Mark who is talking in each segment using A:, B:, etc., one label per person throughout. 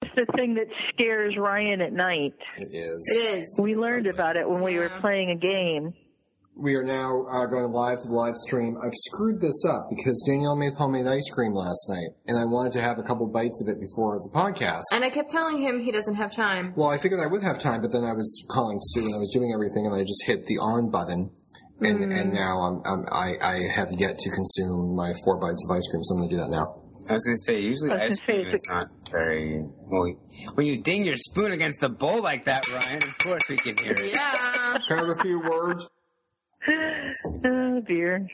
A: the thing that scares Ryan at night.
B: It is.
C: It is.
A: We learned about it when we were playing a game.
B: We are now uh, going live to the live stream. I've screwed this up because Danielle made homemade ice cream last night, and I wanted to have a couple bites of it before the podcast.
C: And I kept telling him he doesn't have time.
B: Well, I figured I would have time, but then I was calling Sue and I was doing everything, and I just hit the on button, and and now I'm, I'm I, I have yet to consume my four bites of ice cream, so I'm gonna do that now.
D: I was gonna say usually
A: I was gonna
D: ice
A: say,
D: cream is not very well. When you ding your spoon against the bowl like that, Ryan, of course we can hear it.
C: Yeah.
B: Can I have a few words?
A: Oh dear.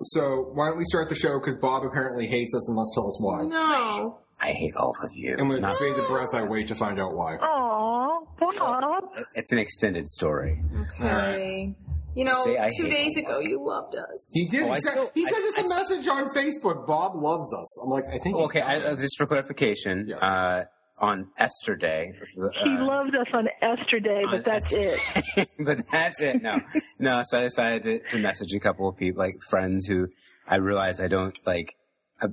B: So why don't we start the show? Because Bob apparently hates us and must tell us why.
C: No.
D: I hate all of you.
B: And with
D: Not-
B: bated breath, I wait to find out why.
A: Aw, Bob.
D: it's an extended story.
C: Okay. You know,
D: Say I
C: two
D: hate
C: days ago you loved us.
B: He did.
D: Oh,
B: he
D: I
B: sent-
D: still-
B: he
D: I-
B: sent us
D: I
B: a message on Facebook. Bob loves us. I'm like, I think. he's
D: Okay,
B: got
D: I,
B: it.
D: uh, just for clarification,
B: Yeah.
D: uh, on Esther Day, uh,
A: He loved us on Esther Day,
D: on
A: but that's
D: Esther
A: it.
D: Day. but that's it. No, no. So I decided to, to message a couple of people, like friends, who I realized I don't like.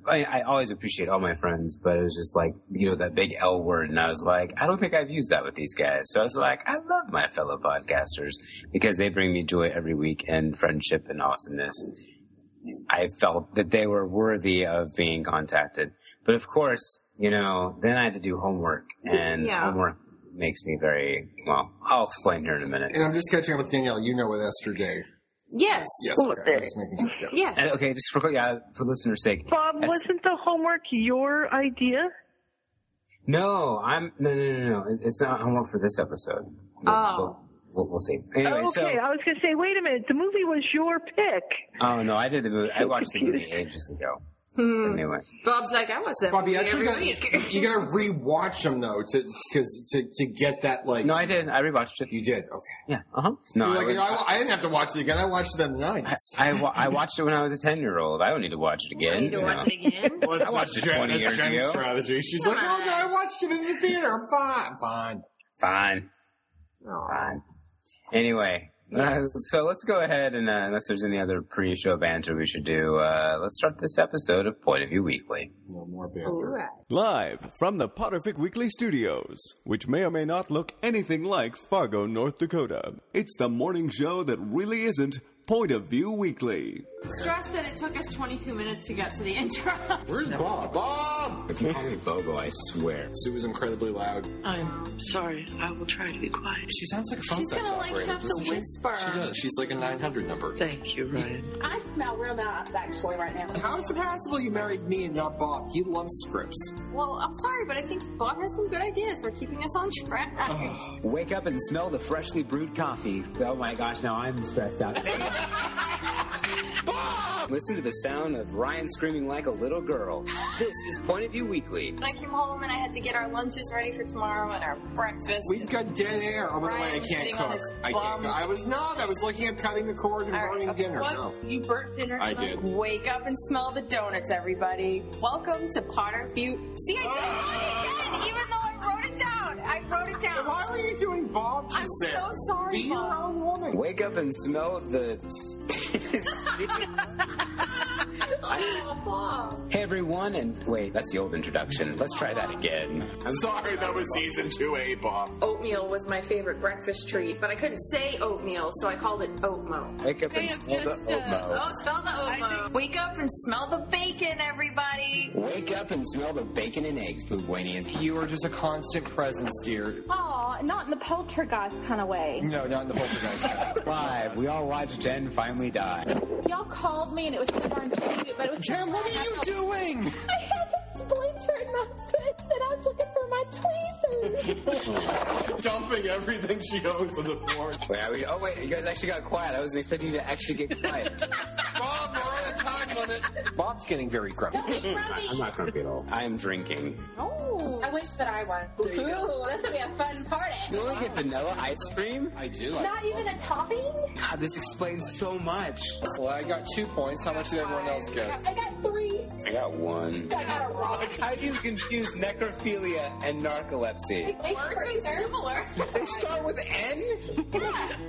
D: I, I always appreciate all my friends, but it was just like you know that big L word, and I was like, I don't think I've used that with these guys. So I was like, I love my fellow podcasters because they bring me joy every week and friendship and awesomeness. I felt that they were worthy of being contacted, but of course, you know, then I had to do homework, and
C: Yeah.
D: homework makes me very well. I'll explain here in a minute.
B: And I'm just catching up with Danielle. You know, with Esther Day.
C: Yes.
B: Yes.
A: Well,
B: Okay. I'm
A: uh,
B: just making sure. Yeah.
C: Yes.
D: And, okay, just for yeah, for listener's sake.
A: Bob,
D: Yes.
A: wasn't the homework your idea?
D: No, I'm no no no no. It- It's not homework for this episode. We'll,
C: Oh.
D: We'll, we'll, we'll see. Anyway,
A: okay, I was going to say, wait a minute. The movie was your pick.
D: so oh no, I did the movie. I watched the movie ages ago. Anyway,
C: Bob's like, I watch that
B: Bob,
C: movie
B: you actually
C: every
B: got
C: week.
B: you got to rewatch them though to because to, to get that like.
D: no, I did. I rewatched it.
B: you did. Okay.
D: Yeah. Uh huh. No,
B: You're
D: I,
B: like, you
D: was-
B: know, I, I didn't have to watch it again. I watched them tonight.
D: I, wa- I watched it when I was a ten year old. I don't need to watch it again.
C: I need to
D: you
C: watch
D: know.
C: it again.
B: Well,
D: I watched
B: that's
D: it
B: Jen-
D: 20
B: that's
D: years
B: Jen's
D: ago.
B: Strategy. She's
C: Come
B: like, oh
C: on.
B: no, I watched it in the theater. I'm fine. I'm fine.
D: Fine.
B: Aw.
D: Fine. Anyway, uh, so let's go ahead and uh, unless there's any other pre-show banter we should do, uh, let's start this episode of Point of View Weekly.
B: No more
C: All
B: banter.
C: right.
E: Live from the Potterfic Weekly Studios, which may or may not look anything like Fargo, North Dakota. It's the morning show that really isn't Point of View Weekly.
C: Stress that it took us 22 minutes to get to the intro.
B: Where's Bob? Bob.
D: If you call me Bogo, I swear.
B: Sue was incredibly loud.
F: I'm sorry. I will try to be quiet.
B: She sounds like a phone
C: She's
B: sex
C: gonna, like,
B: operator,
C: have to
B: doesn't she?
C: whisper.
B: She does. She's like a 900 number.
F: Thank you, Ryan.
G: I smell real nice actually right now.
B: How is it possible you married me and not Bob? He loves scripts.
C: well, I'm sorry, but I think Bob has some good ideas for keeping us on track.
D: Wake up and smell the freshly brewed coffee. Oh my gosh, now I'm stressed out. Listen to the sound of Ryan screaming like a little girl. This is Point of View Weekly.
C: I came home and I had to get our lunches ready for tomorrow and our breakfast.
B: We've got dead air. Oh, by the way, I
C: Ryan's
B: can't
C: sitting on
B: cook.
C: his
B: I can't
C: bum.
B: cook. I was not. I was looking at cutting the cord and
C: All right,
B: burning
C: okay,
B: dinner.
C: what?
B: No.
C: You burnt dinner.
B: I
C: tonight?
B: did.
C: Wake up and smell the donuts, everybody. Welcome to Potter View. See, I did it
B: Ah!
C: again, even though I wrote it down. I wrote it
B: Then
C: down.
B: Why were you doing Bob just
C: I'm
B: there?
C: so sorry,
B: Be your
C: Bob.
B: own woman.
D: Wake up and smell the. st-
C: Oh, Bob.
D: hey everyone, and wait, that's the old introduction. Let's try that again. I'm
B: I'm sorry, that was season 2A, Bob.
C: Oatmeal was my favorite breakfast treat, but I couldn't say oatmeal, so I called it oatmo.
D: Wake up and
F: Hey,
D: smell the
F: Jessica.
D: oatmeal.
C: Oh, smell the oatmo. Wake up and smell the bacon, everybody.
D: Wake up and smell the bacon and eggs, Boobwanian.
B: You are just a constant presence, dear.
G: Aw, not in the poltergeist kind of way.
B: No, not in the
F: Oh.
B: poltergeist.
D: Live, we all watched Jen finally die.
G: Y'all called me and it was so darn cute, but it was.
B: Jen, what
G: I
B: are you
G: felt-
B: doing?
G: I had a splinter in my foot and I was looking for my tweezers.
B: Dumping everything she owns on the floor.
D: Wait, are we, oh wait, you guys actually got quiet. I wasn't expecting you to actually get quiet.
B: Bob, we're on a time limit.
D: Bob's getting very grumpy.
G: Don't be grumpy.
D: not grumpy at all. I'm drinking.
C: Oh.
G: I wish that I won. Ooh, this would be a fun party.
D: You only get vanilla ice cream?
B: I do.
G: Not even a topping?
D: God, this explains so much.
B: Well, I got two points. How much did everyone else get?
G: I got three.
D: I got one.
G: I got it wrong.
D: Like, how do you confuse necrophilia and narcolepsy?
G: It's
C: Words are similar.
D: They start with N?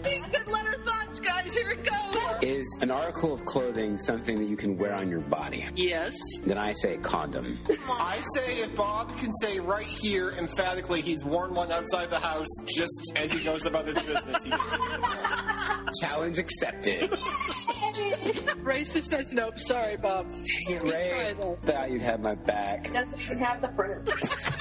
F: Big good letter thoughts, guys. Here it goes.
D: Is an article of clothing something that you can wear on your body?
F: Yes.
D: Then I say condom.
B: I say if Bob can say right here emphatically he's worn one outside the house just as he goes about his business. He
D: Challenge accepted.
F: Racer says nope. Sorry, Bob.
D: Dang it, Ray. Thought you'd have my back.
G: doesn't even have the fruit.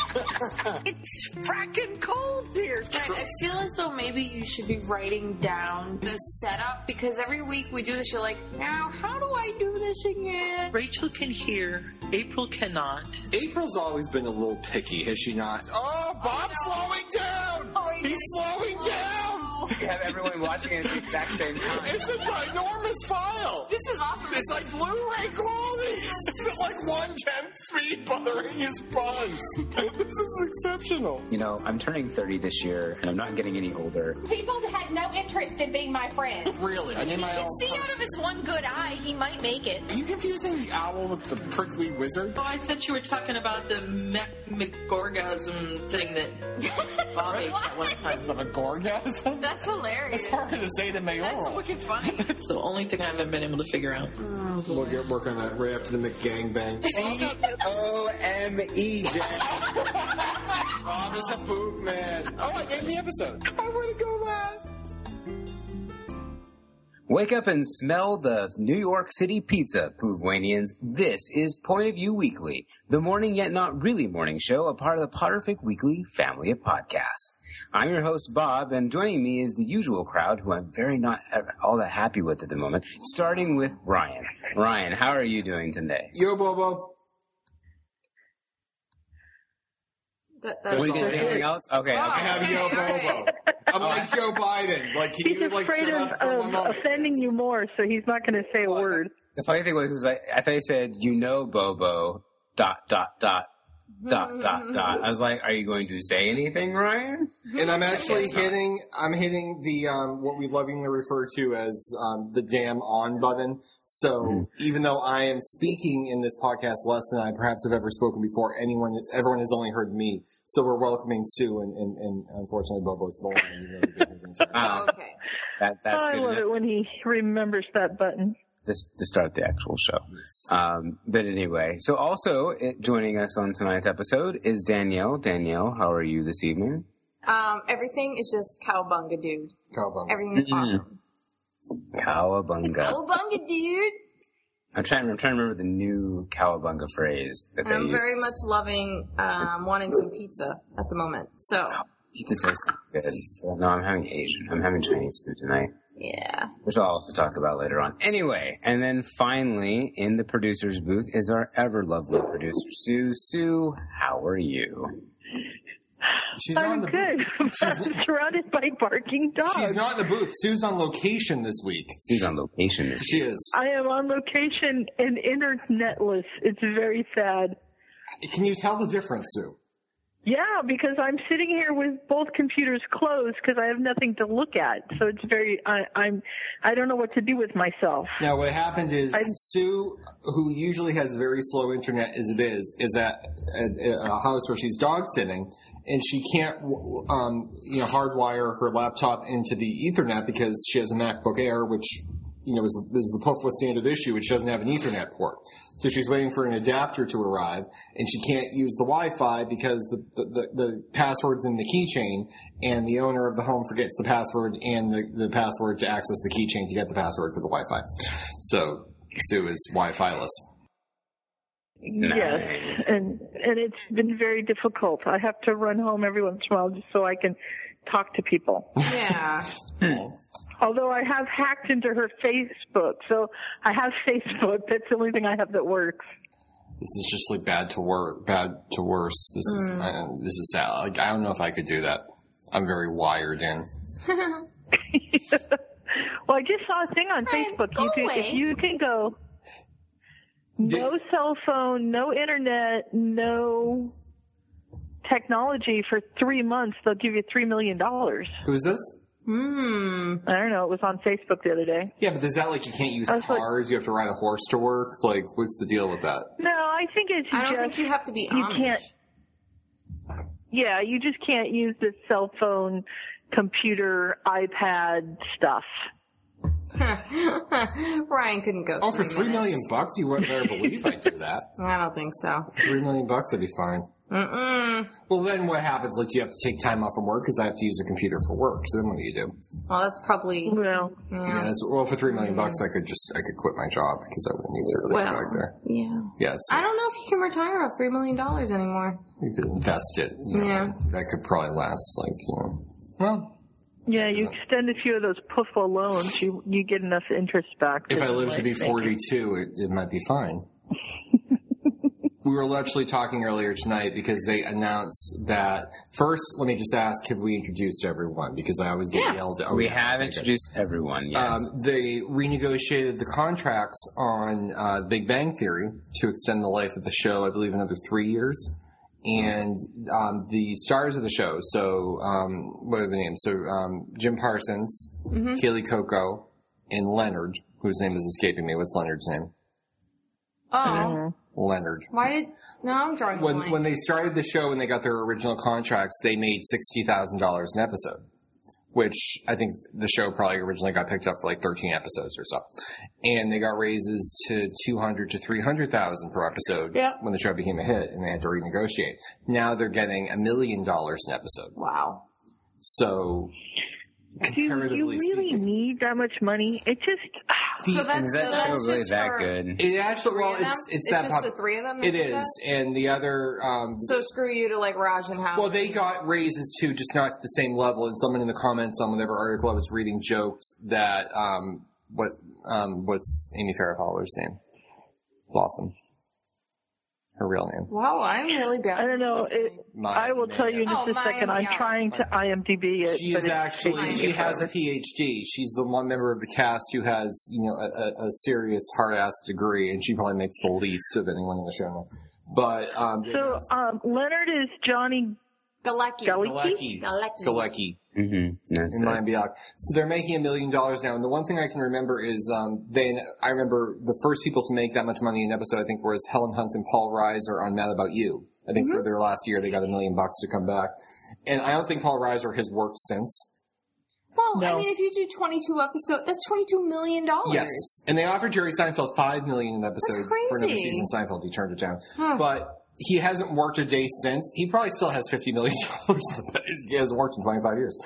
F: It's fracking cold here.
C: Right, I feel as though maybe you should be writing down the setup because every week we do this. You're like, now how do I do this again?
F: Rachel can hear. April cannot.
B: April's always been a little picky, has she not? Oh, Bob's slowing down!
C: Oh, he
B: He's
C: just-
B: slowing down!
C: Oh,
D: have everyone watching it at the exact same time.
B: It's a ginormous file!
C: this is awesome.
B: It's like Blu-ray quality! It's at like one-tenth speed bothering his buns! this is exceptional.
D: You know, I'm turning 30 this year, and I'm not getting any older.
G: People that had no interest in being my friend.
B: Really, I need my own...
C: See out of his one good eye, he might make it.
B: Are you confusing the owl with the prickly wizard?
F: Oh, I thought you were talking about the mech- McGorgasm thing that Bob ate that one time.
B: The gorgasm?
C: That's hilarious.
B: It's harder to say than mayoral.
C: That's wicked funny.
F: It's the only thing I haven't been able to figure out.
B: We'll get work on that right after the McGangbang.
D: O M E J.
B: oh, there's a boot man. Oh, I gave the episode. I want to go last.
D: Wake up and smell the New York City pizza, Poovanians. This is Point of View Weekly, the morning yet not really morning show, a part of the Potterfic Weekly family of podcasts. I'm your host, Bob, and joining me is the usual crowd who I'm very not all that happy with at the moment, starting with Ryan. Ryan, how are you doing today?
B: Yo, Bobo.
C: That,
D: What
C: that's
D: you gonna say? Anything else? Okay.
C: Oh,
D: okay.
B: I have
C: okay,
B: Yo,
C: okay.
B: Bobo. I'm like Joe Biden. Like, can
A: He's
B: you, like,
A: afraid
B: shut
A: of,
D: uh,
B: up for a
A: of
B: moment?
A: offending you more, so he's not going to say a
D: Well,
A: word.
D: The funny thing was, is I, I thought he said, you know, Bobo, dot, dot, dot, dot, dot, dot. I was like, are you going to say anything, Ryan?
B: And I'm actually
D: It's not.
B: hitting, I'm hitting the, um, what we lovingly refer to as, um, the damn on button. So even though I am speaking in this podcast less than I perhaps have ever spoken before, anyone, everyone has only heard me. So we're welcoming Sue and, and, and unfortunately Bobo is bowling. and you really didn't even-
D: Um,
C: okay.
D: that, that's
A: I
D: good
A: love
D: enough
A: it when he remembers that button.
D: this, to start the actual show. Um, but anyway, so also it, joining us on tonight's episode is Danielle. Danielle, how are you this evening?
C: Um, everything is just cowbunga, dude.
B: Cowbunga.
C: Everything
D: Mm-hmm.
C: is awesome.
D: Cowabunga.
C: Cowbunga, dude.
D: I'm trying, I'm trying to remember the new cowabunga phrase that
C: And
D: they
C: I'm very
D: use.
C: much loving um, wanting some pizza at the moment. So,
D: Pizza says good. No, I'm having Asian. I'm having Chinese food tonight.
C: yeah.
D: which I'll also talk about later on. Anyway, and then finally in the producer's booth is our ever lovely producer, Sue. Sue, how are you?
B: She's on
A: I'm
B: the
A: good. I'm surrounded by barking
B: She's
A: dogs.
B: not in the booth. Sue's on location this week.
D: Sue's on location this
B: She is.
A: I am on location and internetless. It's very sad.
B: Can you tell the difference, Sue?
A: Yeah, because I'm sitting here with both computers closed because I have nothing to look at. So it's very I, I'm I don't know what to do with myself.
B: Now, what happened is
A: I'm-
B: Sue, who usually has very slow internet as it is, is at a, a house where she's dog sitting, and she can't, w- um, you know, hardwire her laptop into the Ethernet because she has a MacBook Air, which you know is, is the Puffwa standard issue, which doesn't have an Ethernet port. So she's waiting for an adapter to arrive, and she can't use the Wi-Fi because the the, the, the password's in the keychain, and the owner of the home forgets the password and the, the password to access the keychain to get the password for the Wi-Fi. So Sue is Wi-Fi-less.
A: Yes, and and it's been very difficult. I have to run home every once in a while just so I can talk to people.
C: Yeah.
A: Although I have hacked into her Facebook, so I have Facebook. That's the only thing I have that works.
B: This is just like bad to worse. Bad to worse. This is uh, this is sad. Like I don't know if I could do that. I'm very wired in.
A: Well, I just saw a thing on
C: Ryan,
A: Facebook.
C: go
A: you can,
C: away.
A: If you can go, no cell phone, no internet, no technology for three months, they'll give you three million dollars.
B: Who's this?
A: I don't know. It was on Facebook the other day.
B: Yeah, but is that like you can't use
A: was like-
B: cars? you have to ride a horse to work. Like, what's the deal with that?
A: No, I think it's
C: I don't
A: just
C: think you have to be
A: you
C: Amish.
A: can't yeah you just can't use the cell phone computer ipad stuff
C: Ryan couldn't go.
B: Oh, for
C: three
B: three
C: minutes.
B: million bucks, you wouldn't better believe I'd do that.
C: I don't think so.
B: Three million bucks, I'd be fine.
C: Mm-mm.
B: Well, then what happens? Like, do you have to take time off from work because I have to use a computer for work? So then, what do you do?
C: Well, that's probably.
A: well
B: Yeah, Mm-hmm. that's, well, for three million bucks, I could just I could quit my job because I wouldn't need to really
C: Well,
B: go back there.
C: yeah.
B: Yes,
C: I don't know if you can retire off three million dollars anymore.
B: you could invest it. you know,
C: Yeah.
B: that could probably last like you know. Well,
A: yeah you extend a few of those puffo loans you you get enough interest back
B: if I live to be forty-two, it, it might be fine. we were literally talking earlier tonight because they announced that first. Let me just ask: Have we introduced everyone? Because I always get
C: Yeah.
B: yelled at.
D: We
B: Okay.
D: have introduced everyone. Yes.
B: oh, Um, they renegotiated the contracts on uh, Big Bang Theory to extend the life of the show, I believe, another three years. And um, the stars of the show, so um, what are the names? So um, Jim Parsons, Kaylee Coco, and Leonard, whose name is escaping me. What's Leonard's name?
C: Oh,
B: Leonard.
C: why did? No, I'm drawing a
B: When
C: line.
B: when they started the show and they got their original contracts, they made sixty thousand dollars an episode, which I think the show probably originally got picked up for like thirteen episodes or so, and they got raises to two hundred to three hundred thousand per episode
F: Yeah.
B: when the show became a hit, and they had to renegotiate. Now they're getting a million dollars an episode,
C: wow.
B: so
A: do you
B: comparatively
A: really
B: speaking,
A: need that much money it just
C: So that's
D: Is that
C: that's
D: show really
C: just
D: that
C: for
D: good?
B: it actually
C: Three
B: well,
C: of them?
B: it's it's, that
C: just
B: pop-
C: the three of them. that
B: It
C: do
B: is,
C: that?
B: and the other um,
C: So screw you to like Raj and Howard.
B: Well, they got raises too, just not to the same level. And someone in the comments on whatever article I was reading joked that um, what um, what's Amy Farrah Fowler's name? Blossom, her real name.
C: wow, I'm really bad.
A: i don't know it,
B: Maya-
A: i will tell you in
B: Maya.
A: just
C: Oh,
A: a
C: Maya
A: second i'm
C: Miao.
A: trying to imdb it
B: She
A: but
B: is
A: it's
B: actually
A: taking
B: she
A: me
B: has a
A: forever.
B: PhD. She's the one member of the cast who has you know a, a, a serious hard ass degree, and she probably makes the least of anyone in the show. now. But um,
A: so um, leonard is johnny
C: Galecki.
A: Galecki?
C: Galecki.
B: Galecki.
D: Mm-hmm. That's
B: in
D: it.
B: Ryan Bialik. So they're making a million dollars now. And the one thing I can remember is um, they. I remember the first people to make that much money in an episode. I think was Helen Hunt and Paul Reiser on Mad About You. I think for their last year they got a million bucks to come back. And I don't think Paul Reiser has worked since.
C: Well, I
A: No.
C: mean, if you do 22 episodes, that's 22 million dollars.
B: Yes, and they offered Jerry Seinfeld five million an episode
C: That's
B: for another
C: crazy.
B: season. Seinfeld, he turned it down, but he hasn't worked a day since. He probably still has fifty million dollars. he hasn't worked in twenty five years.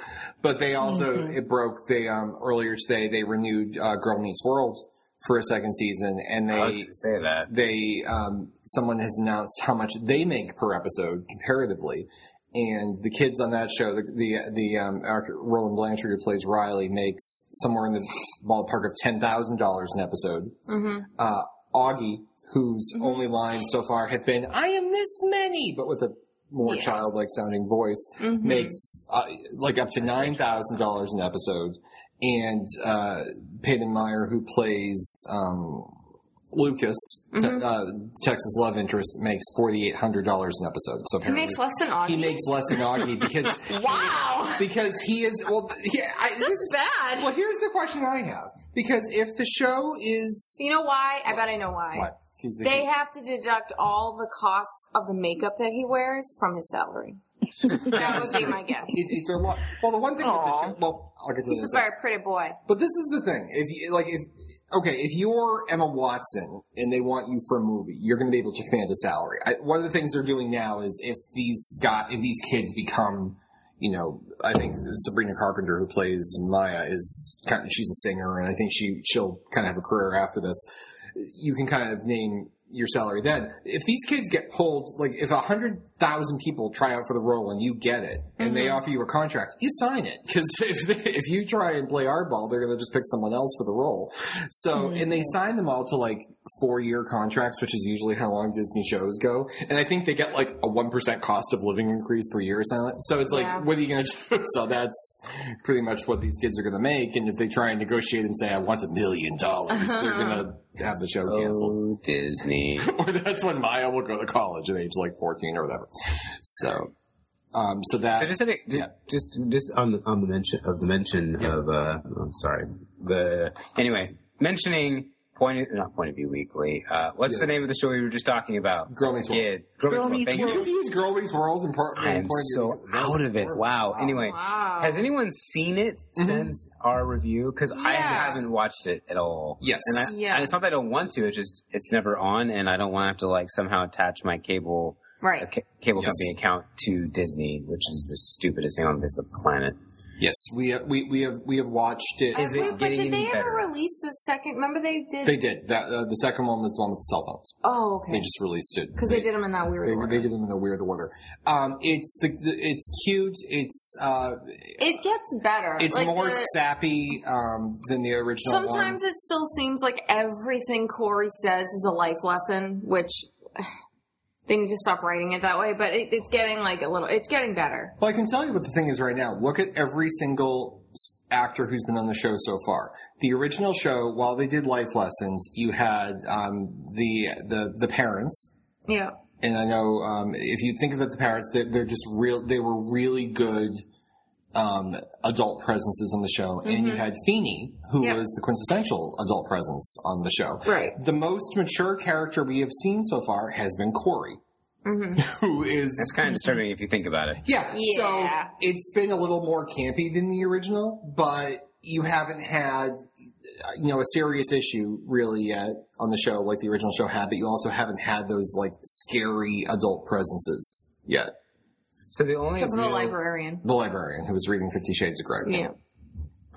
B: But they also
C: Mm-hmm.
B: it broke. They um, earlier today they renewed uh, Girl Meets World for a second season, and
D: I was going
B: they
D: to say that.
B: they um, someone has announced how much they make per episode comparatively. And the kids on that show, the the, the um, actor Roland Blanchard who plays Riley makes somewhere in the ballpark of ten thousand dollars an episode. Uh, Augie, whose only line so far had been "I am this many," but with a more
C: Yeah. Mm-hmm.
B: childlike sounding voice, makes uh, like up to nine thousand dollars an episode. And uh, Peyton Meyer, who plays um, Lucas, te-
C: Mm-hmm.
B: uh, Texas love interest, makes forty eight hundred dollars an episode. So
C: He
B: apparently
C: makes less than Augie.
B: he makes less than Augie because
C: wow.
B: because he is well. He, I, this
C: That's
B: is,
C: bad.
B: well, here's the question I have because if the show is
C: You know why? I bet I know why.
B: what he's the
C: They have to deduct all the costs of the makeup that he wears from his salary. that would be my guess.
B: it, it's a lot. Well, the one thing with the
A: Aw.
B: show, well, I'll get to
C: He's
B: this.
C: a very pretty boy.
B: But this is the thing. If you, like if okay, if you're Emma Watson and they want you for a movie, you're going to be able to command a salary. I, one of the things they're doing now is if these got if these kids become you know, I think Sabrina Carpenter, who plays Maya, is kind of, she's a singer, and I think she she'll kind of have a career after this. You can kind of name your salary then. If these kids get pulled, like if a hundred thousand people try out for the role and you get it, and they offer you a contract, you sign it because if they, if you try and play hardball, they're going to just pick someone else for the role. So and they sign them all to like four year contracts, which is usually how long Disney shows go. And I think they get like a one percent cost of living increase per year or something. like- So it's like
C: Yeah.
B: what are you going to do? So that's pretty much what these kids are going to make. And if they try and negotiate and say, I want a million dollars, they're going to have the show canceled.
D: Oh, Disney.
B: or that's when Maya will go to college at age like 14 or whatever. So, um, so that.
D: So just, just,
B: Yeah.
D: just just on the on the mention of the mention of uh oh, sorry the anyway mentioning Point of, not Point of View Weekly. Uh, what's
B: Yeah.
D: the name of the show we were just talking about?
B: Girl Meets World.
D: Yeah, Girl Meets
A: Girl
D: World.
A: Meets
D: Thank
B: You
D: you.
B: confused Girl Meets World and part.
D: I am
B: Point of View.
D: so
B: That was
D: out of it.
B: horrible.
D: Wow. Anyway,
C: Wow.
D: has anyone seen it since our review? Because I
C: Yes.
D: haven't watched it at all.
B: Yes.
D: And, I,
C: Yeah.
D: and it's not that I don't want to. It's just it's never on, and I don't want to have to like somehow attach my cable a
C: Right.
D: ca- cable
B: Yes.
D: company account to Disney, which is the stupidest thing on this the planet.
B: Yes, we have, we we have we have watched it.
D: Is
C: Uh,
D: it
C: wait, but
D: getting
C: did
D: any
C: they
D: better?
C: ever release the second? Remember they did.
B: They did that. Uh, the second one was the one with the cell phones.
C: oh, okay.
B: They just released it
C: because they did them in that weird
B: They,
C: order.
B: they did them in a weird order. Um, it's the, the it's cute. It's uh,
C: it gets better.
B: it's
C: Like,
B: more
C: the-
B: sappy um, than the original.
C: Sometimes
B: one.
C: it still seems like everything Corey says is a life lesson, which they need to stop writing it that way. But it, it's getting like a little. It's getting better.
B: Well, I can tell you what the thing is right now. Look at every single s- actor who's been on the show so far. The original show, while they did life lessons, you had um, the the the parents.
C: Yeah.
B: and I know um, if you think about the parents, they, they're just real. They were really good um, adult presences on the show, and you had Feeney, who
C: Mm-hmm. Yeah.
B: was the quintessential adult presence on the show.
C: Right.
B: The most mature character we have seen so far has been Corey,
C: Mm-hmm.
B: who is
D: That's kind of disturbing if you think about it.
B: yeah,
C: Yeah.
B: So it's been a little more campy than the original, but you haven't had uh, you know a serious issue really yet on the show like the original show had, but you also haven't had those like scary adult presences yet.
D: So the only
C: Except for the
D: real-
C: librarian.
B: The librarian who was reading Fifty Shades of Grey.
C: Yeah.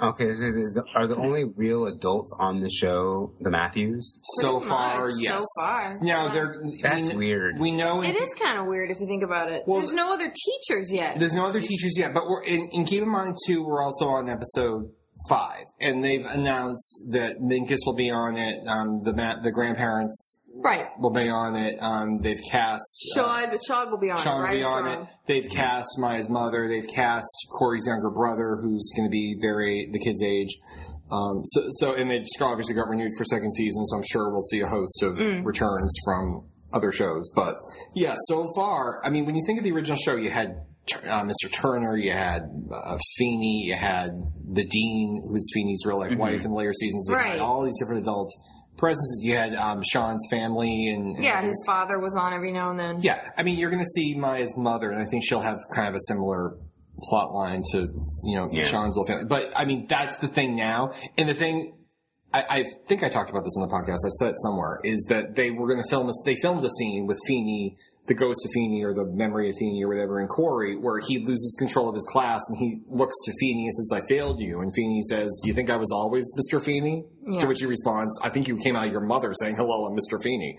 D: okay, so is the, are the only real adults on the show the Matthews?
B: So
C: Pretty
B: far,
C: much,
B: yes.
C: So far.
B: Now they're
D: That's
B: we,
D: weird.
B: We know in
C: It is kind of weird if you think about it.
B: Well,
C: There's no other teachers yet.
B: There's no other teachers yet, but we're and, and keep in mind too, we're also on episode five, and they've announced that Minkus will be on it. Um, the ma- the grandparents
C: right.
B: will be on it. Um, they've cast uh,
C: Shod, Shod will be on
B: Sean
C: it, right?
B: will be on
C: Strong.
B: it. They've cast Maya's mother. They've cast Corey's younger brother, who's going to be their a- the kid's age. Um, so, so and they just obviously got renewed for second season. So I'm sure we'll see a host of
C: Mm.
B: returns from other shows. But yeah, so far, I mean, when you think of the original show, you had uh, Mr. Turner, you had uh, Feeney, you had the Dean, who's Feeney's real life wife in later seasons. You
C: Right.
B: had all these different adult presences. You had um, Sean's family and, and
C: Yeah, his father was on every now and then.
B: yeah, I mean, you're going to see Maya's mother, and I think she'll have kind of a similar plot line to you know
D: Yeah.
B: Sean's little family. But I mean, that's the thing now, and the thing. I, I think I talked about this on the podcast. I said it somewhere. Is that they were going to film? A, they filmed a scene with Feeney, the ghost of Feeney, or the memory of Feeney, or whatever, in Corey, where he loses control of his class and he looks to Feeney and says, "I failed you." And Feeney says, "Do you think I was always Mr. Feeney?"
C: Yeah.
B: To which he responds, "I think you came out of your mother saying hello, I'm Mr. Feeney."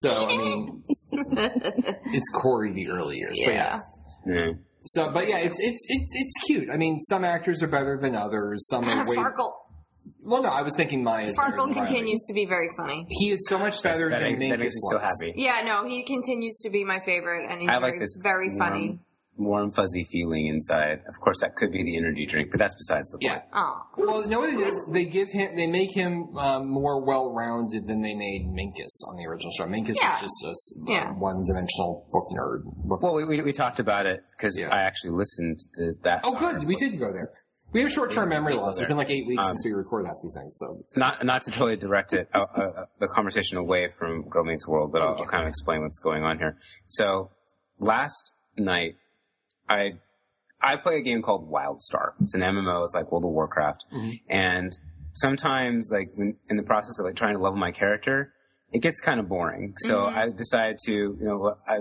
B: So I mean, it's Corey the early years. But yeah.
C: Yeah.
D: Yeah.
B: So, but yeah, it's it's it's it's cute. I mean, some actors are better than others. Some are way.
C: Farkle.
B: Well, no, I was thinking Maya. is better
C: Farkle
B: than Riley.
C: continues to be very funny.
B: He is so much better
D: That,
B: than
D: makes, that makes
B: Minkus
D: me so
B: was.
D: happy.
C: Yeah, no, he continues to be my favorite, and he's
D: I
C: very,
D: like this
C: very
D: warm,
C: funny.
D: warm fuzzy feeling inside. Of course, that could be the energy drink, but that's besides the
B: Yeah.
D: point.
C: Oh,
B: Well, you know what it is? They give him, they make him um, more well-rounded than they made Minkus on the original show. Minkus
C: Yeah.
B: is just a s-
C: Yeah.
B: one-dimensional book nerd. Book
D: Well, we, we, we talked about it because
B: Yeah.
D: I actually listened to that.
B: oh, good, we did go there. We have short-term memory loss. It's been like eight weeks
D: Um,
B: since we recorded half these things. So,
D: Not not to totally direct it uh, uh, uh, the conversation away from Girl Meets World, but I'll, I'll kind of explain what's going on here. So last night, I I play a game called WildStar. It's an MMO. It's like World of Warcraft, and sometimes like when, in the process of like trying to level my character, it gets kind of boring. So I decided to you know I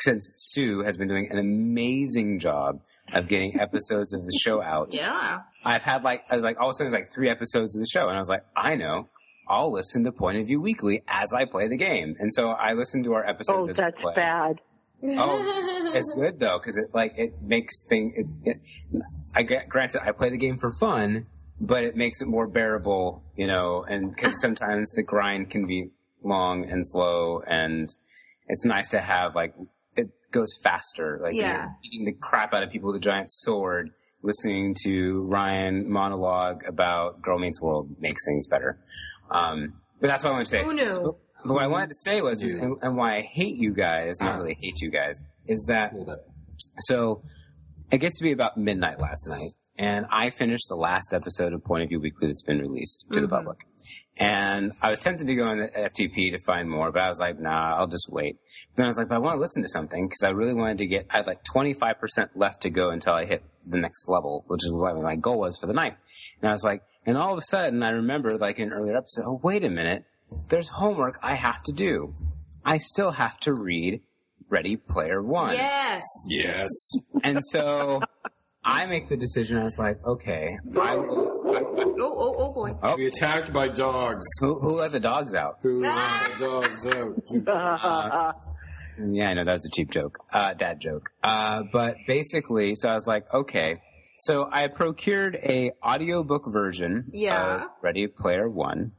D: since Sue has been doing an amazing job of getting episodes of the show out.
C: yeah.
D: I've had like I was like all of a sudden it was like three episodes of the show, and I was like, I know. I'll listen to Point of View Weekly as I play the game, and so I listen to our episodes.
A: Oh,
D: as we
A: that's
D: play.
A: bad.
D: Oh, it's good though because it like it makes things. It, it, I gra- granted I play the game for fun, but it makes it more bearable, you know. And because sometimes the grind can be long and slow, and it's nice to have like it goes faster. Like
C: Yeah.
D: you're beating the crap out of people with a giant sword. Listening to Ryan monologue about Girl Meets World makes things better. Um, but that's what I want to say.
C: Who knew?
D: But what I wanted to say was, is,
B: Yeah.
D: and, and why I hate you guys, not really hate you guys, is that
B: hold up.
D: so it gets to be about
C: Mm-hmm.
D: midnight last night, and I finished the last episode of Point of View Weekly that's been released to the public. And I was tempted to go on the FTP to find more, but I was like, nah, I'll just wait. Then I was like, but I want to listen to something because I really wanted to get, I had like 25% left to go until I hit the next level, which is what my goal was for the night. And I was like, and all of a sudden I remember like in an earlier episode, oh, wait a minute, there's homework I have to do. I still have to read Ready Player One.
C: Yes.
B: Yes.
D: And so I make the decision. I was like, okay, I will.
C: Oh, oh, oh boy.
B: We attacked by dogs.
D: Who, who let the dogs out?
B: Who let the dogs out?
A: Uh,
B: Uh-huh.
D: Yeah, I know that was a cheap joke, uh, dad joke. Uh, but basically, so I was like, okay. So I procured a audiobook version
C: Yeah.
D: of Ready Player One,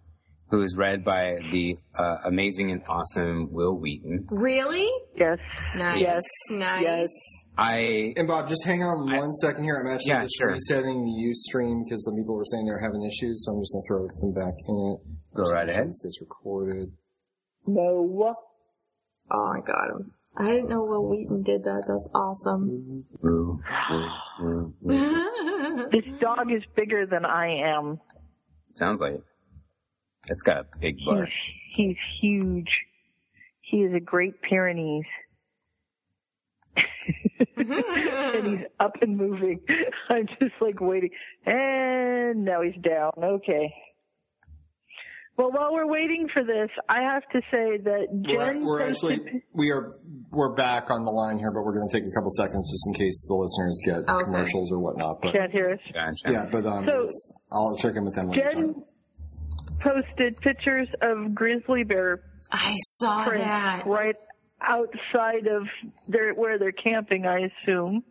D: who is read by the uh, amazing and awesome Will Wheaton.
C: Really?
A: Yes.
C: Nice.
A: Yes.
C: Nice.
A: Yes.
D: I
B: And Bob, just hang on
D: I-
B: one second here. I'm actually
D: Yeah,
B: just
D: sure.
B: resetting the Ustream because some people were saying they were having issues, so I'm just going to throw them back in it.
D: Go right
B: This
D: ahead.
B: gets recorded.
A: No.
C: Oh, I got him. I didn't know Will Wheaton did that. That's awesome.
D: woo, woo, woo, woo.
C: That's
A: This dog is bigger than I am.
D: sounds like it. It's got a big butt.
A: He's, he's huge. He is a Great Pyrenees. and he's up and moving. I'm just like waiting. And now he's down. Okay. Well, while we're waiting for this, I have to say that
B: We're,
A: Jen.
B: we're
A: sent
B: actually
A: it-
B: we are we're back on the line here, but we're going to take a couple seconds just in case the listeners get
C: Okay.
B: commercials or whatnot. But
A: can't hear us.
D: Gotcha.
B: yeah, but um,
A: So-
B: I'll check in with them later.
A: Jen posted pictures of grizzly bear
C: I saw
A: prints
C: that.
A: right outside of their where they're camping, I assume.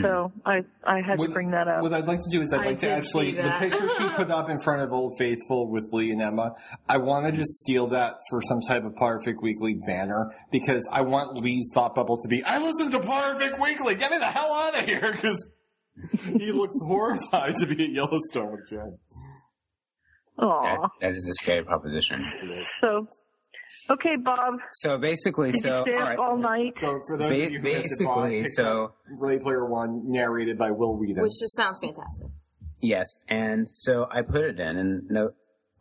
A: So I I had
B: What-
A: to bring that up.
B: What I'd like to do is I'd
C: I
B: like to
C: did
B: actually
C: see
B: the
C: that.
B: picture she put up in front of Old Faithful with Lee and Emma. I want to just steal that for some type of Perfect Weekly banner because I want Lee's thought bubble to be. I listen to Perfect Weekly. Get me the hell out of here because he looks horrified to be at Yellowstone with Jen.
A: Aw.
D: That- that is a scary proposition.
A: So okay, Bob.
D: So basically,
A: Did
D: so
A: you stay
D: all
A: up
D: right.
A: all night?
B: So for those
D: Ba-
B: of you who missed it, Bob,
D: basically,
B: picked
D: so
B: up Ready Player One, narrated by Will Wheaton.
C: Which just sounds fantastic.
D: Yes, and so I put it in, and no,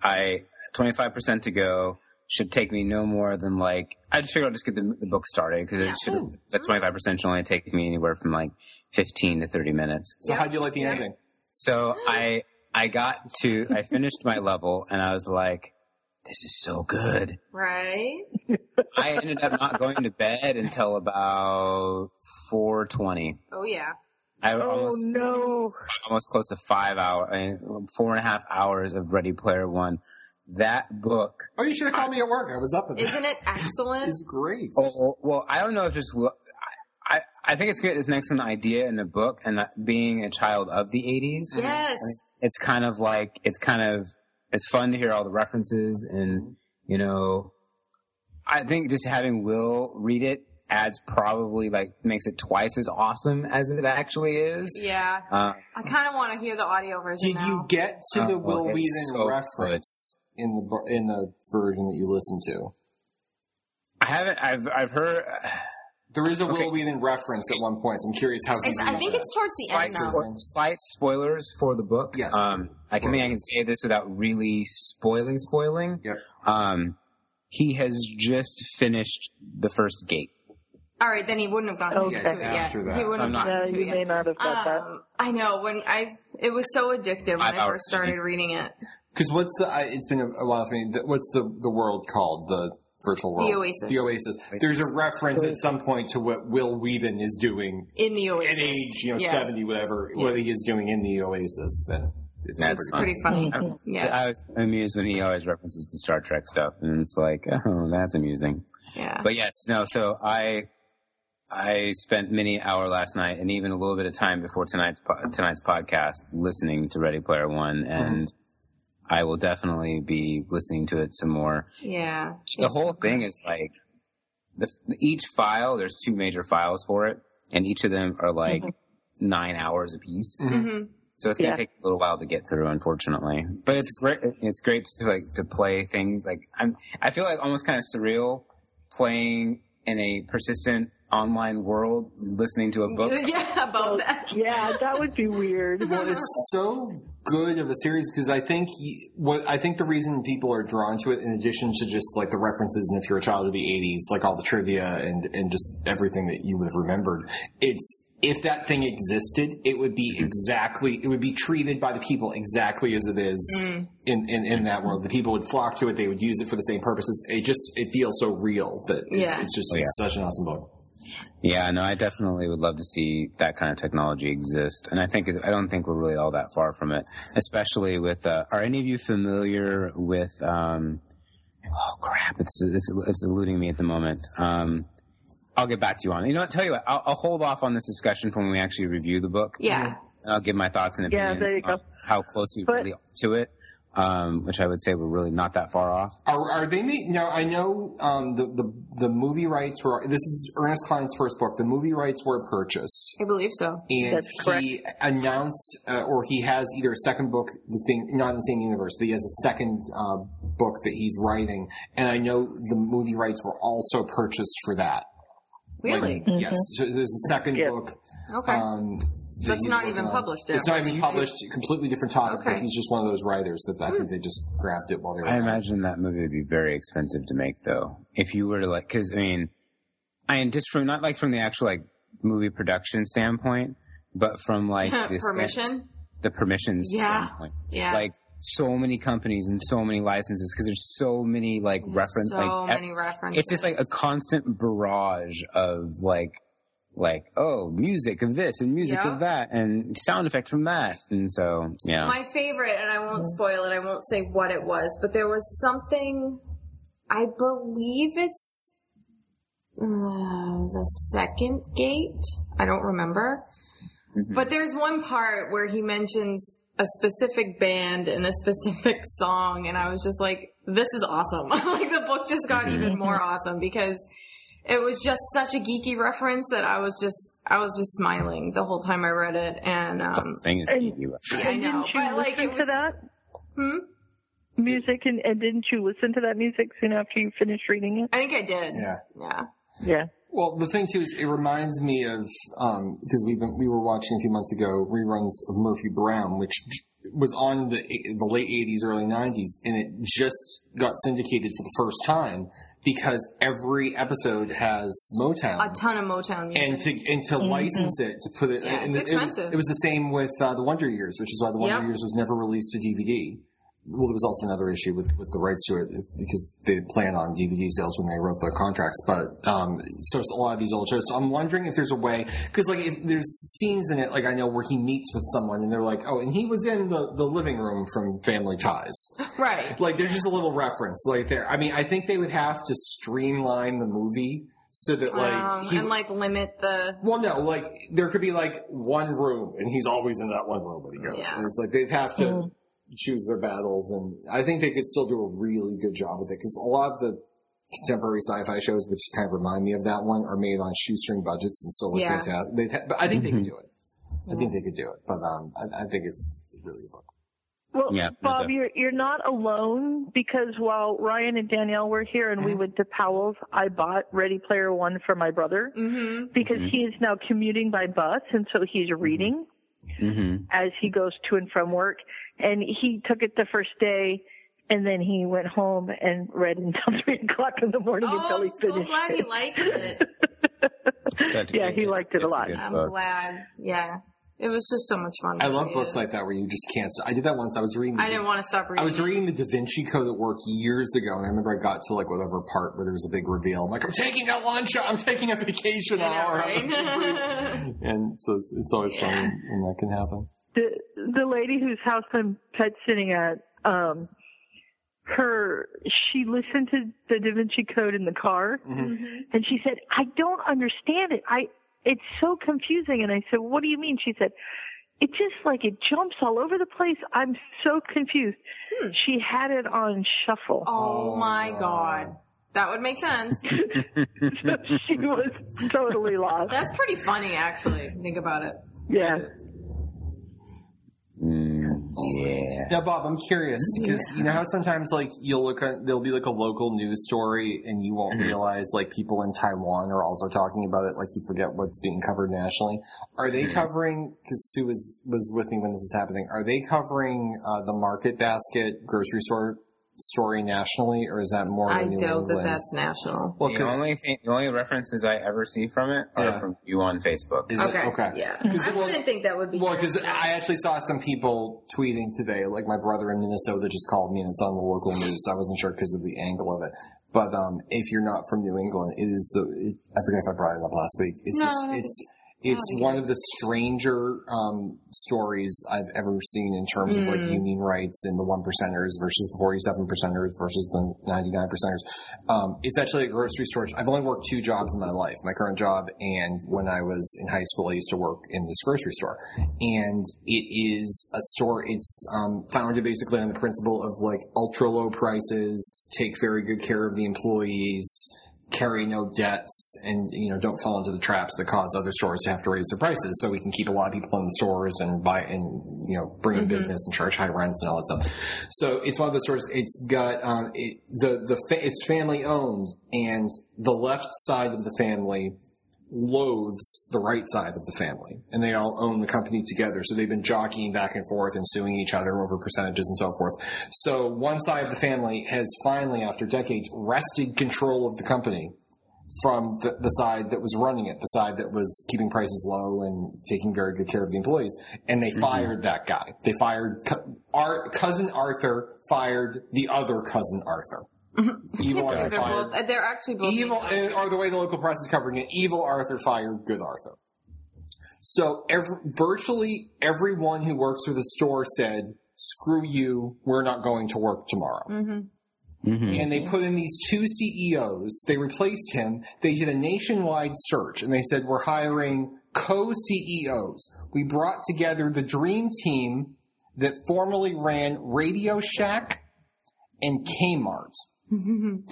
D: I twenty five percent to go should take me no more than like I just figured I'll just get the, the book started because it should the twenty five percent should only take me anywhere from like fifteen to thirty minutes.
B: so how'd you like the
C: Yeah.
B: ending?
D: So I I got to I finished my level, and I was like, this is so good.
C: Right?
D: I ended up not going to bed until about four twenty.
C: Oh, yeah.
D: I
A: Oh
D: almost
A: no.
D: almost close to five hour, I mean, four and a half hours of Ready Player One. That book.
B: Oh, you should have called me at work. I was up at that.
C: Isn't it excellent?
B: It's great.
D: Oh, well, I don't know if just. I, I think it's good. It's an excellent idea in a book, and that being a child of the '80s,
C: Yes.
D: it's kind of like it's kind of it's fun to hear all the references, and
C: Mm-hmm.
D: you know, I think just having Will read it adds probably like makes it twice as awesome as it actually is.
C: Yeah.
D: Uh,
C: I kind of want to hear the audio version
B: Did you
C: now.
B: get to
D: Uh,
B: the
D: well,
B: Will
D: it's
B: Wheaton
D: so
B: reference in the bu- in the version that you listened to?
D: I haven't. I've I've heard.
B: There is a
D: Okay.
B: Will Wheaton reference at one point. So I'm curious how. he
C: It's, I
B: used
C: think
B: that.
C: it's towards the
D: slight,
C: end now.
D: spo- slight spoilers for the book.
B: Yes.
D: Um, I can think I can say this without really spoiling, spoiling.
B: Yep.
D: Um, he has just finished the first gate.
C: All right, then he wouldn't have gotten
A: Okay.
C: to it yet.
B: After that.
C: He wouldn't
D: I'm
C: have
D: not-
A: No,
C: gotten to
A: Uh, you
C: it
A: may
C: yet.
A: not have got that.
C: Um, I know when I it was so addictive when
D: Five
C: I
D: hours.
C: first started reading it.
B: Because what's the? I, it's been a, a while for me. The, what's the the world called? The virtual world.
C: Oasis.
B: The Oasis. There's a reference at some point to what Will Wheaton is doing
C: In the Oasis.
B: at age you know
C: Yeah.
B: seventy whatever what he is doing in the Oasis. And it's
D: That's
B: pretty-
D: fun.
C: Pretty funny.
A: Mm-hmm.
C: Yeah.
D: I was amused when he always references the Star Trek stuff, and it's like, oh, that's amusing.
C: Yeah.
B: Uh-huh.
D: But yes, no. So I, I spent many hour last night, and even a little bit of time before tonight's po- tonight's podcast, listening to Ready Player One,
B: Uh-huh.
D: and I will definitely be listening to it some more.
C: yeah.
D: the whole thing is like the, each file there's two major files for it and each of them are like nine hours apiece so it's gonna
A: Yeah.
D: take a little while to get through unfortunately but it's great it's great to like to play things like i'm i feel like almost kind of surreal playing in a persistent online world listening to a book
A: Oh.
C: Yeah, about that.
A: Yeah, that would be weird.
B: Well, it's so good of a series because I think he, what I think the reason people are drawn to it, in addition to just like the references, and if you're a child of the '80s, like all the trivia and and just everything that you would have remembered, it's if that thing existed, it would be exactly it would be treated by the people exactly as it is in, in in that world. The people would flock to it; they would use it for the same purposes. It just it feels so real that it's,
C: Yeah.
B: it's just
D: Oh, yeah.
B: such an awesome book.
D: Yeah, no, I definitely would love to see that kind of technology exist, and I think I don't think we're really all that far from it. Especially with, uh, are any of you familiar with? Um, oh crap, it's, it's it's eluding me at the moment. Um, I'll get back to you on it. You know what? Tell you what, I'll, I'll hold off on this discussion for when we actually review the book.
C: Yeah.
D: and I'll give my thoughts and
A: Yeah,
D: opinions
A: there you
D: on
A: go.
D: how close we
A: But-
D: really are to it. Um, which I would say we're really not that far off.
B: Are, are they ma- now? I know um, the, the the movie rights were. This is Ernest Klein's first book. The movie rights were purchased,
C: I believe so.
B: and
A: That's correct.
B: he announced, uh, or he has either a second book that's being not in the same universe, but he has a second uh, book that he's writing. And I know the movie rights were also purchased for that. Like,
C: Really?
B: Yes. So there's a second
A: Yes.
B: book.
C: okay.
B: Um, that
C: That's
B: he's
C: not
B: working
C: even
B: on.
C: published yet.
B: It's not even published. Completely different topic.
C: Okay.
B: Because he's just one of those writers that I think they just grabbed it while they were.
D: I
B: out.
D: imagine that movie would be very expensive to make, though. If you were to like, because I mean, I mean, just from not like from the actual like movie production standpoint, but from like the sta-
C: Permission?
D: the permissions
C: Yeah.
D: standpoint,
C: Yeah.
D: like so many companies and so many licenses because there's so many like reference,
C: so
D: like e-
C: many references.
D: it's just like a constant barrage of like like oh music of this and music
C: Yeah.
D: of that and sound effect from that and so yeah
C: My favorite, and I won't spoil it, I won't say what it was, but there was something, I believe it's uh, the second gate. I don't remember. But there's one part where he mentions a specific band and a specific song, and I was just like, this is awesome. like, the book just got even more awesome because it was just such a geeky reference that I was just, I was just smiling the whole time I read it. And, um,
D: the thing is
A: and-
D: you-
C: yeah, I know.
A: Didn't you
C: But like
A: listen
C: it
A: to
C: was
A: that
C: Hmm?
A: music, and, and didn't you listen to that music soon after you finished reading it?
C: I think I did.
B: Yeah.
C: Yeah.
A: Yeah.
B: Well, the thing too is, it reminds me of um, because we've been we were watching a few months ago reruns of Murphy Brown, which was on the the late '80s, early '90s, and it just got syndicated for the first time because every episode has Motown
C: A ton of Motown music.
B: and to and to license it to put it.
C: Mm-hmm. Yeah,
B: and
C: it's
B: it, was-
C: expensive.
B: it was the same with uh, the Wonder Years, which is why the Wonder
C: Yep.
B: Years was never released to DVD. Well, there was also another issue with, with the rights to it if- because they had planned on DVD sales when they wrote their contracts. But um, so it's a lot of these old shows. So I'm wondering if there's a way because like if there's scenes in it, like I know where he meets with someone and they're like, oh, and he was in the, the living room from Family Ties.
C: right.
B: Like there's just a little reference like there. I mean, I think they would have to streamline the movie so that like
C: um,
B: he
C: and like limit the
B: well, no, like there could be like one room, and he's always in that one room when he goes.
C: Yeah.
B: And it's like they'd have to choose their battles, and I think they could still do a really good job with it because a lot of the contemporary sci-fi shows, which kind of remind me of that one, are made on shoestring budgets and still look
C: Yeah.
B: fantastic. They'd ha- but I think they could do it. I think they could do it, but um, I, I think it's really hard.
A: Well,
D: Yeah, no
A: Bob,
D: doubt.
A: you're you're not alone because while Ryan and Danielle were here and
C: Mm-hmm.
A: we went to Powell's, I bought Ready Player One for my brother
C: Mm-hmm.
A: because he is now commuting by bus and so he's
D: Mm-hmm.
A: reading as he goes to and from work. And he took it the first day and then he went home and read until three o'clock in the morning
C: Oh,
A: until
C: I'm
A: he
C: so
A: finished.
C: glad he
A: it.
C: liked it.
D: Such-
A: Yeah, he
D: it's-
A: liked it a
D: it's
A: lot.
D: good
H: Um,
C: I'm
D: book.
C: glad. Yeah. It was just so much fun.
B: I
C: to
B: love
C: read.
B: books like that where you just can't. I did that once. I was reading.
C: I didn't want to stop reading.
B: I was reading the Da Vinci Code at work years ago, and I remember I got to like whatever part where there was a big reveal. I'm like, I'm taking a lunch, I'm taking a vacation
C: I know,
B: hour,
C: right?
B: and so it's, it's always fun when, when that can happen.
A: the the lady whose house I'm pet sitting at, um, her she listened to the Da Vinci Code in the car, and she said, "I don't understand it. I it's so confusing." And I said, "What do you mean?" She said, "It just like it jumps all over the place. I'm so confused." She had it on shuffle.
C: oh my god. That would make sense.
A: so she was totally lost.
C: That's pretty funny actually. Think about it.
A: Yeah.
D: Mm, Yeah.
B: Now, Bob, I'm curious because you know how sometimes like you'll look at there'll be like a local news story and you won't realize like people in Taiwan are also talking about it. Like you forget what's being covered nationally. Are they covering? Because Sue was was with me when this is happening. Are they covering uh, the market basket grocery store story nationally, or is that more?
C: I
B: the New
C: doubt that
B: England?
C: that's national.
B: well,
D: The
B: 'cause-
D: only thing, the only references I ever see from it are
B: Yeah.
D: from you on Facebook.
B: is it-
C: Okay. Yeah. I
B: well-
C: wouldn't think that would be.
B: Well, because I actually saw some people tweeting today, like my brother in Minnesota just called me and it's on the local news. I wasn't sure because of the angle of it. But um, if you're not from New England, it is the, it, I forget if I brought it up last week. It's,
C: No,
B: this-
C: I don't
B: it's, it's one of the stranger um, stories I've ever seen in terms of like union rights and the one percenters versus the forty seven percenters versus the ninety nine percenters. Um, it's actually a grocery store. I've only worked two jobs in my life: my current job and when I was in high school. I used to work in this grocery store, and it is a store. It's um, founded basically on the principle of like ultra low prices, take very good care of the employees carry no debts and you know don't fall into the traps that cause other stores to have to raise their prices so we can keep a lot of people in the stores and buy and you know bring in business and charge high rents and all that stuff so it's one of those stores it's got um, it, the the fa- it's family owned and the left side of the family loathes the right side of the family and they all own the company together so they've been jockeying back and forth and suing each other over percentages and so forth so one side of the family has finally after decades wrested control of the company from the, the side that was running it the side that was keeping prices low and taking very good care of the employees and they fired that guy they fired co- our cousin arthur fired the other cousin arthur evil
C: I
B: arthur
C: think they're
B: fired
C: both. They're actually both.
B: evil uh, or the way the local press is covering it evil arthur fired good arthur so every, virtually everyone who works for the store said screw you we're not going to work tomorrow
D: Mm-hmm.
B: and they put in these two ceos they replaced him they did a nationwide search and they said we're hiring co-ceos we brought together the dream team that formerly ran radio shack and kmart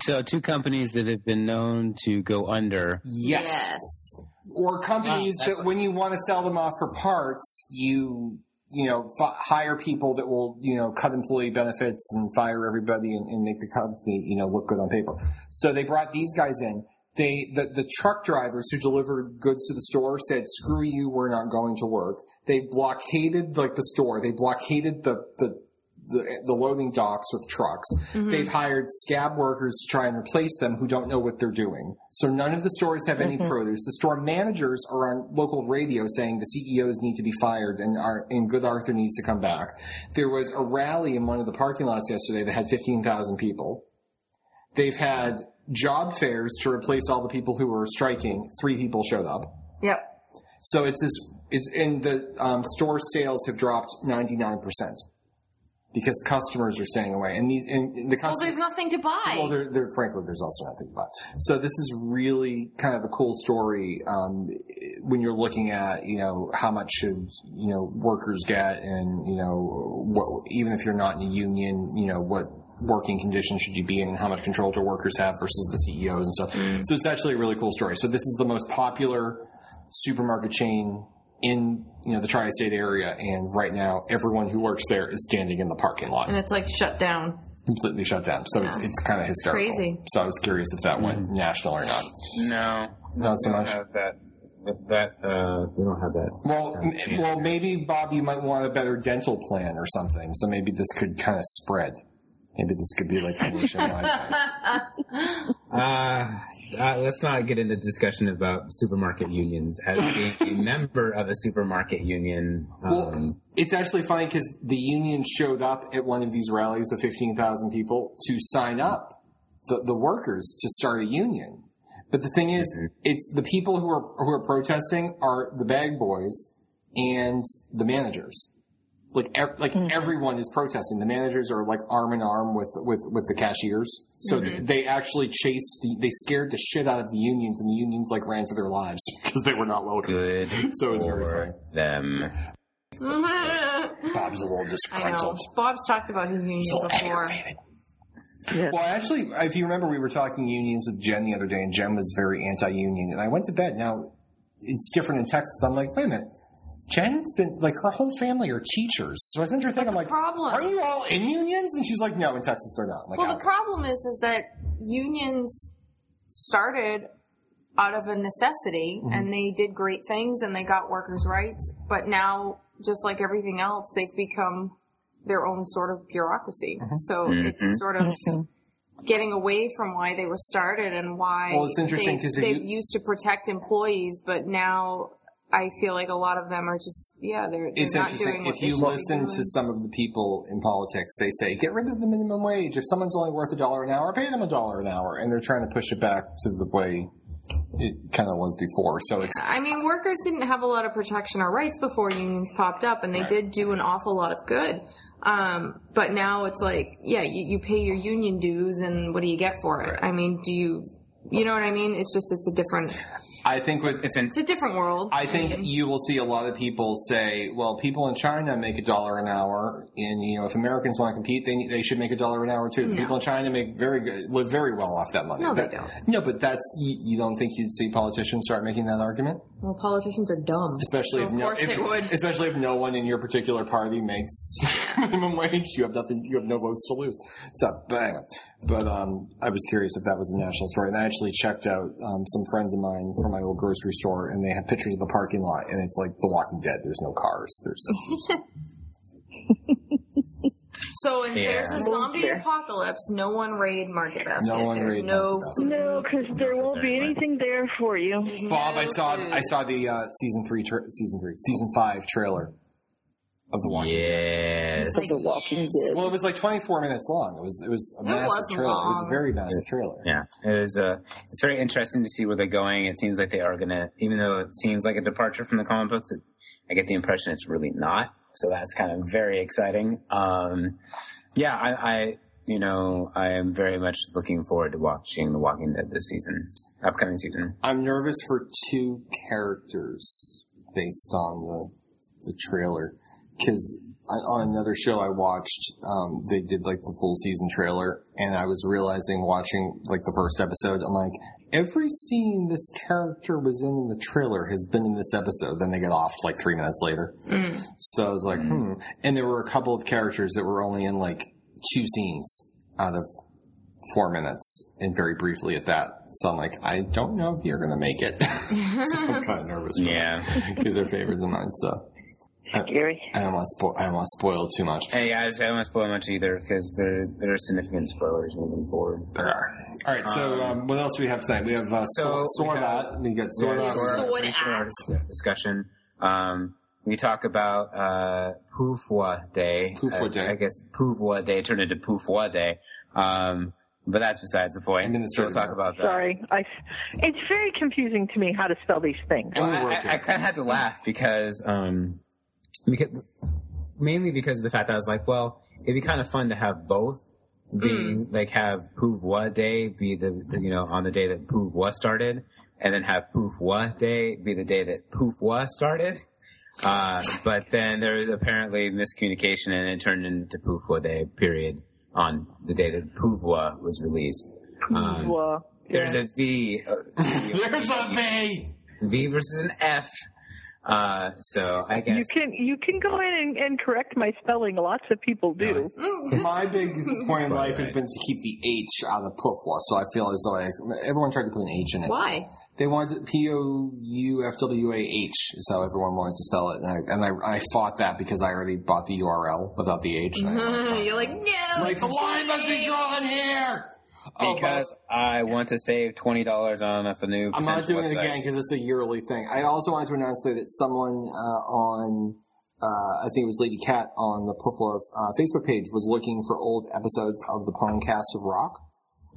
H: So two companies that have been known to go under.
B: yes.
C: Yes.
B: or companies that when you want to sell them off for parts, you you know f- hire people that will you know cut employee benefits and fire everybody and, and make the company you know look good on paper. So they brought these guys in. They the, the truck drivers who delivered goods to the store said, "Screw you, we're not going to work." They blockaded like the store. They blockaded the the the, the loading docks with trucks. They've hired scab workers to try and replace them who don't know what they're doing. So none of the stores have any produce. The store managers are on local radio saying the CEOs need to be fired and are and Good Arthur needs to come back. There was a rally in one of the parking lots yesterday that had fifteen thousand people. They've had job fairs to replace all the people who were striking. Three people showed up.
C: Yep.
B: So it's this. It's and the um, store sales have dropped ninety nine percent because customers are staying away, and these and and the
C: Well,
B: customers.
C: there's nothing to buy.
B: Well, there, there, frankly, there's also nothing to buy. So this is really kind of a cool story um, when you're looking at, you know, how much should, you know, workers get and, you know, what, even if you're not in a union, you know, what working conditions should you be in and how much control do workers have versus the CEOs and stuff. So it's actually a really cool story. So this is the most popular supermarket chain in, you know, the tri-state area. And right now, everyone who works there is standing in the parking lot
C: and it's like shut down.
B: completely shut down. So it's, it's kind of hysterical.
C: Crazy.
B: So I was curious if that went national or not.
D: No,
B: Not so
D: we don't
B: much.
D: Have that, that uh, we don't have that.
B: Well, m- well, maybe Bob, you might want a better dental plan or something. So maybe this could kind of spread. Maybe this could be like a nationwide thing.
D: Uh, uh, let's not get into discussion about supermarket unions. As being a member of a supermarket union,
B: Well,
D: um,
B: it's actually funny because the union showed up at one of these rallies of 15,000 people to sign up the, the workers to start a union. But the thing is, it's the people who are who are protesting are the bag boys and the managers. Like ev- like
C: Mm-hmm.
B: everyone is protesting. The managers are like arm in arm with with with the cashiers. So th-
C: Mm-hmm.
B: they actually chased the they scared the shit out of the unions, and the unions like ran for their lives because they were not welcome.
D: good
B: So it's very
D: for them.
C: I
B: Bob's a little
C: know.
B: disgruntled.
C: Bob's talked about his union before.
B: Well, actually, if you remember, we were talking unions with Jen the other day, and Jen was very anti-union. And I went to bed. Now, it's different in Texas, but I'm like, wait a minute. Jen's been like her whole family are teachers. So I sent her a thing. I'm like,
C: problem-
B: are you all in unions? And she's like, no, in Texas they're not. I'm like,
C: Well,
B: "Oh."
C: the problem is, is that unions started out of a necessity,
B: Mm-hmm.
C: and they did great things, and they got workers' rights. But now, just like everything else, they've become their own sort of bureaucracy.
B: Mm-hmm.
C: So it's sort of getting away from why they were started and why
B: Well, it's interesting
C: they,
B: 'cause
C: they
B: you-
C: used to protect employees, but now. I feel like a lot of them are just yeah they're, they're
B: it's
C: not doing
B: interesting.
C: what
B: If
C: they
B: you
C: should be
B: listen
C: doing.
B: to some of the people in politics, they say get rid of the minimum wage. If someone's only worth a dollar an hour, pay them a dollar an hour, and they're trying to push it back to the way it kind of was before. So it's
C: I mean, workers didn't have a lot of protection or rights before unions popped up, and they did do an awful lot of good. Um, but now it's like, yeah, you, you pay your union dues, and what do you get for it? I mean, do you, you know what I mean? It's just it's a different
B: I think with
D: It's an
C: it's a different world.
B: I think you will see a lot of people say, "Well, people in China make a dollar an hour, and you know, if Americans want to compete, they they should make a dollar an hour too." The People in China make very good, live very well off that money.
C: No, they
B: That-
C: don't.
B: No, but that's you, you don't think you'd see politicians start making that argument,
C: well, politicians are dumb.
B: especially
C: So
B: if
C: of
B: no,
C: course
B: if,
C: they would.
B: especially if no one in your particular party makes minimum wage. You have nothing. You have no votes to lose. So, but anyway, but um, I was curious if that was a national story, and I actually checked out um, some friends of mine from my old grocery store, and they had pictures of the parking lot, and it's like The Walking Dead. There's no cars. There's
C: So if there's a
D: Yeah.
C: zombie apocalypse, no one raid Market Basket.
B: No one
C: there's
B: raid
C: no
B: Market Basket.
C: food.
A: No, because there won't be anything there for you.
B: Bob. I
C: no
B: saw
C: food.
B: I saw the uh, season three tra- season three season five trailer of The Walking. Dead.
D: yes.
A: Of the Walking Dead.
B: Well, it was like 24 minutes long. It was it was a
C: It
B: massive
C: was
B: trailer. It was a
C: long.
B: very massive trailer.
D: Yeah, it is. Uh, it's very interesting to see where they're going. It seems like they are gonna, even though it seems like a departure from the comic books, it, I get the impression it's really not. So that's kind of very exciting. Um, yeah, I, I, you know, I am very much looking forward to watching The Walking Dead this season, upcoming season.
B: I'm nervous for two characters based on the the trailer because on another show I watched, um, they did like the full season trailer, and I was realizing watching like the first episode, I'm like. Every scene this character was in in the trailer has been in this episode. Then they get off like three minutes later. So I was like, hmm. And there were a couple of characters that were only in like two scenes out of four minutes and very briefly at that. So I'm like, I don't know if you're going to make it. so I'm kind of nervous. For
D: Yeah.
B: Because they're favorites of mine. So
A: Scary.
B: I don't want to spoil, I don't want to spoil too much.
D: Hey guys, I don't want to spoil much either because there there are significant spoilers moving forward.
B: There are. All right. So um, what else do we have tonight? We have uh,
D: So
B: Sor-
D: we have-
B: Sorbat. We got
D: sort
B: Sorbat.
C: Sor-
D: of
C: Sword
D: racial
C: act.
D: artist discussion. Um, we talk about uh, Pufwa Day.
B: Pufwa
D: Uh,
B: Day.
D: I guess Pufwa Day turned into Pufwa Day. Um, but that's besides the point.
B: And then it's
D: so we'll talk
B: Sorbat.
D: about that.
A: Sorry. I, it's very confusing to me how to spell these things.
D: Well,
B: Only
D: I,
B: working.
D: I, I kind of had to laugh because, um, because mainly because of the fact that I was like, well, it'd be kind of fun to have both be
B: Mm.
D: like have Puvwa Day be the, the you know on the day that Puvwa started, and then have Puvwa Day be the day that Puvwa started. Uh, but then there was apparently miscommunication, and it turned into Puvwa Day. Period on the day that Puvwa was released.
H: Uh,
D: Um,
A: Well,
D: There's a V. uh,
B: There's a V.
D: V versus an F. Uh, so I guess
A: you can you can go in and, and correct my spelling. Lots of people do.
B: My big point in life has been to keep the H out of Pufwa. So I feel as though I, everyone tried to put an H in it.
C: Why?
B: They wanted P O U F W A H is how everyone wanted to spell it, and I and I, I fought that because I already bought the URL without the H. And I-
C: You're like no.
B: like the line must be drawn here. Oh, but
D: because I want to save twenty dollars on a new.
B: I'm not
D: potential
B: doing it
D: website.
B: again because it's a yearly thing. I also wanted to announce that someone uh, on uh, I think it was Lady Cat on the Puffalo uh, Facebook page was looking for old episodes of the Pwnecast of Rock,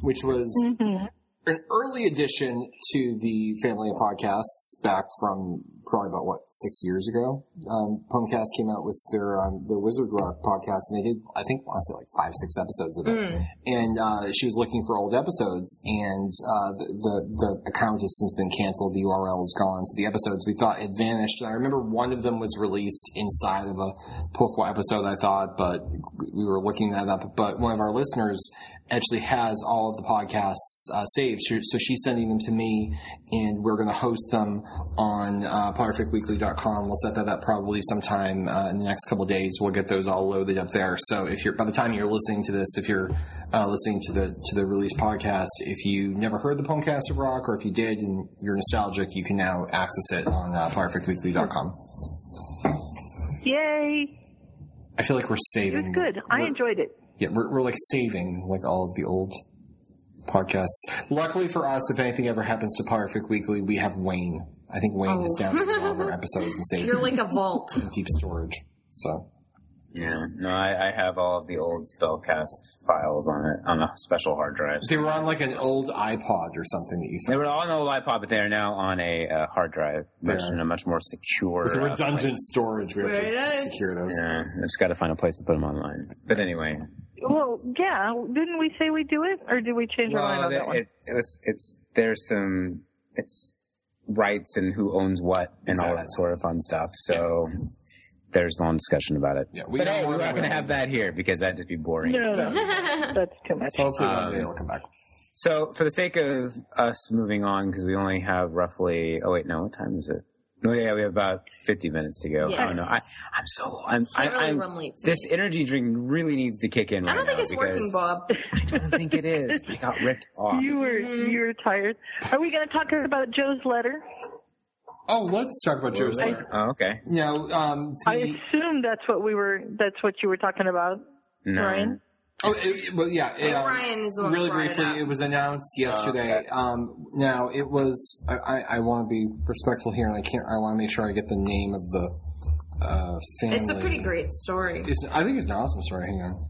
B: which was
A: Mm-hmm.
B: an early addition to the family of podcasts back from probably about what six years ago. Um, Pwnecast came out with their um, their Wizard Rock podcast, and they did I think I want to say like five six episodes of it.
C: Mm.
B: And uh, she was looking for old episodes, and uh, the, the the account has since been canceled. The URL is gone, so the episodes we thought had vanished. And I remember one of them was released inside of a Puffwa episode, I thought, but we were looking that up. But one of our listeners actually has all of the podcasts uh, saved. So, so she's sending them to me, and we're going to host them on uh, PowerFicWeekly.com. We'll set that up probably sometime uh, in the next couple days. We'll get those all loaded up there. So if you're by the time you're listening to this, if you're uh, listening to the to the release podcast, if you never heard the Pomecast of Rock, or if you did and you're nostalgic, you can now access it on uh, PowerFicWeekly.com.
A: Yay!
B: I feel like we're
A: It
B: saving.
A: was good. I
B: we're-
A: enjoyed it.
B: yeah, we're, we're like saving like all of the old podcasts. Luckily for us, if anything ever happens to Perfect Weekly, we have Wayne. I think Wayne is down in all of our episodes and saved
C: You're like a vault.
B: in deep storage. So
D: Yeah, no, I, I have all of the old spellcast files on it on a special hard drive.
B: they were on like an old iPod or something that you
D: They
B: found.
D: were on an old iPod, but they are now on a uh, hard drive, much
B: Yeah.
D: in a much more secure.
B: It's a
D: uh,
B: redundant storage. We have
C: Right.
B: to secure those.
D: place. Yeah, I just got to find a place to put them online. But anyway,
A: Well, yeah. Didn't we say we'd do it, or did we change our mind
D: well,
A: on that
D: the-
A: one?
D: it, it's it's there's some it's rights and who owns what and all
B: Exactly.
D: that sort of fun stuff. So there's long discussion about it.
B: Yeah, we
D: but
B: know
D: hey,
B: more
D: we're
B: than
D: not
B: we
D: going to
B: know.
D: have that here because that'd just be boring.
A: no, that's too much.
B: Hopefully one day
D: Um,
B: it'll come back.
D: So, for the sake of us moving on, because we only have roughly. Oh wait, no. What time is it? No, yeah, we have about fifty minutes to go.
C: Yes.
D: Oh no, I, I'm so. I'm.
C: Can't
D: I,
C: really
D: am
C: run late
D: This energy drink really needs to kick in.
C: I don't
D: right
C: think
D: now
C: it's working,
D: because
C: Bob.
D: I don't think it is. I got ripped off.
A: You were you were tired. Are we going to talk about Joe's letter?
B: Oh, let's talk about Joe's letter.
D: Oh, okay.
B: No, um,
A: I
B: the-
A: assume that's what we were. That's what you were talking about,
D: No.
A: Ryan.
B: Oh, it, it- well, yeah. It, um,
C: Ryan is the one who
B: really
C: brought it
B: briefly,
C: up.
B: it, was announced yesterday. um, now it was. I, I, I want to be respectful here, and I can't. I want to make sure I get the name of the uh, family.
C: It's a pretty great story.
B: It's, I think it's an awesome story. Hang on.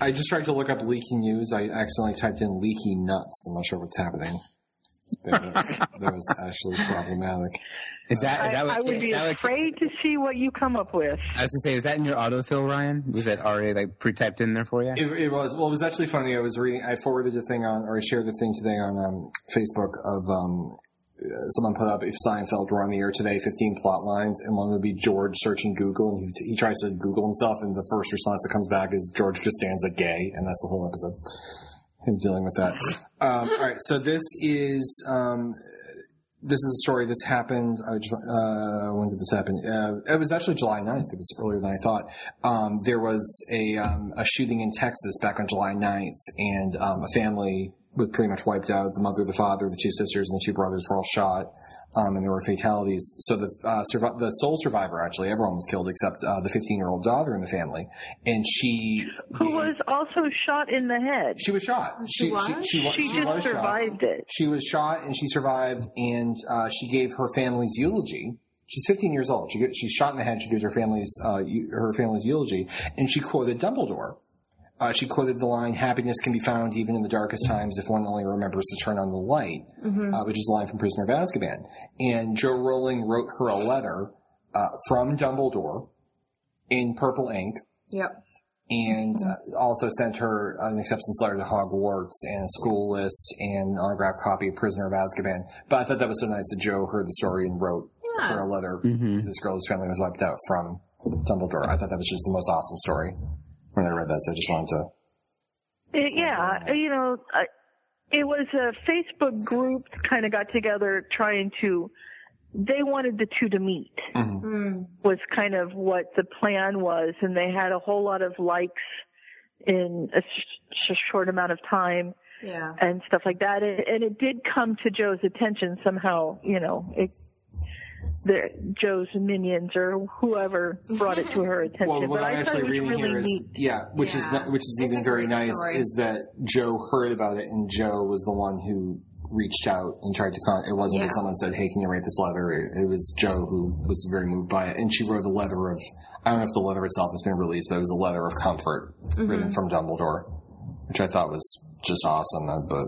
B: I just tried to look up leaky news. I accidentally typed in leaky nuts. I'm not sure what's happening. That was, that was actually problematic.
H: Is that, is
A: I,
H: that what,
A: I would
H: is
A: be
H: that what-
A: afraid to see what you come up with.
H: I was going to say, is that in your autofill, Ryan? Was that already like pre-typed in there for you?
B: It, it was well. It was actually funny. I was reading. I forwarded a thing on, or I shared the thing today on um, Facebook of um, uh, someone put up if Seinfeld were on the air today, fifteen plot lines, and one would be George searching Google, and he, he tries to Google himself, and the first response that comes back is George Costanza gay, and that's the whole episode. Him dealing with that. Um, all right, so this is um, this is a story. This happened. I just, uh, when did this happen? Uh, it was actually July 9th. It was earlier than I thought. Um, there was a, um, a shooting in Texas back on July 9th, and um, a family was pretty much wiped out. The mother, the father, the two sisters, and the two brothers were all shot, um, and there were fatalities. So the uh, survi- the sole survivor, actually, everyone was killed except uh, the 15 year old daughter in the family, and she
A: Who was also shot in the head.
B: she was shot. She
C: was?
B: she, wa-
A: She just
B: was shot.
A: survived it.
B: She was shot and she survived, and uh, she gave her family's eulogy. She's 15 years old. She gets, she's shot in the head. She gives her family's uh, eu- her family's eulogy, and she quoted Dumbledore. Uh, she quoted the line, "Happiness can be found even in the darkest times if one only remembers to turn on the light," uh, which is a line from *Prisoner of Azkaban*. And Joe Rowling wrote her a letter uh, from Dumbledore in purple ink,
C: Yep.
B: and uh, also sent her an acceptance letter to Hogwarts and a school list and an autographed copy of Prisoner of Azkaban. But I thought that was so nice that Joe heard the story and wrote her
C: Yeah.
B: a letter to this girl whose family was wiped out from Dumbledore. I thought that was just the most awesome story when I read that, so I just wanted to. Oh
A: It, yeah, you know, I, it was a Facebook group kind of got together trying to. They wanted the two to meet.
B: Mm.
C: Mm.
A: Was kind of what the plan was, and they had a whole lot of likes in a sh- sh- short amount of time
C: Yeah.
A: and stuff like that. And, and it did come to Joe's attention somehow. You know, it, the, Joe's minions or whoever brought it to her attention.
B: Well, what
A: but
B: I'm
A: I thought it
B: actually
A: was
B: reading
A: really
B: here is
A: neat.
B: yeah, which is
C: Yeah.
B: not, which is
C: It's
B: even
C: a
B: very
C: great
B: nice
C: story.
B: is that Joe heard about it and Joe was the one who reached out and tried to con. It wasn't
C: Yeah.
B: that someone said, "Hey, can you write this letter?" It, it was Joe who was very moved by it, and she wrote a letter of I don't know if the letter itself has been released, but it was a letter of comfort
C: Mm-hmm.
B: written from Dumbledore, which I thought was just awesome. uh, But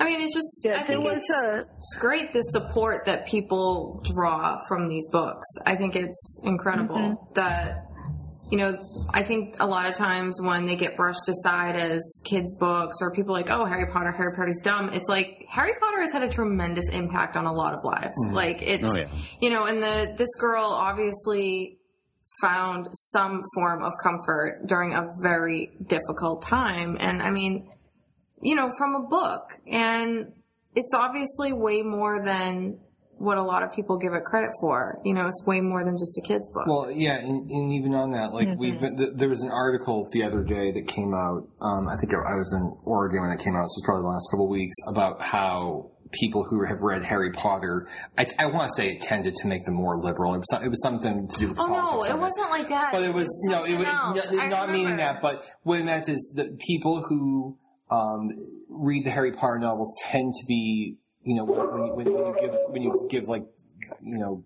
C: I mean, it's just,
A: Yeah,
C: I think
A: there was
C: it's,
A: a-
C: it's great the support that people draw from these books. I think it's incredible that, you know, I think a lot of times when they get brushed aside as kids' books or people like, oh, Harry Potter, Harry Potter's dumb, it's like Harry Potter has had a tremendous impact on a lot of lives. Like, it's,
H: Mm-hmm. Oh, yeah.
C: you know, and the this girl obviously found some form of comfort during a very difficult time. And I mean, you know, from a book. And it's obviously way more than what a lot of people give it credit for. You know, it's way more than just a kid's book.
B: Well, yeah, and, and even on that, like
C: Mm-hmm.
B: we've been, th- there was an article the other day that came out. Um, I think I I was in Oregon when it came out. So it's probably the last couple of weeks about how people who have read Harry Potter. I, I want to say it tended to make them more liberal. It was, some- it was something to do with
C: oh no,
B: politics, I
C: it
B: guess.
C: wasn't like that.
B: But it was no, it was
C: something else.
B: no,
C: I
B: not meaning
C: remember.
B: that. But what it meant is that people who um, read the Harry Potter novels tend to be, you know, when, when, you- when you give when you give like, you know,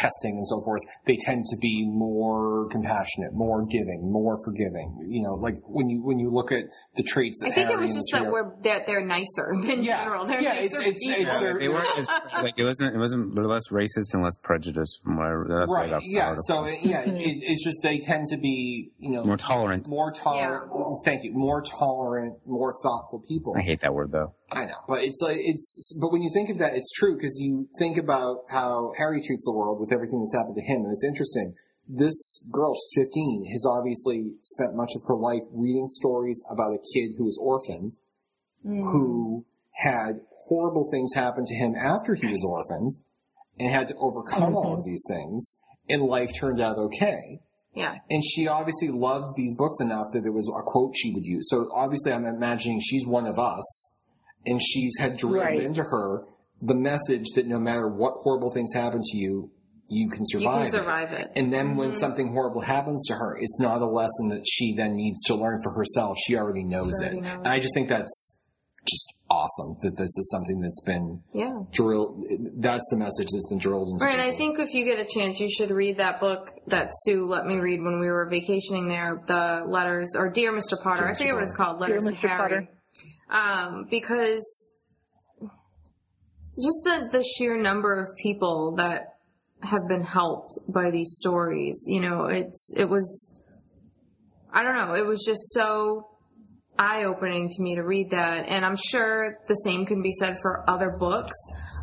B: testing and so forth, they tend to be more compassionate, more giving, more forgiving. You know, like when you when you look at the traits that
C: I think it
B: Harry
C: was
B: and
C: just
B: Trio-
C: that we're that they're nicer in
B: Yeah.
C: general. They're
B: Yeah, it's-
C: nicer
B: it's-
C: people.
B: it's-
D: Yeah,
B: they're-
D: they weren't as, like it wasn't. It wasn't they're less racist and less prejudiced from where that's what I
B: right?
D: got from the
B: Yeah.
D: article.
B: So it- yeah, it, it's just they tend to be, you know,
H: More tolerant.
B: more tolerant. Thank you. More tolerant, more thoughtful people.
H: I hate that word though.
B: I know, but it's like it's. But when you think of that, it's true because you think about how Harry treats the world with everything that's happened to him, and it's interesting. This girl, she's 15, has obviously spent much of her life reading stories about a kid who was orphaned, who had horrible things happen to him after he was orphaned, and had to overcome all of these things, and life turned out okay
C: yeah.
B: and she obviously loved these books enough that there was a quote she would use. So obviously, I'm imagining she's one of us, and she's had drilled
A: Right.
B: into her the message that no matter what horrible things happen to you, you can
C: You can
B: survive. it.
C: survive Mm-hmm. it.
B: And then when something horrible happens to her, it's not a lesson that she then needs to learn for herself. She already knows
C: She already
B: it.
C: knows.
B: And I just think that's just awesome that this is something that's been
C: Yeah.
B: drilled. That's the message that's been drilled into.
C: Right, and I
B: people.
C: think if you get a chance, you should read that book that Sue let me read when we were vacationing there, the letters or Dear Mr. Potter. I forget what it's called, letters
A: Dear
C: to
A: Mr.
C: Harry. Um, because just the the sheer number of people that have been helped by these stories, you know, it's it was I don't know, it was just so eye opening to me to read that, and I'm sure the same can be said for other books.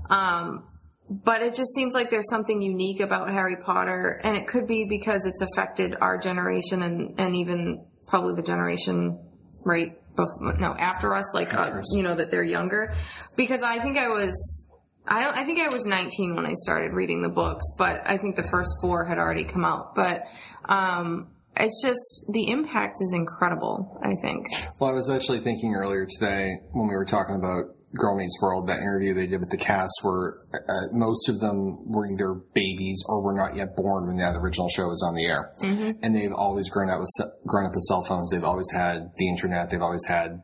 C: Um, but it just seems like there's something unique about Harry Potter, and it could be because it's affected our generation and, and even probably the generation right bef- no after us, like uh, you know that they're younger. Because I think I was I don't I think I was 19 when I started reading the books, but I think the first four had already come out. But um, it's just the impact is incredible. I think
B: Well, I was actually thinking earlier today when we were talking about Girl Meets World, that interview they did with the cast where uh, most of them were either babies or were not yet born when that original show was on the air. And they've always grown up with ce- grown up with cell phones. They've always had the internet. They've always had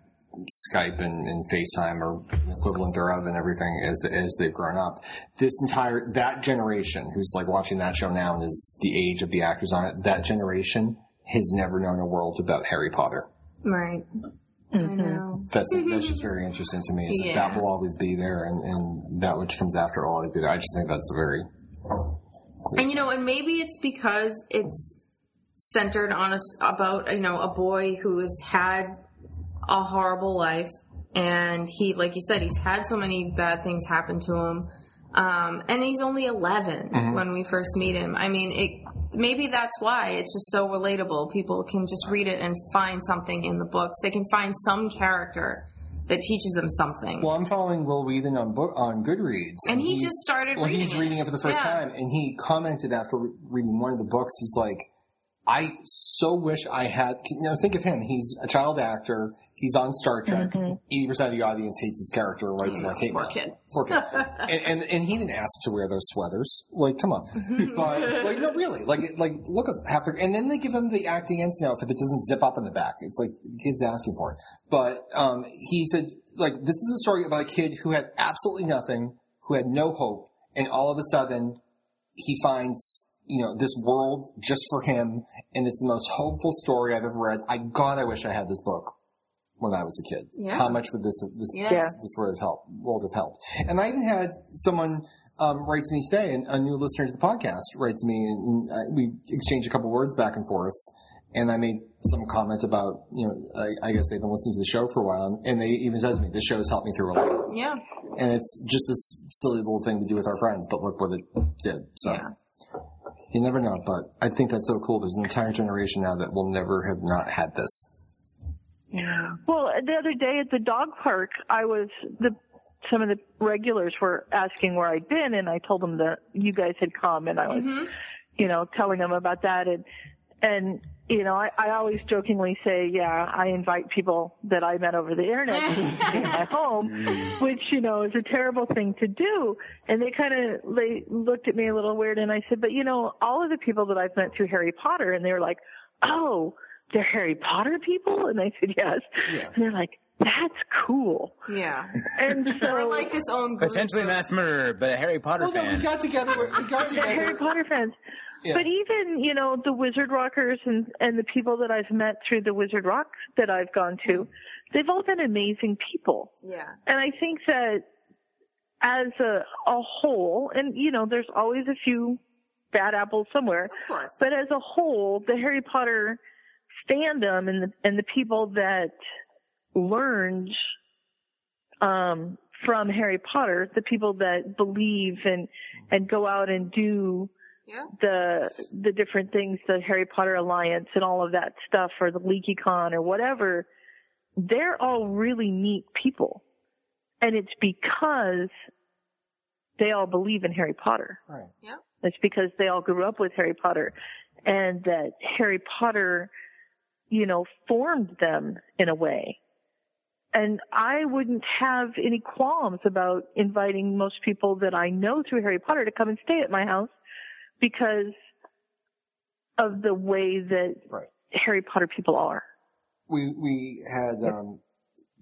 B: Skype and, and FaceTime or the equivalent thereof and everything as, as they've grown up. This entire, that generation who's like watching that show now and is the age of the actors on it, that generation has never known a world without Harry Potter
C: right. I know.
B: that's that's just very interesting to me. Is that, that
C: Mm-hmm. Yeah.
B: will always be there, and, and that which comes after will always be there. I just think that's a very
C: And you know, and maybe it's because it's centered on us about you know a boy who has had a horrible life, and he, like you said, he's had so many bad things happen to him, um, and he's only 11 when we first meet him. I mean, it maybe that's why it's just so relatable. People can just read it and find something in the books. They can find some character that teaches them something.
B: well. I'm following Will Wheaton on book on Goodreads,
C: and he
B: he's-
C: just started.
B: well,
C: reading
B: he's reading it for the first
C: Yeah.
B: time, and he commented after re- reading one of the books. He's like, "I so wish I had." You know, think of him. He's a child actor. He's on Star Trek. 80 percent of the audience hates his character. and Writes him like, "Hey,
C: Mm-hmm. Poor
B: man,
C: kid.
B: Poor kid. and, and and he didn't ask to wear those sweaters. Like, come on. But like, no, really. Like, it- like look at half their. And then they give him the acting ensign outfit that doesn't zip up in the back. It's like the kid's asking for it. But um, he said, like, this is a story about a kid who had absolutely nothing, who had no hope, and all of a sudden he finds you know this world just for him, and it's the most hopeful story I've ever read. I God, I wish I had this book when I was a kid.
C: Yeah.
B: How much would this this
C: Yeah.
A: Yeah.
B: this would have helped world have helped? And I even had someone um, write to me today, and a new listener to the podcast write to me, and uh, we exchanged a couple words back and forth. And I made some comment about, you know, I, I guess they've been listening to the show for a while, and they even said to me, "This show's helped me through a lot."
C: Yeah.
B: and it's just this silly little thing to do with our friends, but look what it did. So,
C: Yeah.
B: You never know, but I think that's so cool. There's an entire generation now that will never have not had this.
A: Well, the other day at the dog park, I was the some of the regulars were asking where I'd been, and I told them that you guys had come, and I was, you know, telling them about that, and and you know, I, I always jokingly say, yeah, I invite people that I met over the internet to my home, which you know is a terrible thing to do, and they kind of they looked at me a little weird, and I said, but you know, all of the people that I've met through Harry Potter, and they were like, oh. They're Harry Potter people? And I said, yes. And they're like, that's cool.
C: Yeah.
A: And so,
C: Or like this own group.
D: Potentially
C: of-
D: mass murderer, but a Harry Potter
B: Well, no, we
D: fan.
B: got together. We got
A: the Harry
B: together.
A: Potter fans.
B: Yeah.
A: But even, you know, the Wizard Rockers and, and the people that I've met through the Wizard Rock that I've gone to, they've all been amazing people.
C: Yeah.
A: And I think that as a, a whole, and you know, there's always a few bad apples somewhere,
C: Of course.
A: but as a whole, the Harry Potter fandom and the, and the people that learned um, from Harry Potter, the people that believe and and go out and do
C: Yeah.
A: the the different things, the Harry Potter Alliance and all of that stuff, or the LeakyCon or whatever, they're all really neat people, and it's because they all believe in Harry Potter.
B: Right.
C: Yeah.
A: It's because they all grew up with Harry Potter and that Harry Potter, you know, formed them in a way. And I wouldn't have any qualms about inviting most people that I know through Harry Potter to come and stay at my house because of the way that
B: Right.
A: Harry Potter people are.
B: we we had um,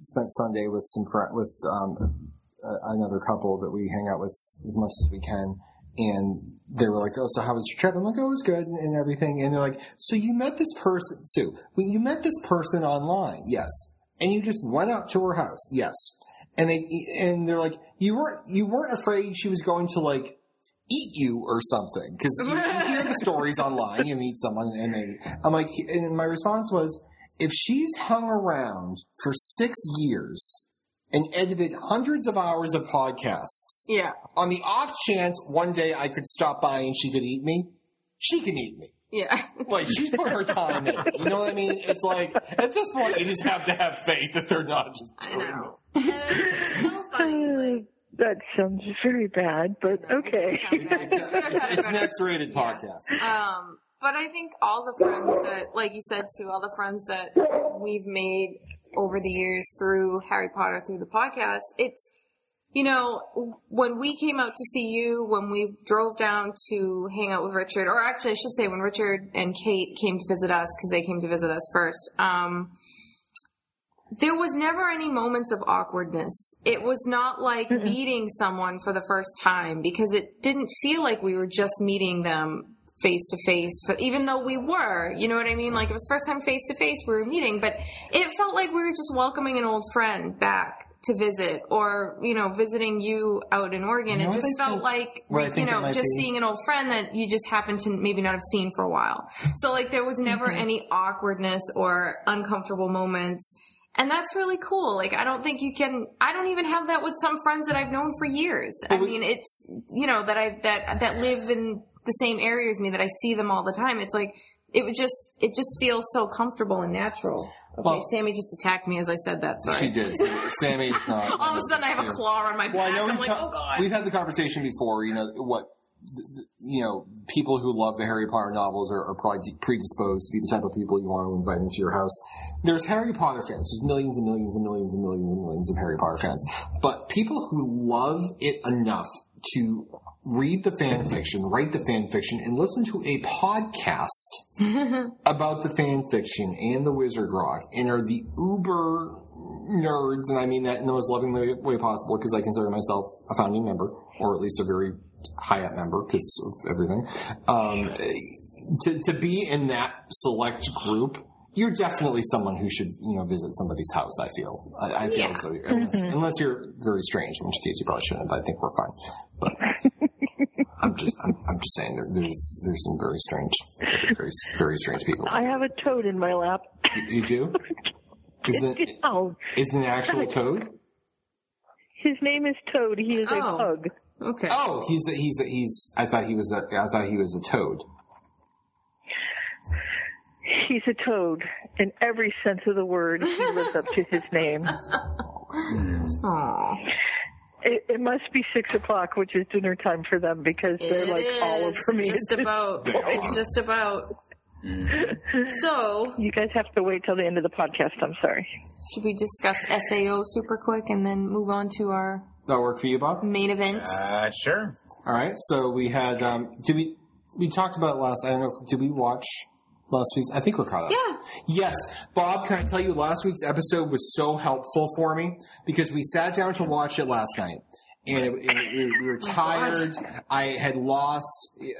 B: spent Sunday with some fri- with um, uh, another couple that we hang out with as much as we can, and they were like, "Oh, so how was your trip?" I'm like, "Oh, it was good and, and everything." And they're like, "So you met this person, Sue? Well, you met this person online, yes, and you just went out to her house, yes." And they and they're like, "You weren't you weren't afraid she was going to like." Eat you or something because you, you hear the stories online. You meet someone and they. I'm like, and my response was, if she's hung around for six years and edited hundreds of hours of podcasts,
C: Yeah.
B: on the off chance one day I could stop by and she could eat me, she can eat me.
C: Yeah.
B: Like she's put her time in. You know what I mean? It's like at this point you just have to have faith that they're not just
C: I
B: doing
C: know.
B: it.
C: And it's so funny. Like,
A: That sounds very bad, but
C: No, it
A: okay.
C: doesn't sound bad. Could have had a
B: It's
C: better-
B: an X rated
C: Yeah.
B: podcast.
C: Um, but I think all the friends that, like you said, Sue, all the friends that we've made over the years through Harry Potter, through the podcast, it's, you know, when we came out to see you, when we drove down to hang out with Richard, or actually, I should say, when Richard and Kate came to visit us, because they came to visit us first, um, there was never any moments of awkwardness. It was not like meeting someone for the first time because it didn't feel like we were just meeting them face to face, but even though we were, you know what I mean? Like it was first time face to face we were meeting, but it felt like we were just welcoming an old friend back to visit or, you know, visiting you out in Oregon.
B: You know
C: it
B: what
C: just
B: I
C: felt
B: think-
C: like,
B: what I
C: you
B: think it
C: know,
B: might
C: just
B: be?
C: seeing an old friend that you just happened to maybe not have seen for a while. So like there was never
B: Mm-hmm.
C: any awkwardness or uncomfortable moments. And that's really cool. Like, I don't think you can, I don't even have that with some friends that I've known for years. I mean, it's, you know, that I, that, that live in the same area as me, that I see them all the time. It's like, it would just, it just feels so comfortable and natural. Okay,
B: Well-
C: Sammy just attacked me as I said that,
B: She
C: sorry.
B: did. Sammy's not.
C: All of a sudden I have a
B: Yeah.
C: claw on my back.
B: Well, I know
C: I'm
B: we've,
C: like,
B: co-
C: oh god.
B: we've had the conversation before. You know what? th- th- You know, people who love the Harry Potter novels are, are probably predisposed to be the type of people you want to invite into your house. There's Harry Potter fans. There's millions and millions and millions and millions and millions of Harry Potter fans. But people who love it enough to read the fan fiction, write the fan fiction, and listen to a podcast about the fan fiction and the wizard rock and are the uber nerds and i mean that in the most loving way, way possible because i consider myself a founding member or at least a very high up member because of everything um, to, to be in that select group you're definitely someone who should you know visit somebody's house i feel i, I feel
C: Yeah.
B: so unless, unless you're very strange in which case you probably shouldn't but i think we're fine but i'm just i'm, I'm just saying there, there's there's some very strange very very strange people
A: I have a toad in my lap.
B: you do? Isn't it,
A: Oh,
B: isn't it an actual toad?
A: his name is Toad. He is a
C: Oh.
A: pug.
C: Okay.
B: Oh, he's a, he's a, he's. I thought he was a. I thought he was a toad.
A: He's a toad in every sense of the word. He lives up to his name.
C: Aw.
A: It, it must be six o'clock, which is dinner time for them because they're
C: It
A: like all
C: is.
A: over me.
C: Just about. It's just about. So,
A: you guys have to wait till the end of the podcast. I'm sorry.
C: should we discuss SAO super quick and then move on to our
B: That work for you, Bob?
C: main event?
D: Uh, sure.
B: All right. So we had. Um, did we? We talked about it last. I don't know. Did we watch last week's? I think we're caught up.
C: Yeah.
B: Yes, Bob. Can I tell you? Last week's episode was so helpful for me because we sat down to watch it last night. And it, it- it- we were tired. I had lost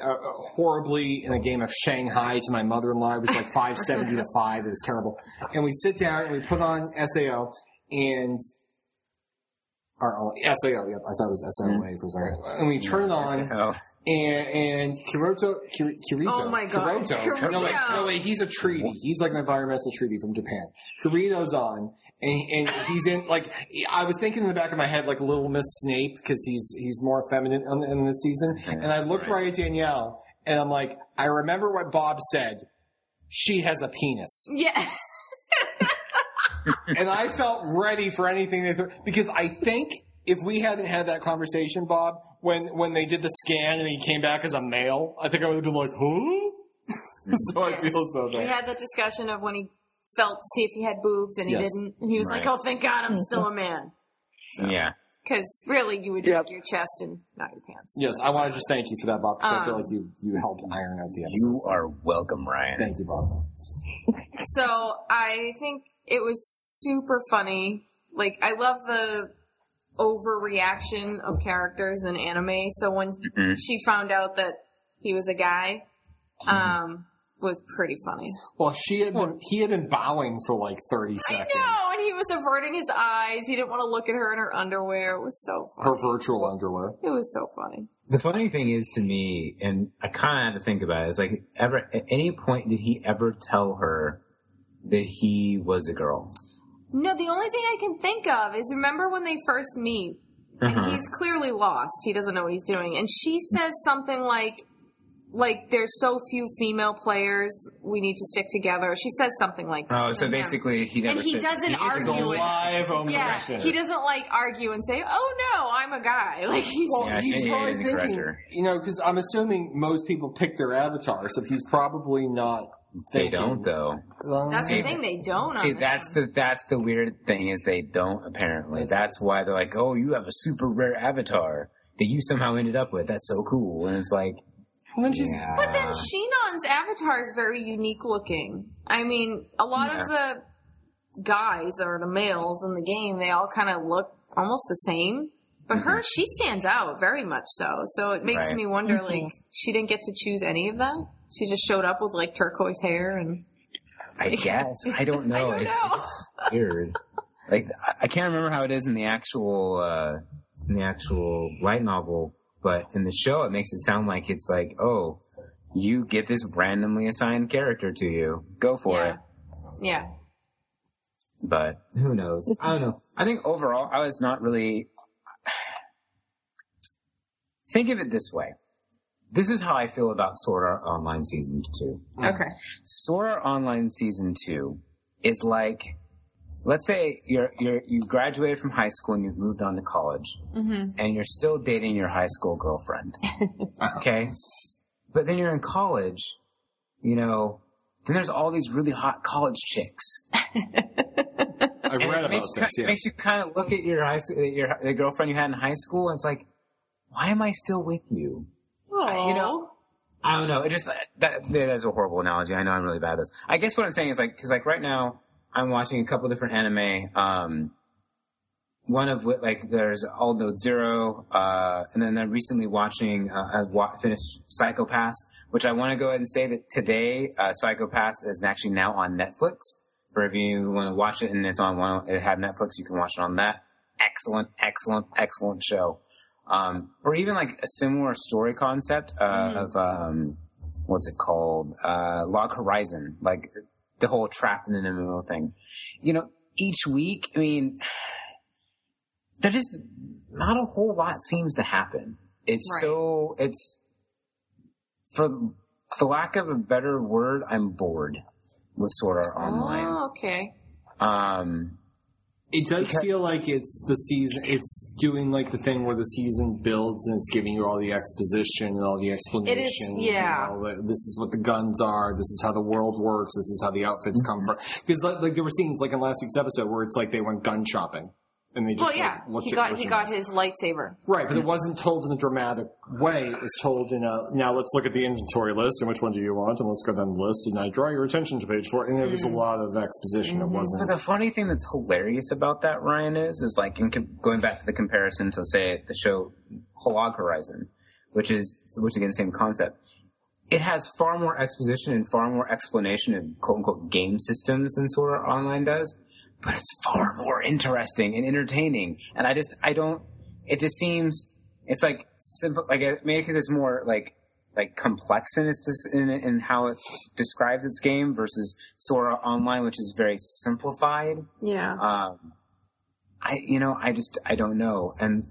B: uh, horribly in a game of Shanghai to my mother-in-law. It was like five seventy to five. It was terrible. And we sit down and we put on Sao, and or oh, SAO. Yep, I thought it was SLA for a second. And we turn it on,
D: Oh,
B: and and Kiroto, Kir- Kirito,
C: Oh my God.
B: Kiroto. No wait, no wait, he's a treaty. He's like an environmental treaty from Japan. Kirito's on. And, and he's in like I was thinking in the back of my head like Little Miss Snape because he's he's more feminine in, in this season. And I looked right at Danielle and I'm like, I remember what Bob said. She has a penis
C: Yeah.
B: and I felt ready for anything they threw because I think if we hadn't had that conversation, Bob, when when they did the scan and he came back as a male, I think I would have been like, huh? so I feel so
C: We
B: bad.
C: had that discussion of when he felt to see if he had boobs and he
B: Yes.
C: didn't. And he was like,
D: Right.
C: oh, thank God I'm still a man.
D: yeah.
C: Because really, you would check
A: Yep.
C: your chest and not your pants.
B: Yes, I want to just thank you for that, Bob, because I feel
C: Um,
B: like you you helped iron out the episode.
D: You are welcome, Ryan.
B: Thank you, Bob.
C: So I think it was super funny. Like I love the overreaction of characters in anime. So when she found out that he was a guy, um, was pretty funny.
B: Well, she had been he had been bowing for like thirty seconds.
C: No, and he was averting his eyes. He didn't want to look at her in her underwear. It was so funny.
B: Her virtual underwear.
C: It was so funny.
D: The funny thing is to me, and I kind of had to think about it, is like, ever, at any point did he ever tell her that he was a girl?
C: No, the only thing I can think of is remember when they first meet
D: Uh-huh.
C: and he's clearly lost. He doesn't know what he's doing. And she says something like like there's so few female players, we need to stick together. She says something like that.
D: Oh, so basically he never
C: And he
D: said-
C: doesn't
D: is a
B: It's
C: argue
B: a
D: girl.
C: with-
B: live
C: Yeah,
B: omission.
C: he doesn't like argue and say, "Oh no, I'm a guy." Like he's
D: Yeah, she
B: he's
D: hated
B: probably
D: the
B: thinking,
D: character.
B: you know, because I'm assuming most people pick their avatar, so he's probably not.
D: They
B: Thinking,
D: don't though.
B: Um,
C: That's the
D: See,
C: thing they don't.
D: See,
C: on
D: that's
C: this
D: the that's the weird thing is they don't apparently. That's why they're like, oh, you have a super rare avatar that you somehow ended up with. That's so cool. And it's like,
B: and then she's
D: yeah.
C: But then Sheenon's avatar is very unique looking. I mean, a lot of the guys or the males in the game, they all kind of look almost the same. But her, she stands out very much so. So it makes
D: Mm-hmm. Right.
C: me wonder, like, she didn't get to choose any of that. She just showed up with like turquoise hair and
D: I guess I don't know.
C: I don't
D: It's-
C: know.
D: it's weird. Like I- I can't remember how it is in the actual uh, in the actual light novel, but in the show it makes it sound like it's like, oh, you get this randomly assigned character to you. Go for
C: yeah.
D: it.
C: Yeah.
D: but who knows? I don't know. I think overall, I was not really. Think of it this way. This is how I feel about Sword Art Online Season 2.
C: Okay.
D: Sword Art Online Season 2 is like, let's say you're, you're, you graduated from high school and you've moved on to college and you're still dating your high school girlfriend. okay. But then you're in college, you know, then there's all these really hot college chicks.
B: I've
D: And
B: read
D: it
B: about
D: makes,
B: this.
D: you,
B: Yeah.
D: makes you kind of look at your high school, your the girlfriend you had in high school, and it's like, why am I still with you?
C: Oh,
D: you know, I don't know. It just that that's a horrible analogy. I know I'm really bad at this. I guess what I'm saying is like because like right now I'm watching a couple different anime. Um, one of which like there's All Note Zero, uh, and then I'm recently watching uh, I wa- finished Psychopass, which I want to go ahead and say that today uh, Psychopass is actually now on Netflix. For if you want to watch it and it's on one, it had Netflix, you can watch it on that. Excellent, excellent, excellent show um, or even like a similar story concept uh,
C: Mm-hmm.
D: of um, what's it called uh, log horizon like the whole trapped in an mmo thing you know each week i mean there just not a whole lot seems to happen It's
C: Right.
D: so it's for the lack of a better word, I'm bored with Sword Art Online.
C: Oh, okay.
D: Um,
B: It does feel like it's the season. It's doing like the thing where the season builds and it's giving you all the exposition and all the explanations. and
C: yeah.
B: all the- this is what the guns are. This is how the world works. This is how the outfits
C: Mm-hmm.
B: come from. Because like, like there were scenes like in last week's episode where it's like they went gun shopping and they just
C: Well, yeah,
B: like, looked
C: he
B: at
C: got he got
B: merchandise.
C: his lightsaber.
B: right, but it wasn't told in a dramatic way. It was told in a now let's look at the inventory list and which one do you want and let's go down the list and I draw your attention to page four and there
C: Mm-hmm.
B: was a lot of exposition. It wasn't
D: but the funny thing that's hilarious about that, Ryan, is is like in com- going back to the comparison to say the show Holog Horizon, which is which again same concept. It has far more exposition and far more explanation of quote unquote game systems than Sword Art Online does, but it's far more interesting and entertaining. And I just I don't. It just seems it's like simple. Like uh, maybe because it's more like like complex in its dis- in, in how it describes its game versus Sora Online, which is very simplified.
C: Yeah.
D: Um, I you know I just I don't know, and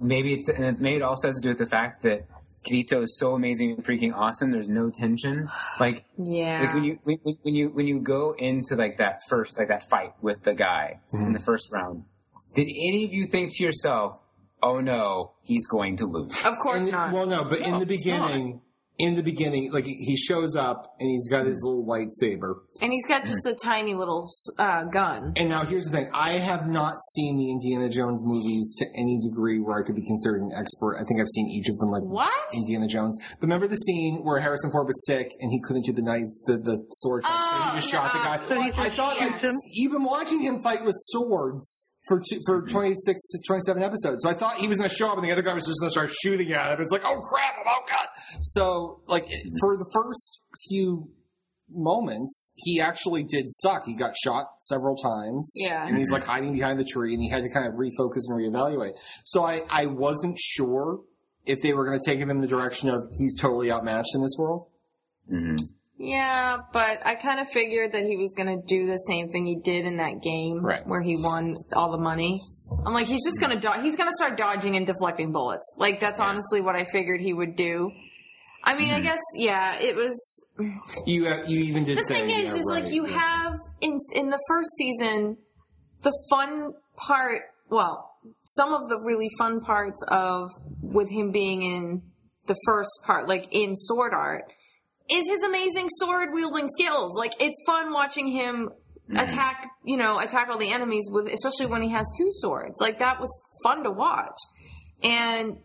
D: maybe it's and it, maybe it also has to do with the fact that Kirito is so amazing and freaking awesome. There's no tension, like.
C: yeah.
D: Like when you when, when- when you when you go into like that first like that fight with the guy in the first round, did any of you think to yourself, "Oh no, he's going to lose"?
C: of course
B: And-
C: not.
B: Well, no, but in the
D: it's not.
B: beginning, in the beginning, like he he shows up and he's got his little lightsaber.
C: and he's got just a tiny little uh, gun.
B: And now here's the thing: I have not seen the Indiana Jones movies to any degree where I could be considered an expert. I think I've seen each of them like
C: What?
B: Indiana Jones. But remember the scene where Harrison Ford was sick and he couldn't do the knife, the, the sword, thing, so
C: Oh,
B: he just shot the
C: no.
B: guy.
C: So he
B: I thought like,
C: shoots him?
B: even watching him fight with swords. For, two, for 26 to 27 episodes. So I thought he was going to show up and the other guy was just going to start shooting at him. It's like, oh crap, I'm out, God. So, like, it- for the first few moments, he actually did suck. He got shot several times.
C: Yeah.
B: And he's like hiding behind the tree and he had to kind of refocus and reevaluate. So I, I wasn't sure if they were going to take him in the direction of he's totally outmatched in this world.
C: Yeah, but I kind of figured that he was going to do the same thing he did in that game
B: Right.
C: where he won all the money. I'm like, he's just going to do- he's going to start dodging and deflecting bullets. Like that's honestly what I figured he would do. I mean, I guess yeah, it was
B: You uh, you even did
C: the
B: say
C: thing
B: you
C: is,
B: know,
C: is
B: right,
C: like you
B: yeah.
C: have in in the first season, the fun part. Well, some of the really fun parts of with him being in the first part, like in Sword Art, is his amazing sword wielding skills. Like it's fun watching him attack, you know, attack all the enemies with, especially when he has two swords. Like that was fun to watch, and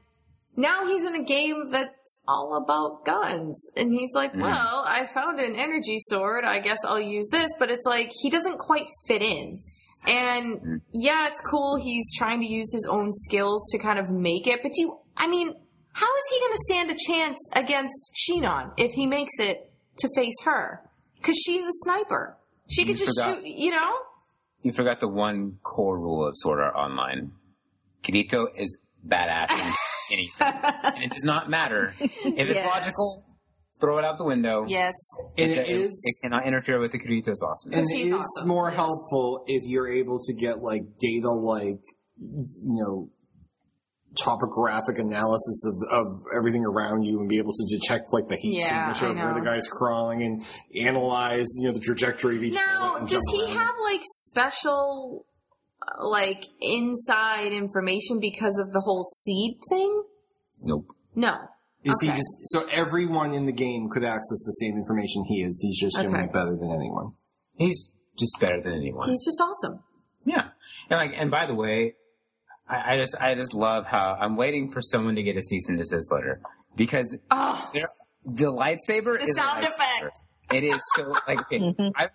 C: now he's in a game that's all about guns. And he's like,
D: Mm-hmm.
C: well, I found an energy sword. I guess I'll use this. But it's like, he doesn't quite fit in.
D: Mm-hmm.
C: And yeah, it's cool. He's trying to use his own skills to kind of make it. But you, I mean, how is he going to stand a chance against Shinon if he makes it to face her? Because she's a sniper. She could
D: You
C: just
D: forgot-
C: shoot, you know?
D: You forgot the one core rule of Sword Art Online. Kirito is badass in anything. and it does not matter. If it's
C: Yes.
D: logical, throw it out the window.
C: Yes.
B: And
D: It,
B: it is.
D: it cannot interfere with the Kirito's awesomeness.
B: and it
C: he's
B: is
C: awesome.
B: more helpful if you're able to get like data like you know topographic analysis of of everything around you and be able to detect like the heat
C: Yeah,
B: signature
C: I
B: of where the
C: know.
B: guy's crawling and analyze you know the trajectory of each bullet
C: Now,
B: and
C: does
B: jump
C: he
B: around.
C: have like special, uh, like inside information because of the whole seed thing?
D: Nope.
C: No.
B: is he
C: okay.
B: just so everyone in the game could access the same information he is he's just doing
C: Okay.
B: it better than anyone
D: He's just better than anyone.
C: He's just awesome.
D: Yeah, and like, and by the way, I, I just, I just love how I'm waiting for someone to get a cease and desist letter because
C: Oh,
D: there- the lightsaber
C: The
D: is a
C: sound
D: lightsaber.
C: effect.
D: It is so like okay, I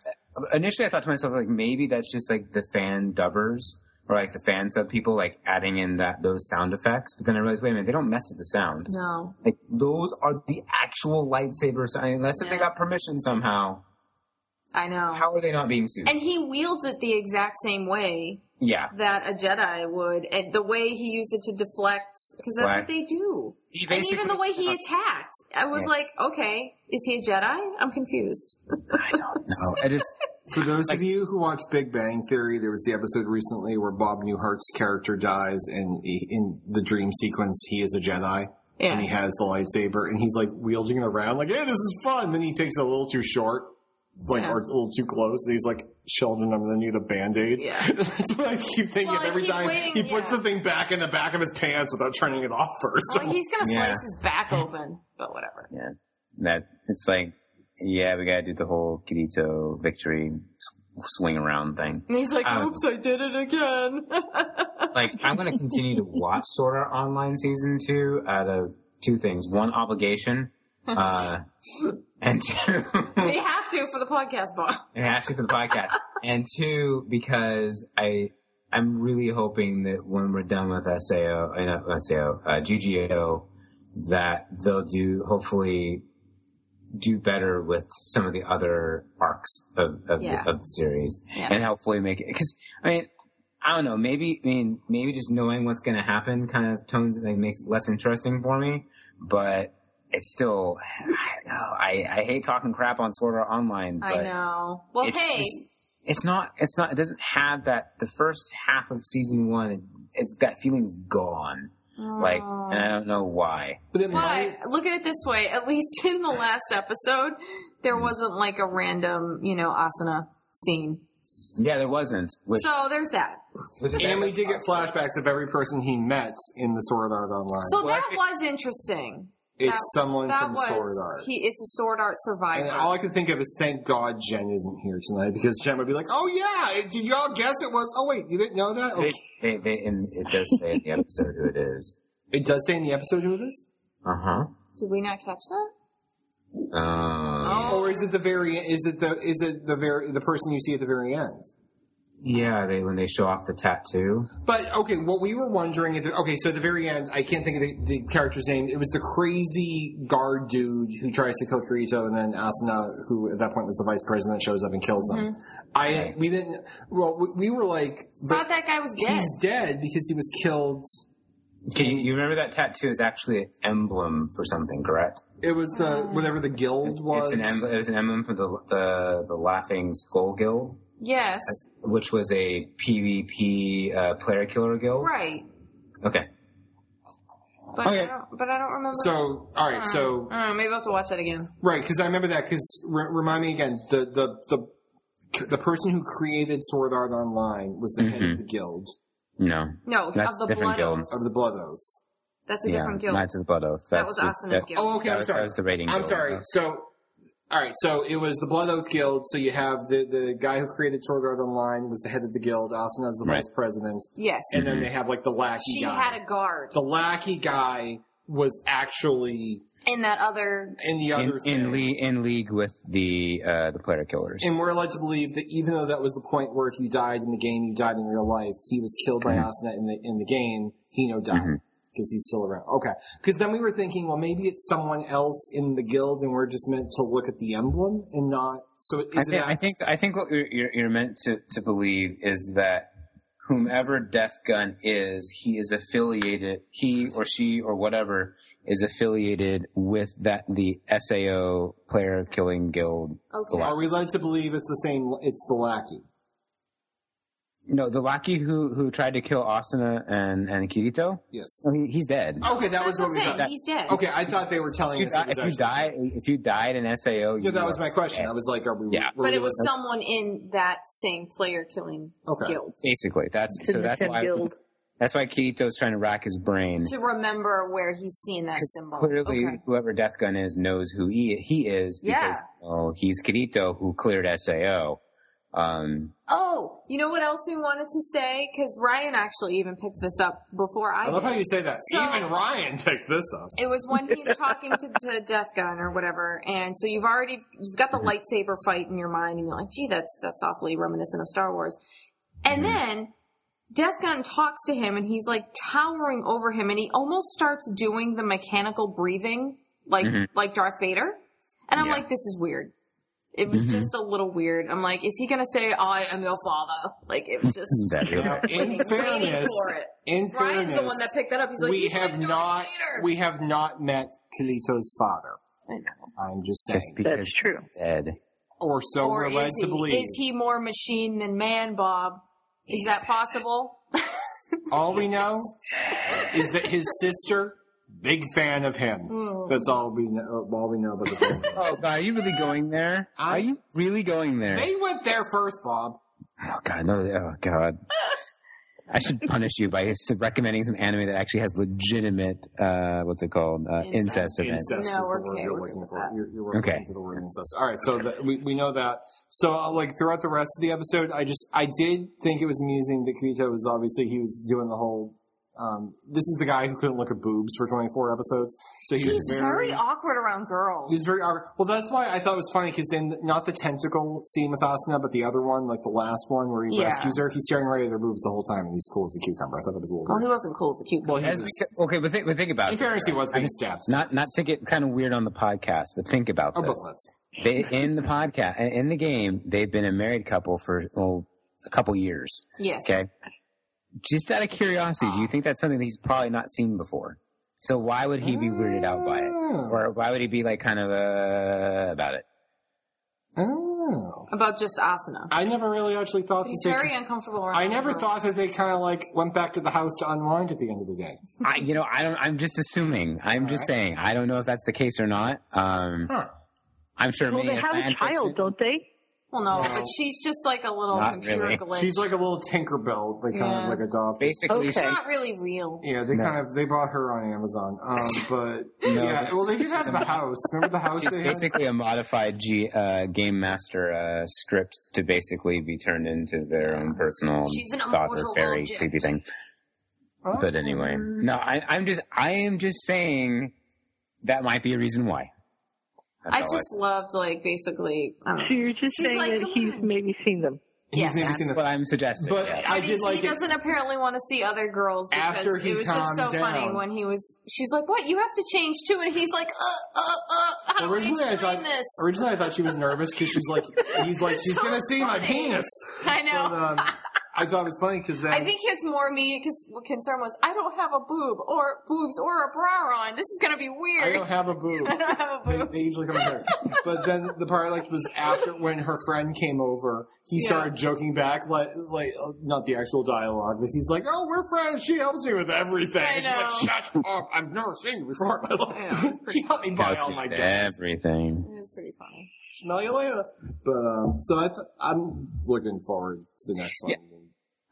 D: initially I thought to myself like maybe that's just like the fan dubbers or like the fan sub people like adding in that those sound effects, but then I realized wait a minute they don't mess with the sound.
C: no.
D: Like those are the actual lightsabers, unless if they
C: Yeah.
D: got permission somehow.
C: I know.
D: How are they not being sued?
C: and he wields it the exact same way
D: yeah,
C: that a Jedi would, and the way he used it to deflect, because that's
D: Deflect.
C: what they do.
D: He
C: And even
D: basically-
C: the way he attacked, I was
D: Yeah.
C: like, okay, is he a Jedi? I'm confused.
D: I don't know. I just
B: For those of you who watched Big Bang Theory, there was the episode recently where Bob Newhart's character dies, and he, in the dream sequence, he is a Jedi.
C: Yeah.
B: and he has the lightsaber and he's like wielding it around like, hey, this is fun. Then he takes it a little too short, like
C: Yeah.
B: or a little too close, and he's like, Sheldon, I'm gonna need a band aid.
C: Yeah.
B: That's what I keep thinking
C: Well, I
B: every
C: keep
B: time
C: waiting,
B: he puts
C: yeah. Oh,
B: the thing back in the back of his pants without turning it off first.
C: Well, he's gonna
D: Yeah.
C: slice his back open, but whatever.
D: Yeah. That it's like, yeah, we gotta do the whole Kirito victory s- swing around thing.
C: And he's like,
D: Um,
C: "Oops, I did it again."
D: Like, I'm gonna continue to watch Sora Online Season 2 out of two things. One, obligation. Uh, and two,
C: we have to for the podcast, Bob.
D: and actually for the podcast. And two, because I, I'm really hoping that when we're done with SAO, uh, not SAO, uh, GGAO, that they'll do, hopefully, do better with some of the other arcs of, of,
C: Yeah.
D: the, of the series.
C: Yeah.
D: And hopefully make it, cause, I mean, I don't know, maybe, I mean, maybe just knowing what's gonna happen kind of tones, like makes it less interesting for me, but, it's still, I, I hate talking crap on Sword Art Online. But
C: I know. Well,
D: it's
C: hey,
D: just- it's not it's not it doesn't have that the first half of season one it, it's that feeling's gone like and i don't know why
B: but it might.
C: But look at it this way: at least in the last episode, there wasn't like a random, you know, asana scene.
D: yeah there wasn't which,
C: So there's that.
D: which is-
B: And we did get flashbacks of every person he met in the Sword Art Online.
C: So
D: Well,
C: that
D: that's-
C: was interesting.
B: it's
C: that-
B: someone
C: That
B: from
C: was
B: Sword Art.
C: he. It's a sword art survivor.
B: And all I can think of is thank God Jen isn't here tonight because Jen would be like, "Oh yeah, did y'all guess it was? Oh wait, you didn't know that?
D: they,
B: Okay.
D: they, they, and it does say in the episode who it is
B: It does say in the episode who it is,
D: uh-huh
C: Did we not catch that?
D: um,
C: Oh.
B: or is it the very? Is it the? Is it the very? The person you see at the very end?
D: yeah they when they show off the tattoo
B: But okay, what we were wondering at the okay, so at the very end, I can't think of the, the character's name. It was the crazy guard dude who tries to kill Kirito, and then Asuna, who at that point was the vice president, shows up and kills him.
C: Mm-hmm.
B: I we didn't. Well, we, we were like,
C: Thought
B: but
C: that guy was dead.
B: he's dead because he was killed.
D: okay, you, you remember that tattoo is actually an emblem for something correct
B: It was the whatever the guild was.
D: it's an emblem it was an emblem for the the, the laughing skull guild
C: Yes.
D: which was a PvP uh, player killer guild.
C: Right.
D: Okay.
C: But I
D: Okay.
C: don't, but I don't remember.
B: So all right, so
C: I don't know, maybe I'll have to watch that again.
B: right because I remember that because re- remind me again the the the the person who created Sword Art Online was the head of the guild
D: No.
C: No,
D: That's
C: of the blood.
D: different guild.
C: oath.
B: of the Blood Oath.
C: That's a different guild.
D: Knights of the Blood Oath.
C: that
D: That's
C: was
D: the-
C: Asana's
D: that-
C: guild.
B: Oh, okay.
D: That
B: I'm
D: was-
B: sorry.
D: that was the rating
B: I'm
D: guild. Uh,
B: sorry. So, all right. So it was the Blood Oath Guild. So you have the the guy who created Sword Art Online was the head of the guild. Asuna's the
H: Right.
B: vice president,
C: Yes.
B: and then they have like the lackey
C: She
B: guy.
C: had a guard
B: the lackey guy was actually
C: in that other.
B: in the other
D: in, in,
B: thing.
D: lea- in league with the uh, the player killers.
B: and we're led to believe that even though that was the point where if you died in the game, you died in real life. He was killed by Asuna in the in the game. Hino died
D: Mm-hmm.
B: because he's still around. Okay, because then we were thinking, well, maybe it's someone else in the guild, and we're just meant to look at the emblem and not. So is
D: I,
B: it?
D: think, I think I think what you're, you're, you're meant to, to believe is that whomever Death Gun is, he is affiliated. He or she or whatever is affiliated with that the Sao player killing guild.
C: Okay.
B: Are we led to believe it's the same? It's the lackey.
D: No, the lackey who who tried to kill Asuna and and Kirito.
B: Yes.
D: Oh, he, he's dead.
B: Okay, that was
C: That's
B: what we
C: what I'm
B: thought.
C: saying. He's dead.
B: Okay, I thought they were telling
D: If you,
B: us. it
D: die,
B: was
D: if you
B: actually-
D: die, if you died in Sao,
B: No, that was my question. I was like, are we?
D: Yeah.
B: were
C: But
B: we
C: it was
B: led-
C: someone in that same player killing
B: Okay.
C: guild
D: basically that's
A: It's in
D: so
A: the
D: that's
A: same
D: why
A: guild.
D: that's why Kirito's trying to rack his brain.
C: to remember where he's seeing that
D: 'Cause
C: symbol.
D: Clearly,
C: Okay.
D: whoever Death Gun is knows who he, he is because oh, he's Kirito who cleared Sao. Um,
C: Oh, you know what else we wanted to say? Because Ryan actually even picked this up before I.
B: I love
C: did.
B: how you say that.
C: So-
B: Even Ryan picked this up.
C: It was when he's talking to, to Death Gun or whatever, and so you've already you've got the
D: Mm-hmm.
C: lightsaber fight in your mind, and you're like, "Gee, that's that's awfully reminiscent of Star Wars." And
D: Mm-hmm.
C: then Death Gun talks to him, and he's like towering over him, and he almost starts doing the mechanical breathing like like Darth Vader, and I'm
D: Mm-hmm. Yeah. Mm-hmm.
C: like, "This is weird." It was just a little weird. I'm like, "Is he gonna say I am your father?" Like it was just
D: that is-
B: Now, in
C: waiting
B: fairness,
C: for it.
B: in
C: Ryan's
B: fairness,
C: the one that picked that up. He's like,
B: we
C: "He's
B: have
C: like Darth
B: not
C: Vader."
B: we have not met Kalito's father.
C: I know.
B: I'm just saying,
D: that's because
A: That's true.
D: he's dead.
B: or so
C: or
B: we're led
C: is
B: to
C: he,
B: believe.
C: Is he more machine than man, Bob? Is that possible?
B: All we know is that his sister Big fan of him.
C: Mm.
B: That's all we know. All we know about the film.
D: Oh, God, are you really going there?
B: I-
D: are you really going there?
B: they went there first, Bob.
D: Oh God, no! Oh God, I should punish you by s- recommending some anime that actually has legitimate uh, what's it called uh,
C: Incest.
D: incest, in it.
B: Incest is
C: No,
B: the
C: we're
B: word
C: okay,
B: you're
C: we're
B: looking
C: good
B: for.
C: with that.
B: You're, you were
D: Okay.
B: looking for the word incest. All right, so that we, we know that. So uh, like throughout the rest of the episode, I just I did think it was amusing that Kirito was obviously he was doing the whole. Um, this is the guy who couldn't look at boobs for 24 episodes, so he
C: He's
B: was
C: very awkward around girls.
B: He's very awkward. Well, that's why I thought it was funny because in not the tentacle scene with Asuna, but the other one, like the last one where he
C: Yeah.
B: rescues her, he's staring right at her boobs the whole time, and he's cool as a cucumber. I thought it was a little.
C: well, he
B: weird.
C: wasn't cool as a cucumber.
B: Well, he
D: As
B: was,
D: beca- okay, but think, but think about
B: in
D: it.
B: fairness, he was being stabbed.
D: Not not to get kind of weird on the podcast, but think about
B: Oh, but
D: this. They in the podcast in the game, they've been a married couple for well, a couple years.
C: yes.
D: Okay. Just out of curiosity, do you think that's something that he's probably not seen before? So why would he be weirded out by it,
B: Oh.
D: or why would he be like kind of uh, about it?
B: Oh.
C: About just asana.
B: I never really actually thought
C: He's
B: that.
C: very
B: they,
C: uncomfortable around
B: I never
C: girls.
B: thought that they kind of like went back to the house to unwind at the end of the day.
D: I, you know, I don't. I'm just assuming. I'm just saying. I don't know if that's the case or not. Um,
B: Huh.
D: I'm sure.
A: Well,
D: many
A: they have a
D: fan
A: child,
D: fiction-
A: don't they?
C: Well, no, but she's just like a little
D: Not
C: computer
D: really.
C: glitch.
B: She's like a little Tinkerbell. They kind
C: Yeah.
B: of like adopted.
D: Basically,
A: Okay.
C: not really real.
B: Yeah, they kind of they bought her on Amazon. Um, but yeah, well, they do have the house. Remember the house?
D: she's
B: they had?
D: basically a modified G, uh, game master uh, script to basically be turned into their own personal
C: She's an
D: thought or
C: immortal
D: fairy
C: object.
D: creepy thing.
B: Oh.
D: But anyway, no, I, I'm just. I am just saying that might be a reason why.
C: I
D: felt
C: just loved like basically. I don't know.
A: So you're just
C: She's
A: saying
C: like,
A: that
C: "Come
A: he's
C: on."
A: maybe seen them.
C: Yes.
B: He's never
D: like,
B: seen
D: that's
B: it.
D: what I'm suggesting.
B: But
D: yeah.
B: I
C: But
B: did
C: he's-
B: like
C: he
B: it.
C: doesn't apparently want to see other girls because
B: After he
C: it was just so
B: calmed
C: funny
B: down.
C: when he was. She's like, "What? You have to change too," and he's like, "Uh, uh, uh. How do we
B: Originally,
C: explain
B: I thought
C: this?"
B: originally I thought she was nervous because she's like he's like she's
C: So
B: gonna see my
C: funny.
B: penis.
C: I know.
B: But, um, I thought it was funny because then
C: I think his more immediate cons- concern was, "I don't have a boob or boobs or a bra on. This is gonna be weird.
B: I don't have a boob.
C: I don't have a
B: They,
C: boob."
B: they usually come in pairs. But then the part I liked was after when her friend came over, he
C: Yeah.
B: started joking back, like, like uh, not the actual dialogue, but he's like, "Oh, we're friends. She helps me with everything."
C: I
B: And She's like,
C: know.
B: "Shut up! I've never seen you before in my
C: I know,
B: life.
C: it's
B: she helped me buy
D: That's
B: all my debt.
D: everything.
C: It was pretty funny.
B: Smell you later." But um, so I th- I'm looking forward to the next one.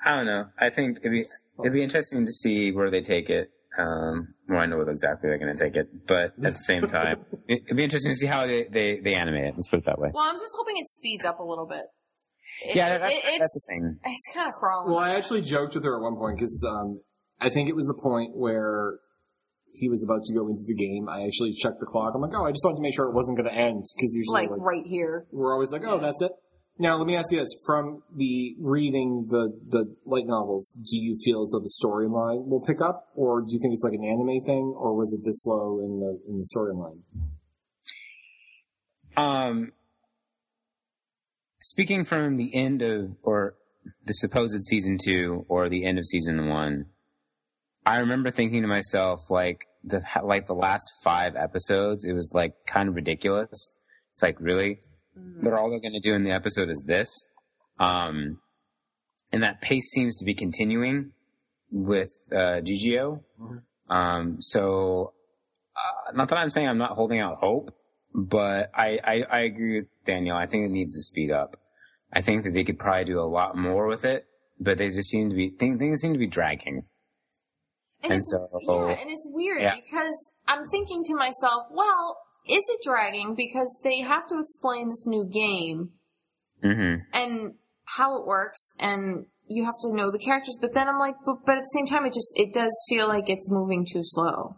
D: I don't know. I think it'd be it'd be interesting to see where they take it. Um, well, I know exactly they're going to take it, but at the same time, it- it'd be interesting to see how they, they, they animate it. Let's put it that way.
C: Well, I'm just hoping it speeds up a little bit. It-
D: yeah, that,
C: it-
D: that's, that's the
C: it's
D: thing.
C: it's kind of crawling.
B: Well, I actually joked with her at one point because um, I think it was the point where he was about to go into the game. I actually checked the clock. I'm like, oh, I just wanted to make sure it wasn't going to end because usually
C: like
B: like,
C: right here.
B: we're always like, oh, that's it. Now, let me ask you this: from the reading the the light novels, do you feel as though the storyline will pick up, or do you think it's like an anime thing, or was it this slow in the in the storyline?
D: Um, speaking from the end of, or the supposed season two, or the end of season one, I remember thinking to myself, like the like the last five episodes, it was like kind of ridiculous. It's like really, they're all they're going to do in the episode is this, um, and that pace seems to be continuing with uh, GGO. Um, so, uh, not that I'm saying I'm not holding out hope, but I, I, I agree with Daniel. I think it needs to speed up. I think that they could probably do a lot more with it, but they just seem to be things, things seem to be dragging. And
C: it's,
D: so-
C: yeah, and it's weird
D: Yeah.
C: because I'm thinking to myself, well, is it dragging? Because they have to explain this new game
D: hmm
C: and how it works, and you have to know the characters. But then I'm like, but, but at the same time, it just it does feel like it's moving too slow.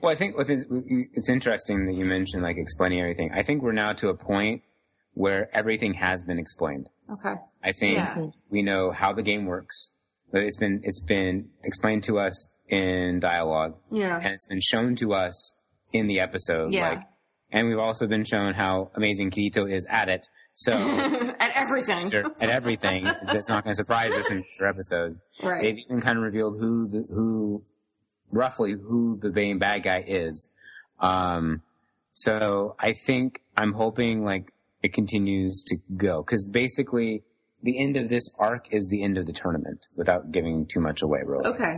D: Well, I think with it, it's interesting that you mentioned like explaining everything. I think we're now to a point where everything has been explained.
C: Okay,
D: I think
C: Yeah.
D: we know how the game works. But It's been it's been explained to us in dialogue,
C: yeah,
D: and it's been shown to us in the episode.
C: Yeah.
D: Like, and we've also been shown how amazing Kirito is at it. So
C: at everything,
D: at everything, that's not going to surprise us in future episodes.
C: right?
D: They've even kind of revealed who the, who roughly who the main bad guy is. Um, so I think I'm hoping like it continues to go because basically the end of this arc is the end of the tournament without giving too much away, really.
C: Okay,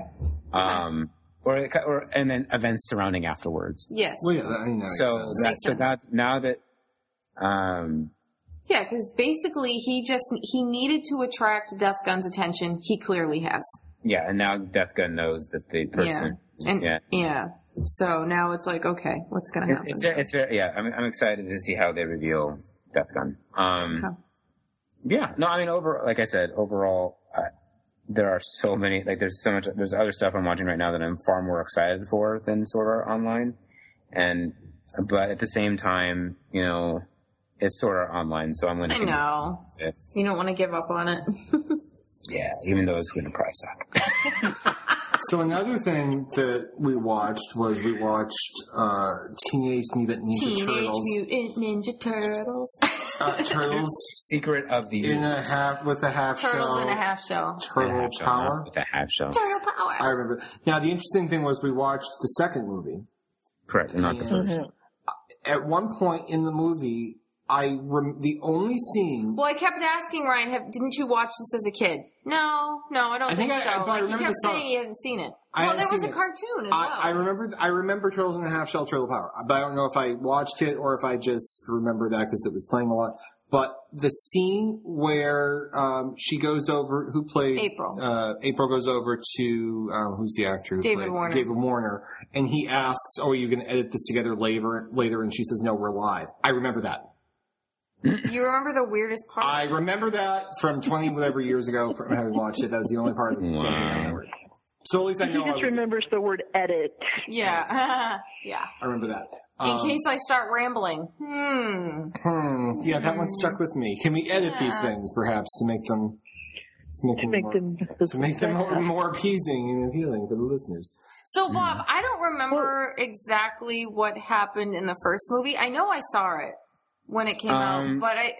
D: Um, or it, ca- or and then events surrounding afterwards.
C: Yes.
B: Well, yeah, that- I mean, that makes
D: So
B: sense.
D: that,
C: Makes
D: so
C: sense.
D: that now that um
C: Yeah, because basically he just he needed to attract Death Gun's attention. He clearly has.
D: yeah, and now Death Gun knows that the person
C: Yeah. And
D: yeah.
C: yeah. So now it's like, okay, what's gonna
D: It-
C: happen?
D: it's very, it's very yeah. I'm I'm excited to see how they reveal Death Gun. Um,
C: Okay.
D: Yeah, no, I mean over like I said, overall, uh, there are so many like there's so much there's other stuff I'm watching right now that I'm far more excited for than Sword Art Online, and but at the same time, you know, it's Sword Art Online, so I'm going
C: I
D: to
C: know.
D: Yeah.
C: You don't want to give up on it.
D: yeah, even though it's going to price up.
B: So another thing that we watched was we watched uh, Teenage Mutant Ninja
C: Teenage
B: Turtles.
C: Mutant Ninja Turtles.
B: Uh, turtles
D: Secret of the
B: in a half with a half
C: Turtles
B: shell.
C: in a half shell.
B: Turtle
D: half shell, not
B: power.
D: with a half shell,
C: Turtle power.
B: I remember. Now the interesting thing was we watched the second movie.
D: correct, and not the 1st
B: At one point in the movie, I rem- the only scene.
C: Well, I kept asking Ryan, have, didn't you watch this as a kid? No, no, I don't
B: I think I-
C: so.
B: I- but I
C: Like,
B: remember
C: he kept
B: the song.
C: saying he hadn't seen it.
B: I
C: well,
B: hadn't
C: there was
B: seen
C: a
B: it.
C: cartoon as well.
B: I, I remember. I remember Turtles in a Half Shell, Turtle Power, but I don't know if I watched it or if I just remember that because it was playing a lot. But the scene where um, she goes over, who played
C: April.
B: Uh, April goes over to um, who's the actor? Who
C: David
B: played-
C: Warner.
B: David Warner, and he asks, "Oh, are you going to edit this together later?" Later, and she says, "No, we're live." I remember that.
C: you remember the weirdest part?
B: I remember that from twenty whatever years ago from having watched it. That was the only part of the something I
D: Wow.
B: remembered. So at least I
A: He
B: know I,
A: just
B: was-
A: remembers the word edit.
C: yeah, yeah.
B: I remember that.
C: In
B: Um,
C: case I start rambling, hmm.
B: Hmm. Yeah, that one stuck with me. Can we edit these things perhaps to make them to make,
A: To make
B: more,
A: them
B: to make them more, more appeasing and appealing for the listeners?
C: So
B: hmm.
C: Bob, I don't remember exactly what happened in the first movie. I know I saw it when it came
D: Um,
C: out, but I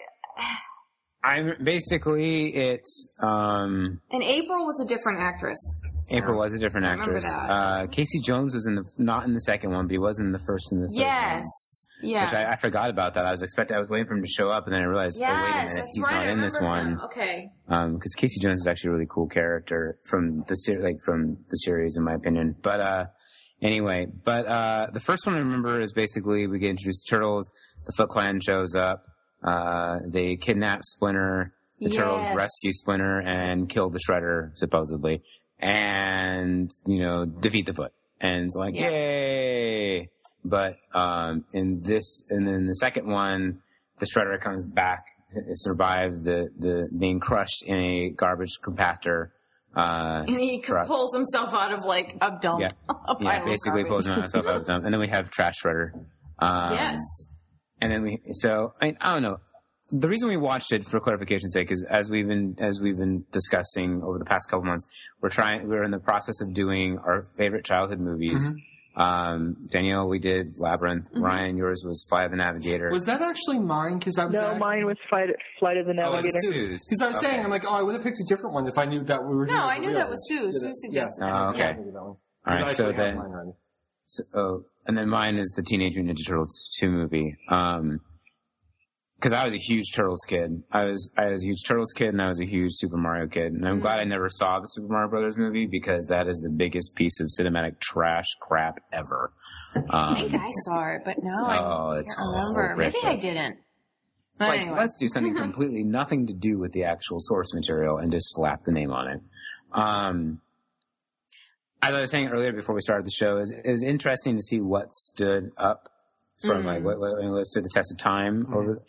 D: I'm basically it's um
C: and April was a different actress.
D: April was a different
C: remember
D: actress.
C: that.
D: Uh, Casey Jones was in the not in the second one, but he was in the first and the third.
C: Yes, yeah,
D: One. Which I, I forgot about that. I was expecting, I was waiting for him to show up, and then I realized,
C: yes.
D: oh wait a minute,
C: that's
D: he's
C: right.
D: not
C: I
D: in this
C: remember
D: one.
C: him. Okay,
D: because Um, Casey Jones is actually a really cool character from the ser- like from the series, in my opinion. But uh, anyway, but uh, the first one I remember is basically we get introduced to turtles. The Foot Clan shows up. Uh, they kidnap Splinter. The turtles
C: Yes.
D: rescue Splinter and kill the Shredder supposedly, and you know defeat the Foot. And it's like
C: Yeah.
D: yay! But um, in this, and then the second one, the shredder comes back survived the, the being crushed in a garbage compactor uh
C: and he
D: Correct.
C: pulls himself out of like a dump,
D: yeah
C: a pile
D: yeah
C: of
D: basically
C: garbage.
D: pulls myself out of dump and then we have trash shredder um,
C: Yes,
D: and then we so I, mean, I don't know the reason we watched it for clarification's sake is as we've been as we've been discussing over the past couple months we're trying we're in the process of doing our favorite childhood movies
C: Mm-hmm.
D: um danielle we did labyrinth ryan yours was fly the navigator
B: Was that actually mine? Because I was
A: No, mine was Flight, flight of the
D: Oh, it was
A: Navigator.
D: Sue's.
B: Because I was
D: Okay.
B: saying, I'm like, oh, I would have picked a different one if I knew that we were.
C: No,
B: doing
C: I
B: the
C: knew
B: real
C: that
B: one.
C: was Sue.
B: Did
C: Sue
B: it?
C: suggested
B: Yeah.
D: that. Oh, okay.
B: All
D: right, so then-
B: already.
D: So, oh, and then mine is the Teenage Mutant Ninja Turtles two movie. Um 'cause because I was a huge Turtles kid. I was I was a huge Turtles kid, and I was a huge Super Mario kid. And I'm glad I never saw the Super Mario Brothers movie because that is the biggest piece of cinematic trash crap ever.
C: I think
D: Um,
C: I saw it, but no,
D: Oh,
C: I
D: it's
C: can't remember. Maybe
D: horrific.
C: I didn't.
D: it's
C: But
D: like
C: anyway.
D: let's do something completely nothing to do with the actual source material and just slap the name on it. Um, as I was saying earlier before we started the show, is it was interesting to see what stood up from like
C: Mm.
D: what, what what stood the test of time.
C: Mm-hmm.
D: Over,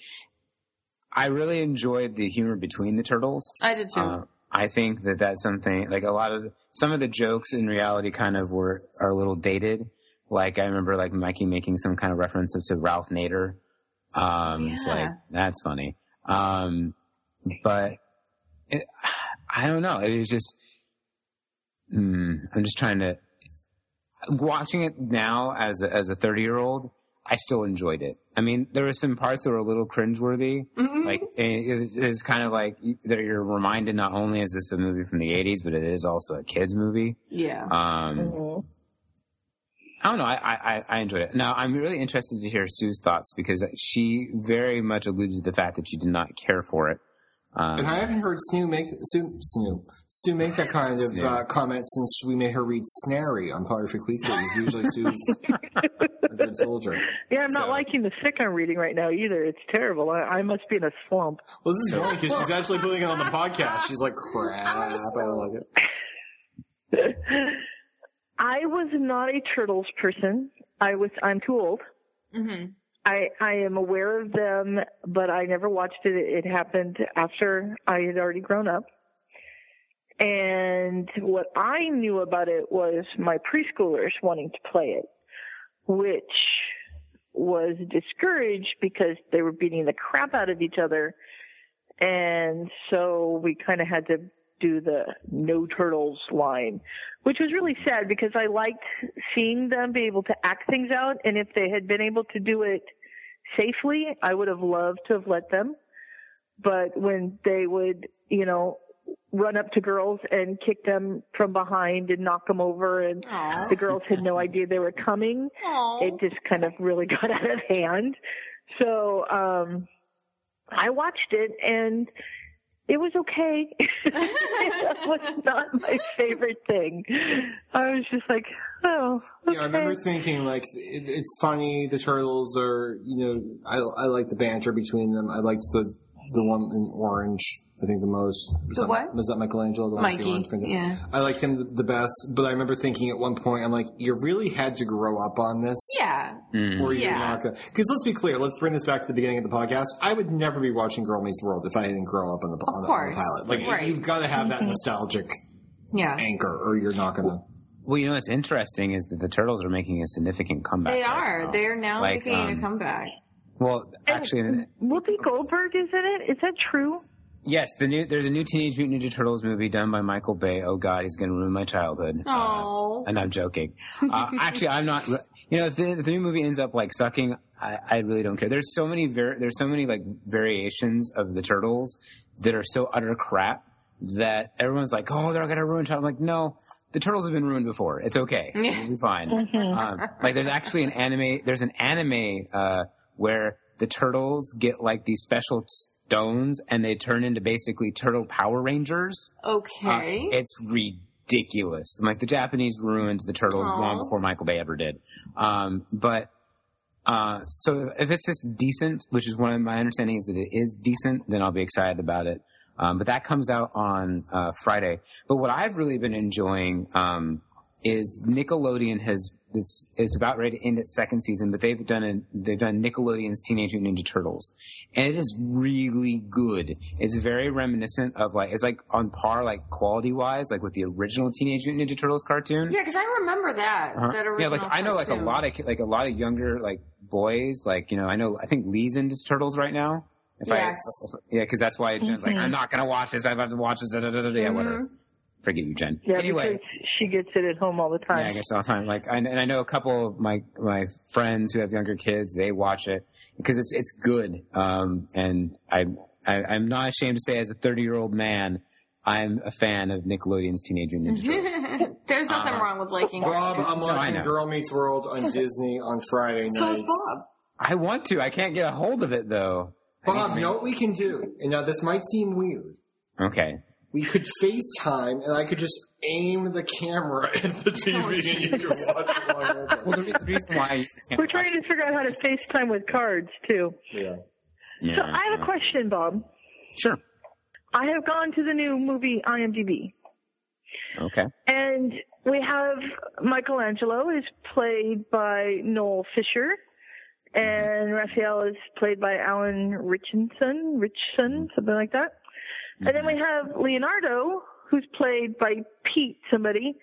D: I really enjoyed the humor between the turtles.
C: I did too.
D: Uh, I think that that's something like a lot of some of the jokes in reality kind of were are a little dated. Like I remember like Mikey making some kind of reference to Ralph Nader. Um, It's
C: Yeah.
D: like that's funny. Um, but it, I don't know. It was just mm, I'm just trying to watching it now as a, as a 30 year old. I still enjoyed it. I mean, there were some parts that were a little cringeworthy. Like it, it- it's kind of like you- that you're reminded not only is this a movie from the 80s, but it is also a kids movie.
C: yeah.
D: Um, I don't know. I, I, I- I enjoyed it. Now, I'm really interested to hear Sue's thoughts because she very much alluded to the fact that she did not care for it. Um,
B: And I haven't heard Snoo make Sue Snoo Sue make that kind of uh, comment since we made her read Snary on Power Freak Weekly. It's usually Sue's a good soldier.
A: Yeah, I'm not
D: So-
A: liking the sick I'm reading right now either. It's terrible. I, I must be in a slump.
B: Well, this is funny because she's actually putting it on the podcast. She's like, "Crap, I don't like it."
A: I was not a turtles person. I was. I'm too old.
C: Mm-hmm.
A: I I am aware of them, but I never watched it. It happened after I had already grown up. And what I knew about it was my preschoolers wanting to play it, which was discouraged because they were beating the crap out of each other. And so we kind of had to do the no turtles line, which was really sad because I liked seeing them be able to act things out. And if they had been able to do it safely, I would have loved to have let them. But when they would, you know, run up to girls and kick them from behind and knock them over and
C: Aw.
A: the girls had no idea they were coming it
G: Oh.
A: just kind of really got out of hand. So um I watched it and it was okay. that was not my favorite thing. I was just like, oh, okay.
B: Yeah, I remember thinking like it, it's funny. The turtles are, you know, I, I like the banter between them. I liked the the one in orange. I think the most. Was
C: The
B: that-
C: what?
B: was that Michelangelo? The one with the
C: Mikey,
B: orange painting?
C: yeah.
B: I liked him the, the best, but I remember thinking at one point, I'm like, you really had to grow up on this.
C: Yeah.
B: Or you're
C: Yeah.
B: not gonna. Because let's be clear. Let's bring this back to the beginning of the podcast. I would never be watching Girl Meets World if I didn't grow up on the, on the, on the
C: course.
B: pilot. Like
C: Right. Mm-hmm.
B: you've got to have that nostalgic
C: Yeah.
B: anchor, or you're not gonna.
D: well, you know what's interesting is that the turtles are making a significant comeback.
C: They
D: right
C: are.
D: now.
C: They're now
D: Like,
C: making
D: um,
C: a comeback.
D: Well, actually,
A: Whoopi Goldberg is in it? Is that true?
D: yes. The new there's a new Teenage Mutant Ninja Turtles movie done by Michael Bay. Oh God, he's going to ruin my childhood. Uh,
C: Oh.
D: and I'm joking. Uh, actually, I'm not. You know, if the, if the new movie ends up like sucking, I, I really don't care. There's so many var- there's so many like variations of the turtles that are so utter crap that everyone's like, oh, they're gonna ruin. Turtles. I'm like, no, the turtles have been ruined before. It's okay. It'll be fine. um, like, there's actually an anime. There's an anime uh, where the turtles get like these special stones and they turn into basically turtle Power Rangers. Uh,
C: okay.
D: it's ridiculous. Like the Japanese ruined the turtles
C: Aw.
D: long before Michael Bay ever did. Um, but uh, so if it's just decent, which is one of my understanding is that it is decent, then I'll be excited about it. Um, but that comes out on uh, Friday. But what I've really been enjoying um, is Nickelodeon has it's it's about ready to end its second season, but they've done a, they've done Nickelodeon's Teenage Mutant Ninja Turtles, and it is really good. It's very reminiscent of like it's like on par like quality wise like with the original Teenage Mutant Ninja Turtles cartoon.
C: yeah, because I remember that.
D: Uh-huh.
C: That original.
D: yeah, like I know, like a
C: cartoon.
D: lot of ki- like a lot of younger like boys, like you know, I know, I think Lee's into Turtles right now. If
C: Yes. Mm-hmm.
D: I, yeah, because that's why Jen's like, I'm not gonna watch this. I have to watch this. Da, da, da, da, da. Yeah, whatever. Forget you, Jen.
A: Yeah,
D: anyway,
A: because she gets it at home all the time.
D: yeah, I guess all the time. Like, I, and I know a couple of my my friends who have younger kids. They watch it because it's it's good. Um, and I, I I'm not ashamed to say, as a 30 year old man, I'm a fan of Nickelodeon's Teenage Mutant Ninja Turtles.
C: There's nothing
D: Uh-huh.
C: wrong with liking.
B: Bob, I'm
D: I know.
B: watching Girl Meets World on Disney on Friday night.
C: so is Bob.
D: I want to. I can't get a hold of it though.
B: Bob, you know what we can do? And now this might seem weird.
D: Okay.
B: We could FaceTime and I could just aim the camera at the TV and you could watch it while you're
D: Well,
B: over.
D: the, re- the reason why I can't
A: We're trying to figure out how to FaceTime with cards too.
B: Yeah.
D: Yeah,
A: So I have a question, Bob.
D: Sure.
A: I have gone to the new movie IMDb.
D: Okay.
A: And we have Michelangelo is played by Noel Fisher, and Raphael is played by Alan Richardson, Richardson,
C: Mm-hmm.
A: something like that. And then we have Leonardo, who's played by Pete somebody,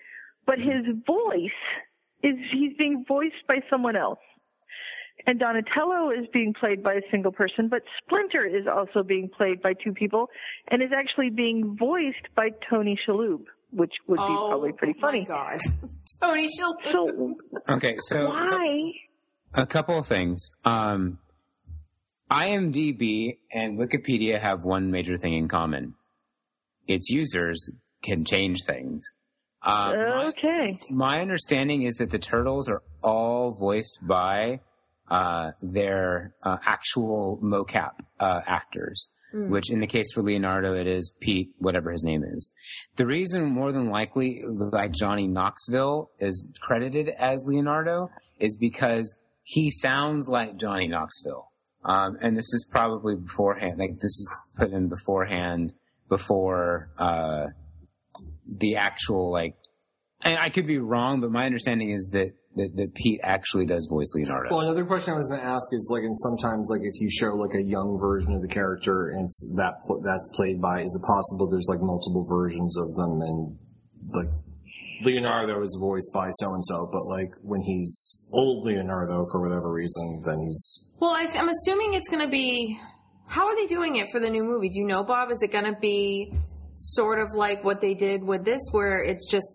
A: but
C: Mm-hmm.
A: his voice is he's being voiced by someone else. And Donatello is being played by a single person, but Splinter is also being played by two people and is actually being voiced by Tony Shalhoub, which would be
C: Oh,
A: probably pretty funny.
C: My God, Tony Schill.
A: So
D: Okay. So
A: why?
D: a couple of things. Um, IMDb and Wikipedia have one major thing in common. Its users can change things. Um, my-
A: Okay.
D: my understanding is that the turtles are all voiced by uh, their uh, actual mocap uh, actors.
H: which in the case for Leonardo, it is Pete, whatever his name is. The reason more than likely, like Johnny Knoxville is credited as Leonardo is because he sounds like Johnny Knoxville. Um, and this is probably beforehand, like this is put in beforehand before, uh, the actual, like, and I could be wrong, but my understanding is that, that, that Pete actually does voice Leonardo.
B: Well, another question I was going to ask is like, and sometimes like if you show like a young version of the character and it's that pl- that's played by, is it possible there's like multiple versions of them and like Leonardo is voiced by so and so, but like when he's old Leonardo for whatever reason, then he's
C: Well, I, I'm assuming it's going to be. How are they doing it for the new movie? Do you know, Bob? Is it going to be sort of like what they did with this, where it's just